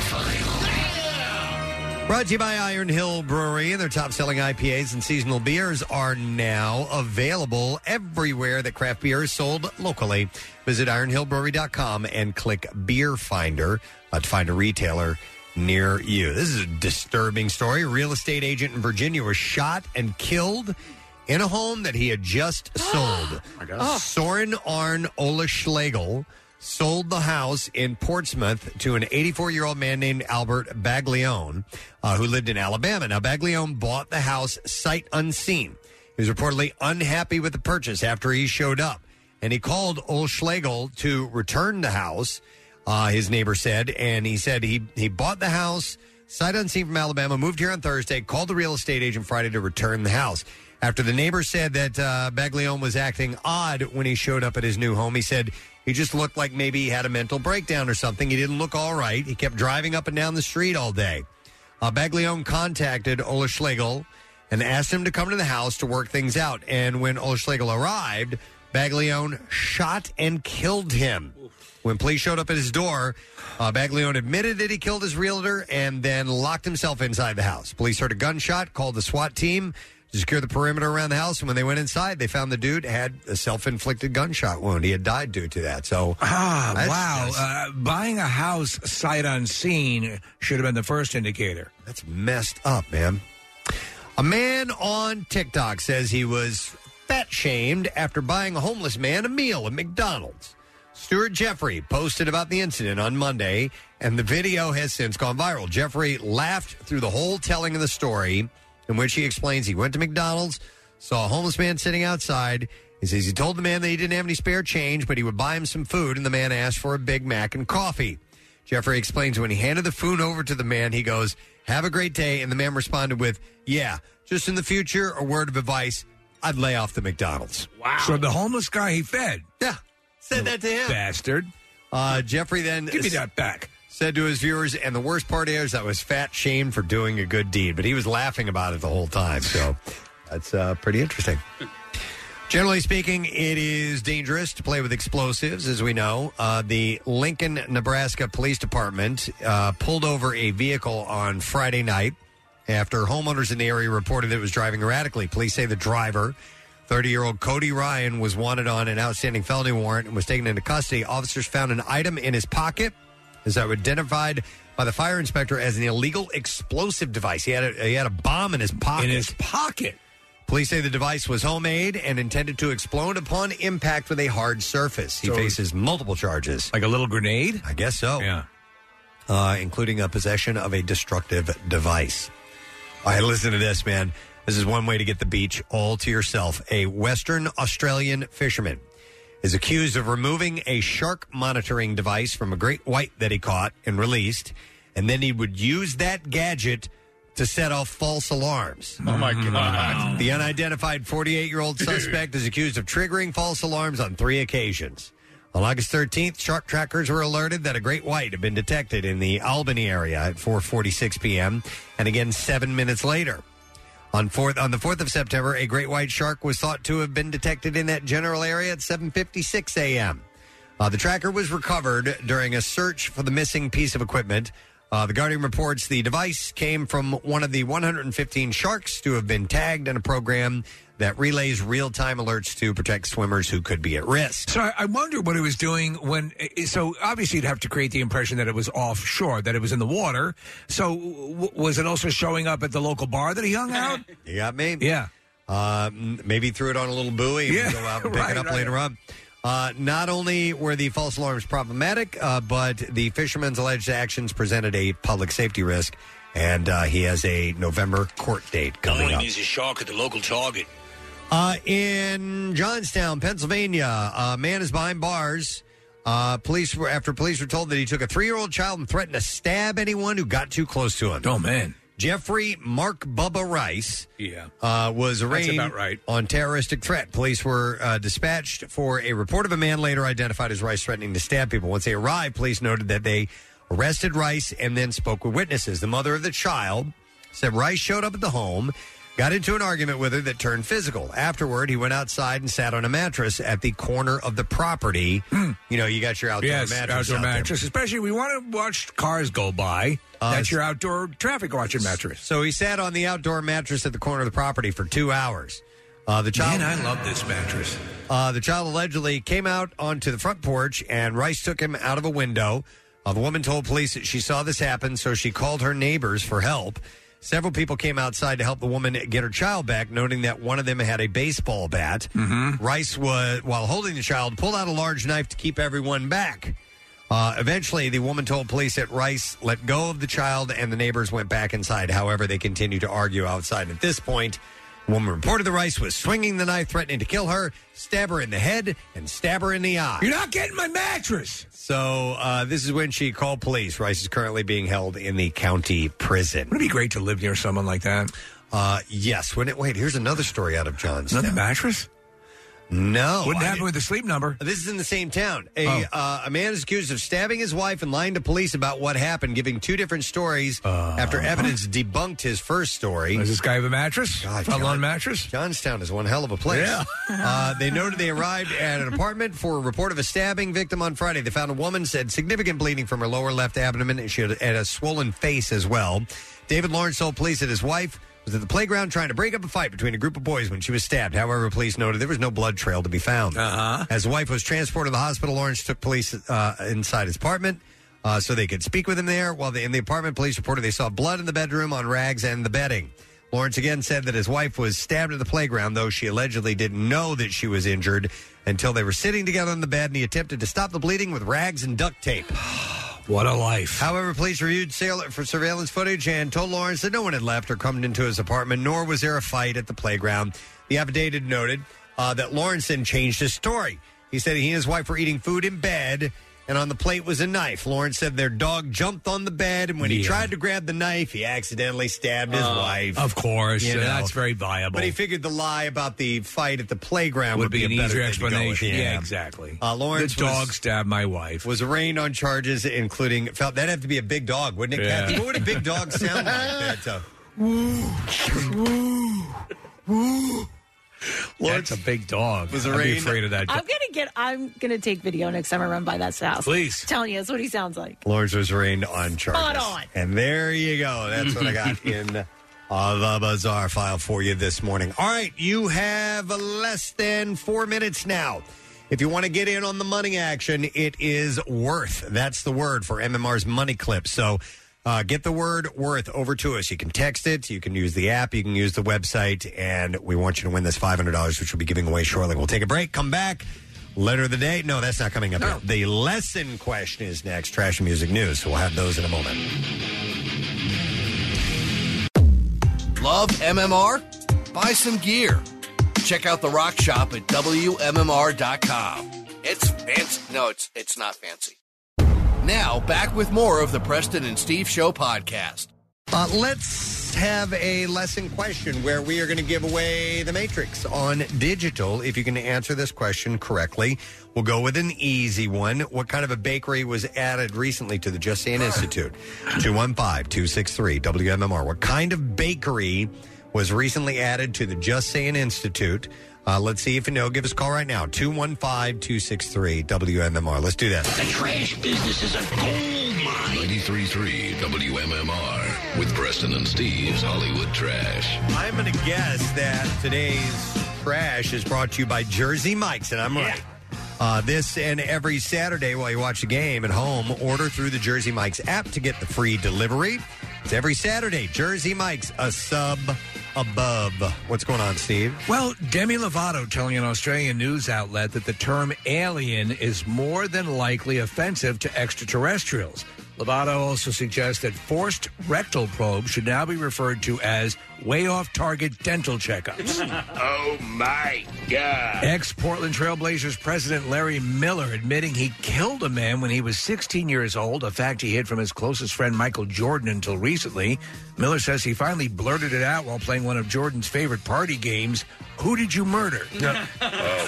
Brought to you by Iron Hill Brewery. Their top selling IPAs and seasonal beers are now available everywhere that craft beer is sold locally. Visit ironhillbrewery.com and click Beer Finder uh, to find a retailer near you. This is a disturbing story. A real estate agent in Virginia was shot and killed in a home that he had just sold. Oh. Soren Arn Ola Schlegel sold the house in Portsmouth to an 84 year old man named Albert Baglione, uh, who lived in Alabama. Now, Baglione bought the house sight unseen. He was reportedly unhappy with the purchase after he showed up, and he called Ola Schlegel to return the house uh, his neighbor said, and he said he he bought the house sight unseen from Alabama, moved here on Thursday, called the real estate agent Friday to return the house. After the neighbor said that uh, Baglione was acting odd when he showed up at his new home, he said he just looked like maybe he had a mental breakdown or something. He didn't look all right. He kept driving up and down the street all day. Uh, Baglione contacted Ola Schlegel and asked him to come to the house to work things out. And when Ola Schlegel arrived, Baglione shot and killed him. When police showed up at his door, uh, Baglione admitted that he killed his realtor and then locked himself inside the house. Police heard a gunshot, called the SWAT team to secure the perimeter around the house. And when they went inside, they found the dude had a self inflicted gunshot wound. He had died due to that. So,
Ah,
That's-
wow. Uh, buying a house sight unseen should have been the first indicator.
That's messed up, man. A man on TikTok says he was fat shamed after buying a homeless man a meal at McDonald's. Stuart Jeffrey posted about the incident on Monday, and the video has since gone viral. Jeffrey laughed through the whole telling of the story, in which he explains he went to McDonald's, saw a homeless man sitting outside. He says he told the man that he didn't have any spare change, but he would buy him some food, and the man asked for a Big Mac and coffee. Jeffrey explains when he handed the food over to the man, he goes, Have a great day. And the man responded with, Yeah, just in the future, a word of advice, I'd lay off the McDonald's. Wow.
So the homeless guy he fed.
Yeah. Said that to him.
Bastard.
Uh, Jeffrey then.
Give me that back.
Said to his viewers, and the worst part is I was fat shamed for doing a good deed, but he was laughing about it the whole time. So that's uh, pretty interesting. Generally speaking, it is dangerous to play with explosives, as we know. Uh, the Lincoln, Nebraska Police Department uh, pulled over a vehicle on Friday night after homeowners in the area reported that it was driving erratically. Police say the driver, 30 year old Cody Ryan, was wanted on an outstanding felony warrant and was taken into custody. Officers found an item in his pocket as identified by the fire inspector as an illegal explosive device. He had a, he had a bomb in his pocket. In his
pocket.
Police say the device was homemade and intended to explode upon impact with a hard surface. He
So-
faces multiple charges.
Like a little grenade?
I guess so. Yeah. Uh, including a possession of a destructive device. All right, listen to this, man. This is one way to get the beach all to yourself. A Western Australian fisherman is accused of removing a shark monitoring device from a great white that he caught and released, and then he would use that gadget to set off false alarms.
Oh my god!
The unidentified 48 year old suspect is accused of triggering false alarms on three occasions. On August 13th, shark trackers were alerted that a great white had been detected in the Albany area at 4:46 p.m. and again 7 minutes later. On fourth on the 4th of September, a great white shark was thought to have been detected in that general area at 7:56 a.m. Uh, the tracker was recovered during a search for the missing piece of equipment. Uh, the Guardian reports the device came from one of the 115 sharks to have been tagged in a program that relays real time alerts to protect swimmers who could be at risk.
So I, I wonder what it was doing when. eh, So obviously, you'd have to create the impression that it was offshore, that it was in the water. So w- was it also showing up at the local bar that he hung out?
You got me?
Yeah.
Uh, m- maybe threw it on a little buoy and
Yeah,
go out and pick
right,
it up
right.
later on. Uh, not only were the false alarms problematic, uh, but the fisherman's alleged actions presented a public safety risk, and uh, he has a November court date coming up.
a shark at the local target.
Uh, in Johnstown, Pennsylvania, a man is behind bars. Uh, police were after police were told that he took a three-year-old child and threatened to stab anyone who got too close to him.
Oh man,
Jeffrey Mark Bubba Rice
Yeah.
uh, was
That's
arraigned
about right.
on terroristic threat. Police were uh, dispatched for a report of a man later identified as Rice threatening to stab people. Once they arrived, police noted that they arrested Rice and then spoke with witnesses. The mother of the child said Rice showed up at the home, got into an argument with her that turned physical. Afterward, he went outside and sat on a mattress at the corner of the property. You know, you got your outdoor
Hmm. yes,
mattress.
outdoor
out there. Uh,
mattress. Especially we want to watch cars go by. That's your outdoor traffic watching mattress.
So he sat on the outdoor mattress at the corner of the property for two hours. Uh, the child,
Man, I love this mattress.
uh, the child allegedly came out onto the front porch, and Rice took him out of a window. Uh, the woman told police that she saw this happen, so she called her neighbors for help. Several people came outside to help the woman get her child back, noting that one of them had a baseball bat.
Mm-hmm.
Rice was, while holding the child, pulled out a large knife to keep everyone back. Uh, eventually, the woman told police that Rice let go of the child and the neighbors went back inside. However, they continued to argue outside. At this point, the woman reported the Rice was swinging the knife, threatening to kill her, stab her in the head, and stab her in the eye.
You're not getting my mattress.
So, uh, this is when she called police. Rice is currently being held in the county prison.
Would it be great to live near someone like that?
Uh, yes. When it, wait, here's another story out of John's.
Another mattress?
No.
Wouldn't
I
happen with the sleep number. Oh.
This is in the same town. A, uh, a man is accused of stabbing his wife and lying to police about what happened, giving two different stories after evidence debunked his first story.
Does Uh, this guy have a mattress?
God,
Front lawn
John-
mattress?
Johnstown is one hell of a place.
Yeah.
uh, they noted they arrived at an apartment for a report of a stabbing victim on Friday. They found a woman said significant bleeding from her lower left abdomen and she had, had a swollen face as well. David Lawrence told police that his wife was at the playground trying to break up a fight between a group of boys when she was stabbed. However, police noted there was no blood trail to be found. Uh-huh. As the wife was transported to the hospital, Lawrence took police uh, inside his apartment. Uh, so they could speak with him there. While they, in the apartment, police reported they saw blood in the bedroom on rags and the bedding. Lawrence again said that his wife was stabbed at the playground, though she allegedly didn't know that she was injured until they were sitting together on the bed and he attempted to stop the bleeding with rags and duct tape.
What a life.
However, police reviewed sail- for surveillance footage and told Lawrence that no one had left or come into his apartment, nor was there a fight at the playground. The affidavit noted uh, that Lawrence then changed his story. He said he and his wife were eating food in bed, and on the plate was a knife. Lawrence said their dog jumped on the bed, and when he
Yeah.
tried to grab the knife, he accidentally stabbed his
Uh,
wife.
Of course.
You know.
That's very viable.
But he figured the lie about the fight at the playground would,
would be an
a better
easier
thing to go with.
explanation. Yeah. exactly.
Uh, Lawrence
the dog
was-
stabbed my wife.
Was arraigned on charges including felt that'd have to be a big dog, wouldn't it?
Yeah.
Kathy? What would a big dog sound like? That uh,
That's a big dog.
Was
I'd be
arraigned-
afraid of that.
I'm gonna get. I'm gonna take video next time I run by that house.
Please.
telling you, that's what he sounds like.
Lawrence was arraigned on charges.
Spot on.
And there you go. That's what I got in uh, the bizarre file for you this morning. All right, you have less than four minutes now. If you want to get in on the money action, it is worth. That's the word for MMR's money clip. So uh, get the word worth over to us. You can text it, you can use the app, you can use the website, and we want you to win this $500, which we'll be giving away shortly. We'll take a break, come back. Letter of the day? No, that's not coming up yet. The lesson question is next. Trash and music news. So we'll have those in a moment.
Love MMR? Buy some gear. Check out the rock shop at WMMR.com. It's fancy. No, it's, it's not fancy. Now, back with more of the Preston and Steve Show podcast.
Uh, let's have a lesson question where we are going to give away the Matrix on digital. If you can answer this question correctly, we'll go with an easy one. What kind of a bakery was added recently to the Just Saying Institute? 215 263 WMMR. What kind of bakery was recently added to the Just Saying Institute? Uh, let's see if you know. Give us a call right now 215 263 WMMR. Let's do
The
that.
trash business is a gold mine. 93.3 WMMR with Preston and Steve's Hollywood Trash.
I'm going to guess that today's trash is brought to you by Jersey Mike's, and I'm right. Uh, this and every Saturday while you watch the game at home, order through the Jersey Mike's app to get the free delivery. It's every Saturday. Jersey Mike's, a sub above. What's going on, Steve?
Well, Demi Lovato telling an Australian news outlet that the term alien is more than likely offensive to extraterrestrials. Lovato also suggests that forced rectal probes should now be referred to as way off target dental checkups.
oh my god.
Ex Portland Trailblazers president Larry Miller admitting he killed a man when he was 16 years old, a fact he hid from his closest friend Michael Jordan until recently. Miller says he finally blurted it out while playing one of Jordan's favorite party games Who Did You Murder?
oh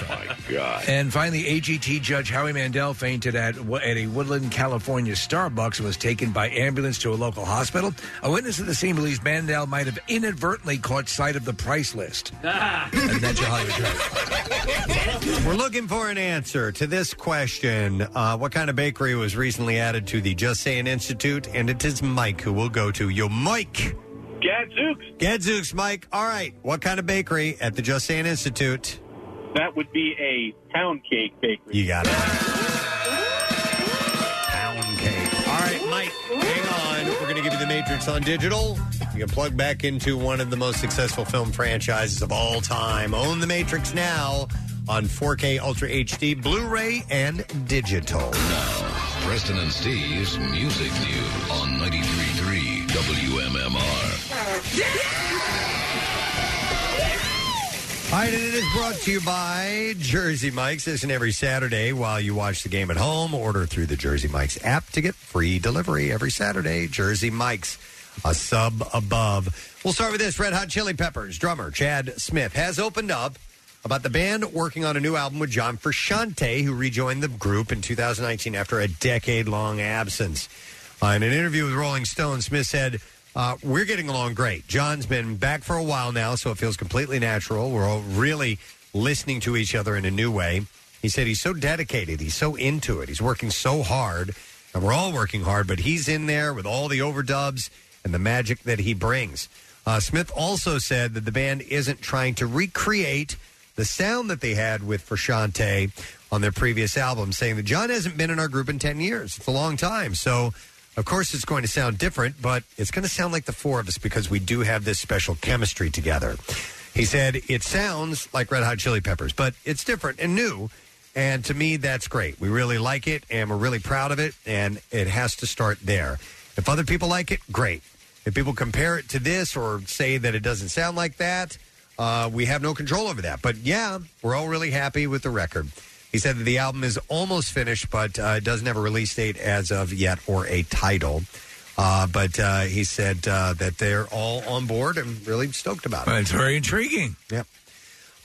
my god.
And finally, AGT Judge Howie Mandel fainted at, at a Woodland, California Starbucks and was taken by ambulance to a local hospital. A witness at the scene believes Mandel might have inadvertently caught sight of the price list. and that's your Hollywood Trash.
We're looking for an answer to this question. Uh, what kind of bakery was recently added to the Just Saying Institute? And it is Mike who will go to. Yo, Mike. Gadzooks. Gadzooks, Mike. All right. What kind of bakery at the Just Saying Institute?
That would be a pound cake bakery.
You got it. Pound cake. All right, Mike, hang on. We're going to give you the Matrix on digital. You can plug back into one of the most successful film franchises of all time. Own the Matrix now on 4K Ultra HD, Blu ray, and digital.
Preston and Steve's Music News on 93.3 WMMR.
All right, and it is brought to you by Jersey Mike's. This and every Saturday while you watch the game at home, order through the Jersey Mike's app to get free delivery every Saturday. Jersey Mike's, a sub above. We'll start with this Red Hot Chili Peppers drummer Chad Smith has opened up about the band working on a new album with John Frusciante, who rejoined the group in 2019 after a decade long absence. Uh, in an interview with Rolling Stone, Smith said, uh, We're getting along great. John's been back for a while now, so it feels completely natural. We're all really listening to each other in a new way. He said he's so dedicated, he's so into it, he's working so hard, and we're all working hard, but he's in there with all the overdubs and the magic that he brings. Uh, Smith also said that the band isn't trying to recreate the sound that they had with Frashante on their previous album, saying that John hasn't been in our group in 10 years. It's a long time. So, of course, it's going to sound different, but it's going to sound like the four of us because we do have this special chemistry together. He said, It sounds like Red Hot Chili Peppers, but it's different and new. And to me, that's great. We really like it and we're really proud of it. And it has to start there. If other people like it, great. If people compare it to this or say that it doesn't sound like that, uh, we have no control over that. But yeah, we're all really happy with the record. He said that the album is almost finished, but uh, it doesn't have a release date as of yet or a title. Uh, but uh, he said uh, that they're all on board and really stoked about it.
Well, it's very intriguing.
Yep.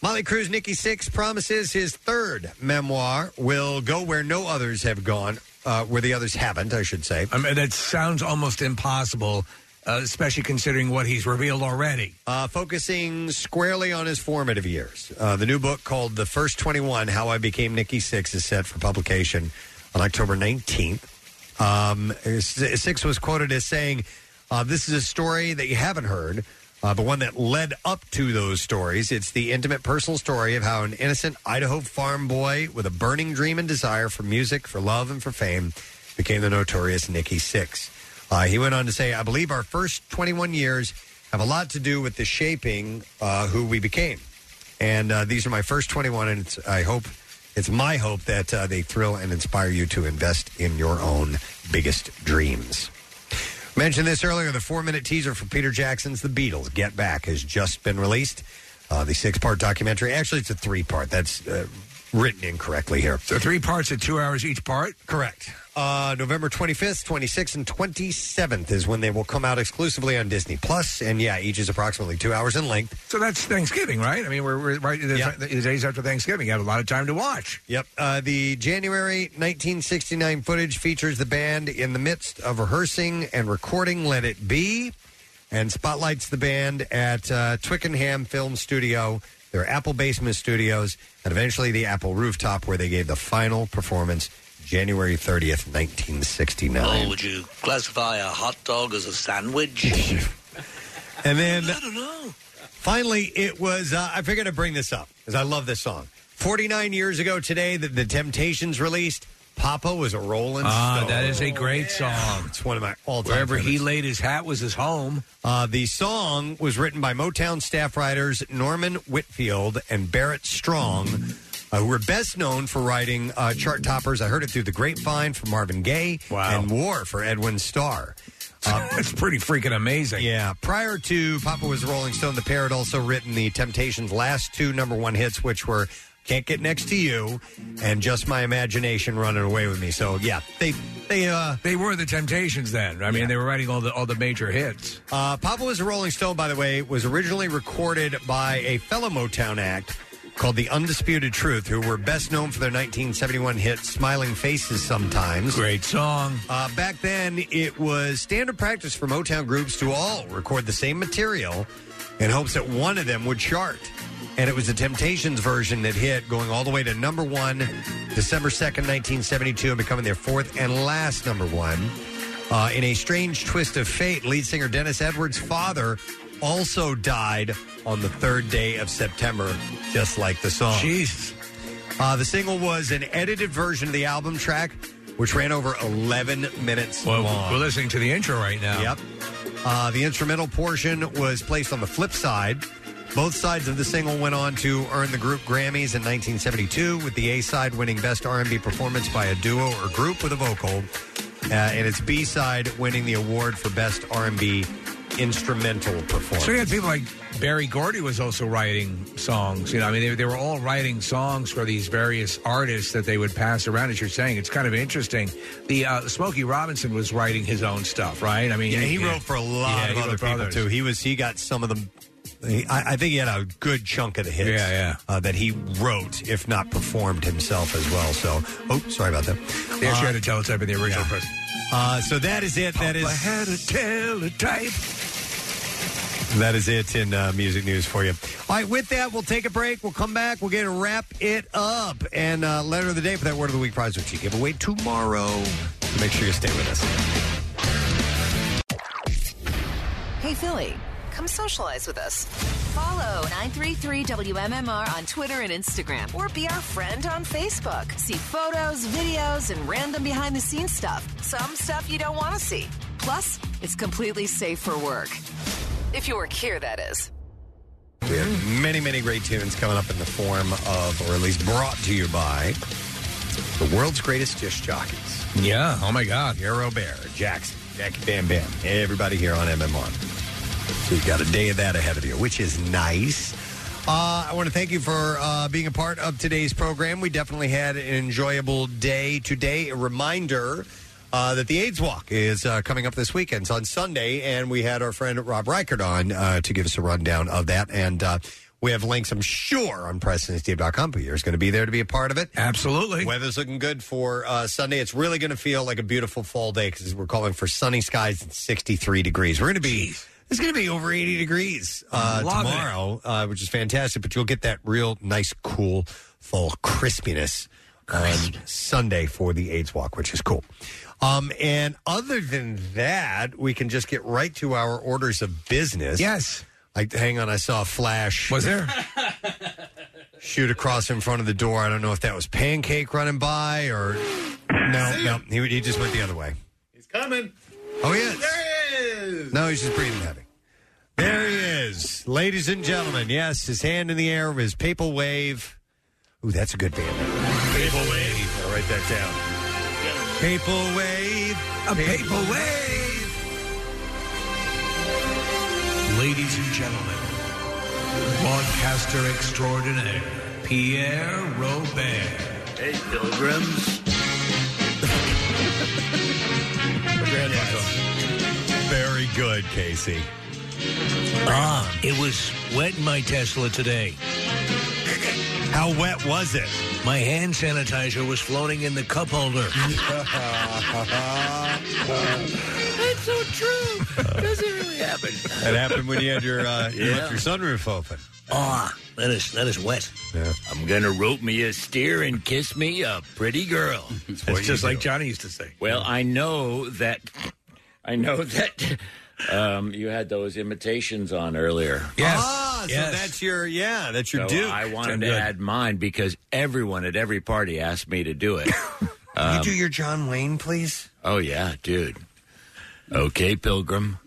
Molly Cruz, Nikki Six promises his third memoir will go where no others have gone, uh, where the others haven't, I should say.
I mean, that sounds almost impossible, uh, especially considering what he's revealed already.
Uh, focusing squarely on his formative years. Uh, the new book called The First 21 How I Became Nikki Six is set for publication on October 19th. Um, S- Six was quoted as saying, uh, This is a story that you haven't heard, Uh, the one that led up to those stories. It's the intimate personal story of how an innocent Idaho farm boy with a burning dream and desire for music, for love, and for fame became the notorious Nikki Six. Uh, he went on to say, I believe our first 21 years have a lot to do with the shaping uh, who we became. And uh, these are my first 21, and it's, I hope it's my hope that uh, they thrill and inspire you to invest in your own biggest dreams. Mentioned this earlier the four minute teaser for Peter Jackson's The Beatles Get Back has just been released. Uh, the six part documentary. Actually, it's a three part. That's uh, written incorrectly here.
So three parts at two hours each part.
Correct. Uh, November 25th, 26th, and 27th is when they will come out exclusively on Disney Plus, And yeah, each is approximately two hours in length.
So that's Thanksgiving, right? I mean, we're, we're right the, the days after Thanksgiving. You have a lot of time to watch.
Yep. Uh, the January 1969 footage features the band in the midst of rehearsing and recording Let It Be and spotlights the band at uh, Twickenham Film Studio, their Apple basement studios, and eventually the Apple rooftop where they gave the final performance January 30th, 1969.
Oh, would you classify a hot dog as a sandwich?
And then
I don't know.
Finally, it was. Uh, I figured I'd bring this up because I love this song. 49 years ago today, the, the Temptations released Papa Was a Rolling
Ah,
Stone.
that is a great song.
It's one of my all time
Wherever he
favorites.
laid his hat was his home.
Uh, the song was written by Motown staff writers Norman Whitfield and Barrett Strong, uh, who were best known for writing uh, chart toppers. I heard it through the grapevine from Marvin Gaye and War for Edwin Starr.
That's pretty freaking amazing.
Yeah. Prior to Papa Was a Rolling Stone, the pair had also written the Temptations' last two number one hits, which were Can't Get Next to You and Just My Imagination Running Away with Me. So, yeah, they they uh
they were the Temptations then. I mean, they were writing all the all the major hits.
Uh, Papa was a Rolling Stone, by the way, was originally recorded by a fellow Motown act called The Undisputed Truth, who were best known for their 1971 hit Smiling Faces Sometimes.
Great song.
Uh, back then, it was standard practice for Motown groups to all record the same material in hopes that one of them would chart. And it was the Temptations version that hit, going all the way to number one December 2nd, 1972, and becoming their fourth and last number one. Uh, in a strange twist of fate, lead singer Dennis Edwards' father also died on the third day of September, just like the song.
Jesus.
Uh, the single was an edited version of the album track, which ran over 11 minutes
Well,
long.
we're listening to the intro right now.
Yep. Uh, the instrumental portion was placed on the flip side. Both sides of the single went on to earn the group Grammys in 1972, with the A side winning Best R&B Performance by a Duo or Group with a Vocal, uh, and its B side winning the award for Best R&B Instrumental Performance.
So you had people like Barry Gordy was also writing songs. You know, I mean, they, they were all writing songs for these various artists that they would pass around. As you're saying, it's kind of interesting. The uh, Smokey Robinson was writing his own stuff, right? I mean,
yeah, he wrote for a
Yeah,
lot
he
of
wrote
other
for
people
others.
too. He was he got some of the. he- I, I think he had a good chunk of the hits.
Yeah, yeah.
Uh, that he wrote, if not performed himself as well. So, oh, sorry about that.
They actually had a teletype in the original press.
Uh, so that is it. That is
Papa had a teletype.
that is it in uh, music news for you. All right, with that, we'll take a break. We'll come back. We'll get to wrap it up and uh, letter of the day for that word of the week prize, which you give away tomorrow. So make sure you stay with us.
Hey, Philly, come socialize with us. Follow 933 WMMR on Twitter and Instagram, or be our friend on Facebook. See photos, videos, and random behind the scenes stuff. Some stuff you don't want to see. Plus, it's completely safe for work. If you work here, that is.
We have many, many great tunes coming up in the form of, or at least brought to you by, the world's greatest disc jockeys.
Yeah. Oh my God.
Euro Bear, Jackson, Jackie Bam Bam, everybody here on MMR. So you got a day of that ahead of you, which is nice. Uh, I want to thank you for uh, being a part of today's program. We definitely had an enjoyable day today. A reminder uh, that the AIDS Walk is uh, coming up this weekend. It's on Sunday, and we had our friend Rob Reichert on uh, to give us a rundown of that. And uh, we have links, I'm sure, on PresidentSteve.com. But you're going to be there to be a part of it.
Absolutely.
Weather's looking good for uh, Sunday. It's really going to feel like a beautiful fall day because we're calling for sunny skies and 63 degrees. We're going to be. It's going to be over 80 degrees uh,
Love it.
tomorrow, uh, which is fantastic. But you'll get that real nice, cool fall crispiness on Sunday for the AIDS Walk, which is cool. Um, and other than that, we can just get right to our orders of business.
Yes.
Like, hang on, I saw a flash. Was
there?
Shoot across in front of the door. I don't know if that was Pancake running by or. No, no. He, he just went the other way.
He's coming.
Oh, he is.
There he is.
No, he's just breathing heavy. There he is. Ladies and gentlemen, yes, his hand in the air, his papal wave. Ooh, that's a good band. Papal wave. I'll write that down. Papal wave.
A papal wave. Ladies and gentlemen, broadcaster extraordinaire, Pierre Robert.
Hey, pilgrims.
Very good, Casey.
Ah, it was wet in my Tesla today.
How wet was it?
My hand sanitizer was floating in the cup holder.
That's so true. Does it really happen?
That happened when you had your uh, you left
Yeah.
your sunroof open.
Ah, that is that is wet. I'm gonna rope me a steer and kiss me a pretty girl.
It's just like Johnny used to say.
Well, I know that. I know that um, you had those imitations on earlier.
Yes. Ah, so that's your yeah, that's your
so
Duke.
Oh, I wanted to
Good.
add mine because everyone at every party asked me to do it.
you
Um,
do your John Wayne, please.
oh yeah, dude. Okay, pilgrim.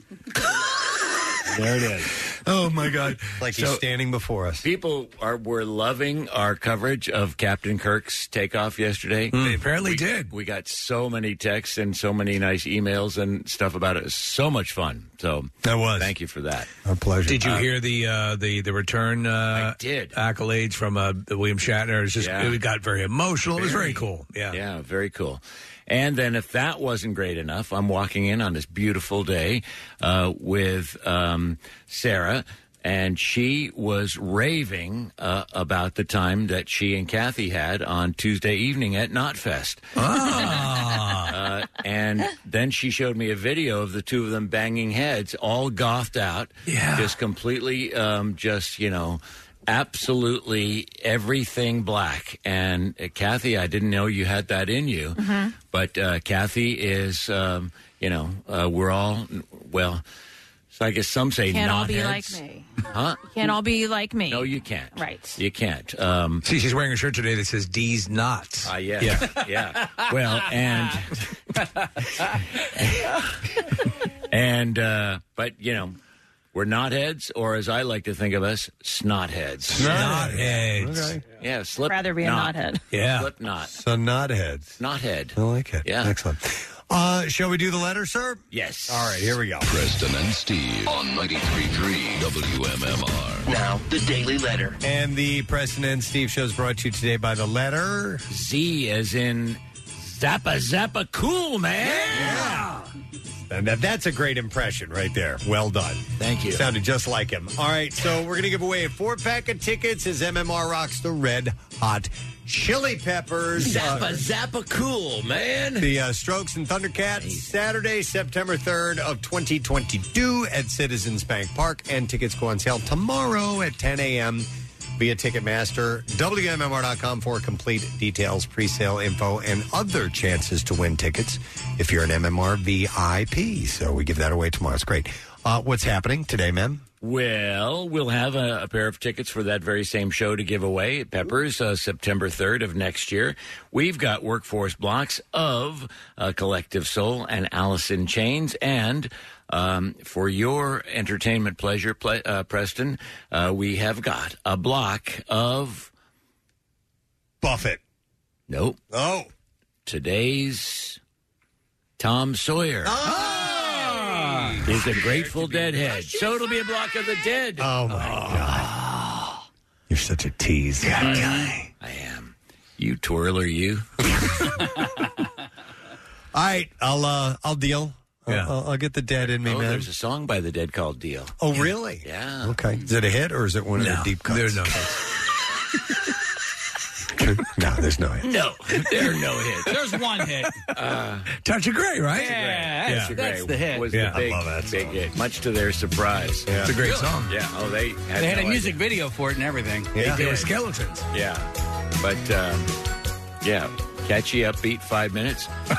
there it is. Oh my God! Like he's
So-
standing before us.
People are were loving our coverage of Captain Kirk's takeoff yesterday.
Hmm.
They apparently
We-
did.
We got so many texts and so many nice emails and stuff about it. It was so much fun. So
that was.
Thank you for that.
Our pleasure.
Did you
Uh,
hear the uh, the the return? Uh,
did
accolades from uh, William Shatner. It was just
Yeah.
it got very emotional. It was very cool. Yeah.
Yeah, very cool. And then if that wasn't great enough, I'm walking in on this beautiful day uh, with um, Sarah. And she was raving uh, about the time that she and Kathy had on Tuesday evening at Knotfest.
Ah.
uh, and then she showed me a video of the two of them banging heads, all goffed out, just completely, um, just you know, absolutely everything black. And uh, Kathy, I didn't know you had that in you, but uh, Kathy is, um, you know, uh, we're all well. So I guess some say
Can't all
not
be
heads,
like me.
huh?
Can't all be like me. No,
you can't.
Right.
You can't. Um,
See, she's wearing a shirt today that says "D's nuts."
Ah, yes. yeah, yeah. Well, and and uh, but you know, we're not heads, or as I like to think of us, snot heads.
Snot heads.
Yeah, slip.
Rather be a knothead.
Yeah.
slip knot.
So knotheads.
Knothead.
I like it. Yeah, excellent. Uh, shall we do the letter, sir?
Yes.
All right, here we go.
Preston and Steve on 93.3 WMMR.
Now,
the Daily Letter.
And the Preston and Steve show is brought to you today by the letter
Z, as in Zappa Zappa Cool Man.
And that, that's a great impression right there. Well done.
Thank you.
Sounded just like him. All right, so we're going to give away a four pack of tickets as MMR rocks the red hot chili peppers. Uh,
Zappa Zappa Cool Man.
The uh, Strokes and Thundercats, Saturday, September 3rd of 2022 at Citizens Bank Park. And tickets go on sale tomorrow at 10 a.m. via Ticketmaster, WMMR.com for complete details, pre-sale info, and other chances to win tickets if you're an MMR VIP. So we give that away tomorrow. It's great. Uh, what's happening today, ma'am?
Well, we'll have a, a pair of tickets for that very same show to give away at Peppers uh, September 3rd of next year. We've got workforce blocks of uh, Collective Soul and Alice in Chains. And um, for your entertainment pleasure, ple- uh, Preston, uh, we have got a block of.
Buffett.
Nope.
Oh.
Today's Tom Sawyer.
Oh.
Is a Grateful Dead head. So it'll be a block of the dead.
Oh, my God. You're such a tease. Mm. God,
I am. You twirler, you.
All right, I'll uh, I'll deal.
Yeah.
I'll, I'll get the dead in me,
Oh,
man.
there's a song by the Dead called Deal.
Oh, really?
Yeah.
Okay. Is it a hit or is it one of the deep cuts? There's
no
hits. no, there's no hit.
No, there are no hits.
There's one hit.
Uh, Touch of Grey, right?
Uh, Yeah, that's,
Yeah.
that's the hit. Was
Yeah.
the big,
I
I
love
love that big hit, much to their surprise.
It's a great
Really?
song.
Yeah. Oh, they had,
They had
no
a music video for it and everything.
They Yeah.
They were
did.
skeletons.
idea. Yeah, but um, yeah, catchy, upbeat, five minutes.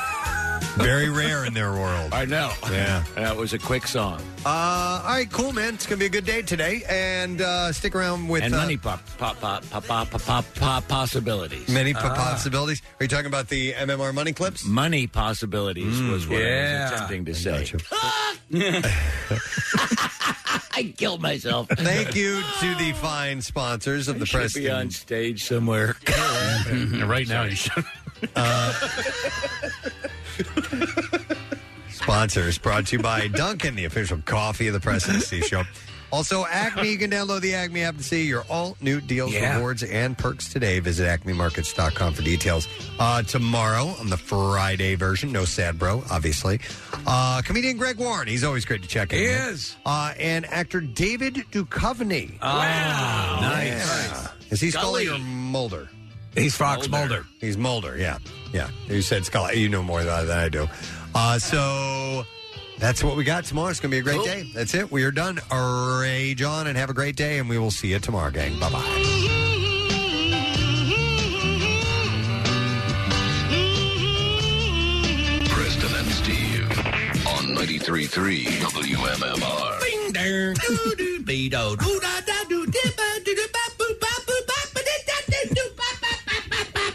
Very rare in their world.
I know.
Yeah.
That was a quick song.
Uh, all right, cool, man. It's going to be a good day today. And uh, stick around with.
and
uh,
money pop, pop, pop, pop, pop, pop, pop, pop possibilities.
Many
Ah.
possibilities. Are you talking about the MMR money clips? Mm.
Money possibilities was what I
yeah.
was attempting to say. I killed myself.
Thank you to the fine sponsors of the
should
press.
be on stage somewhere.
right now, you should. Uh, sponsors brought to you by Duncan, the official coffee of the Presidency Show. Also, Acme, you can download the Acme app and see your all new deals,
Yeah.
rewards, and perks today. Visit acmemarkets.com for details. Uh, tomorrow on the Friday version, no sad bro, obviously. Uh, comedian Greg Warren, he's always great to check in.
He
with.
is.
Uh, and actor David Duchovny. wow. Nice. Is he Scully or
Scully.
Mulder?
He's Fox Mulder.
He's Mulder, yeah. Yeah. You said Scully. You know more about it than I do. Uh, so that's what we got tomorrow. It's going to be a great day. That's it. We are done. Rage on and have a great day, and we will see you tomorrow, gang. Bye bye.
Preston and Steve on 93.3 WMMR.
Bing there. Doo doo be do. Doo da da doo dip a doo doo bop boo bop boo bop ba dee da dee doo bop.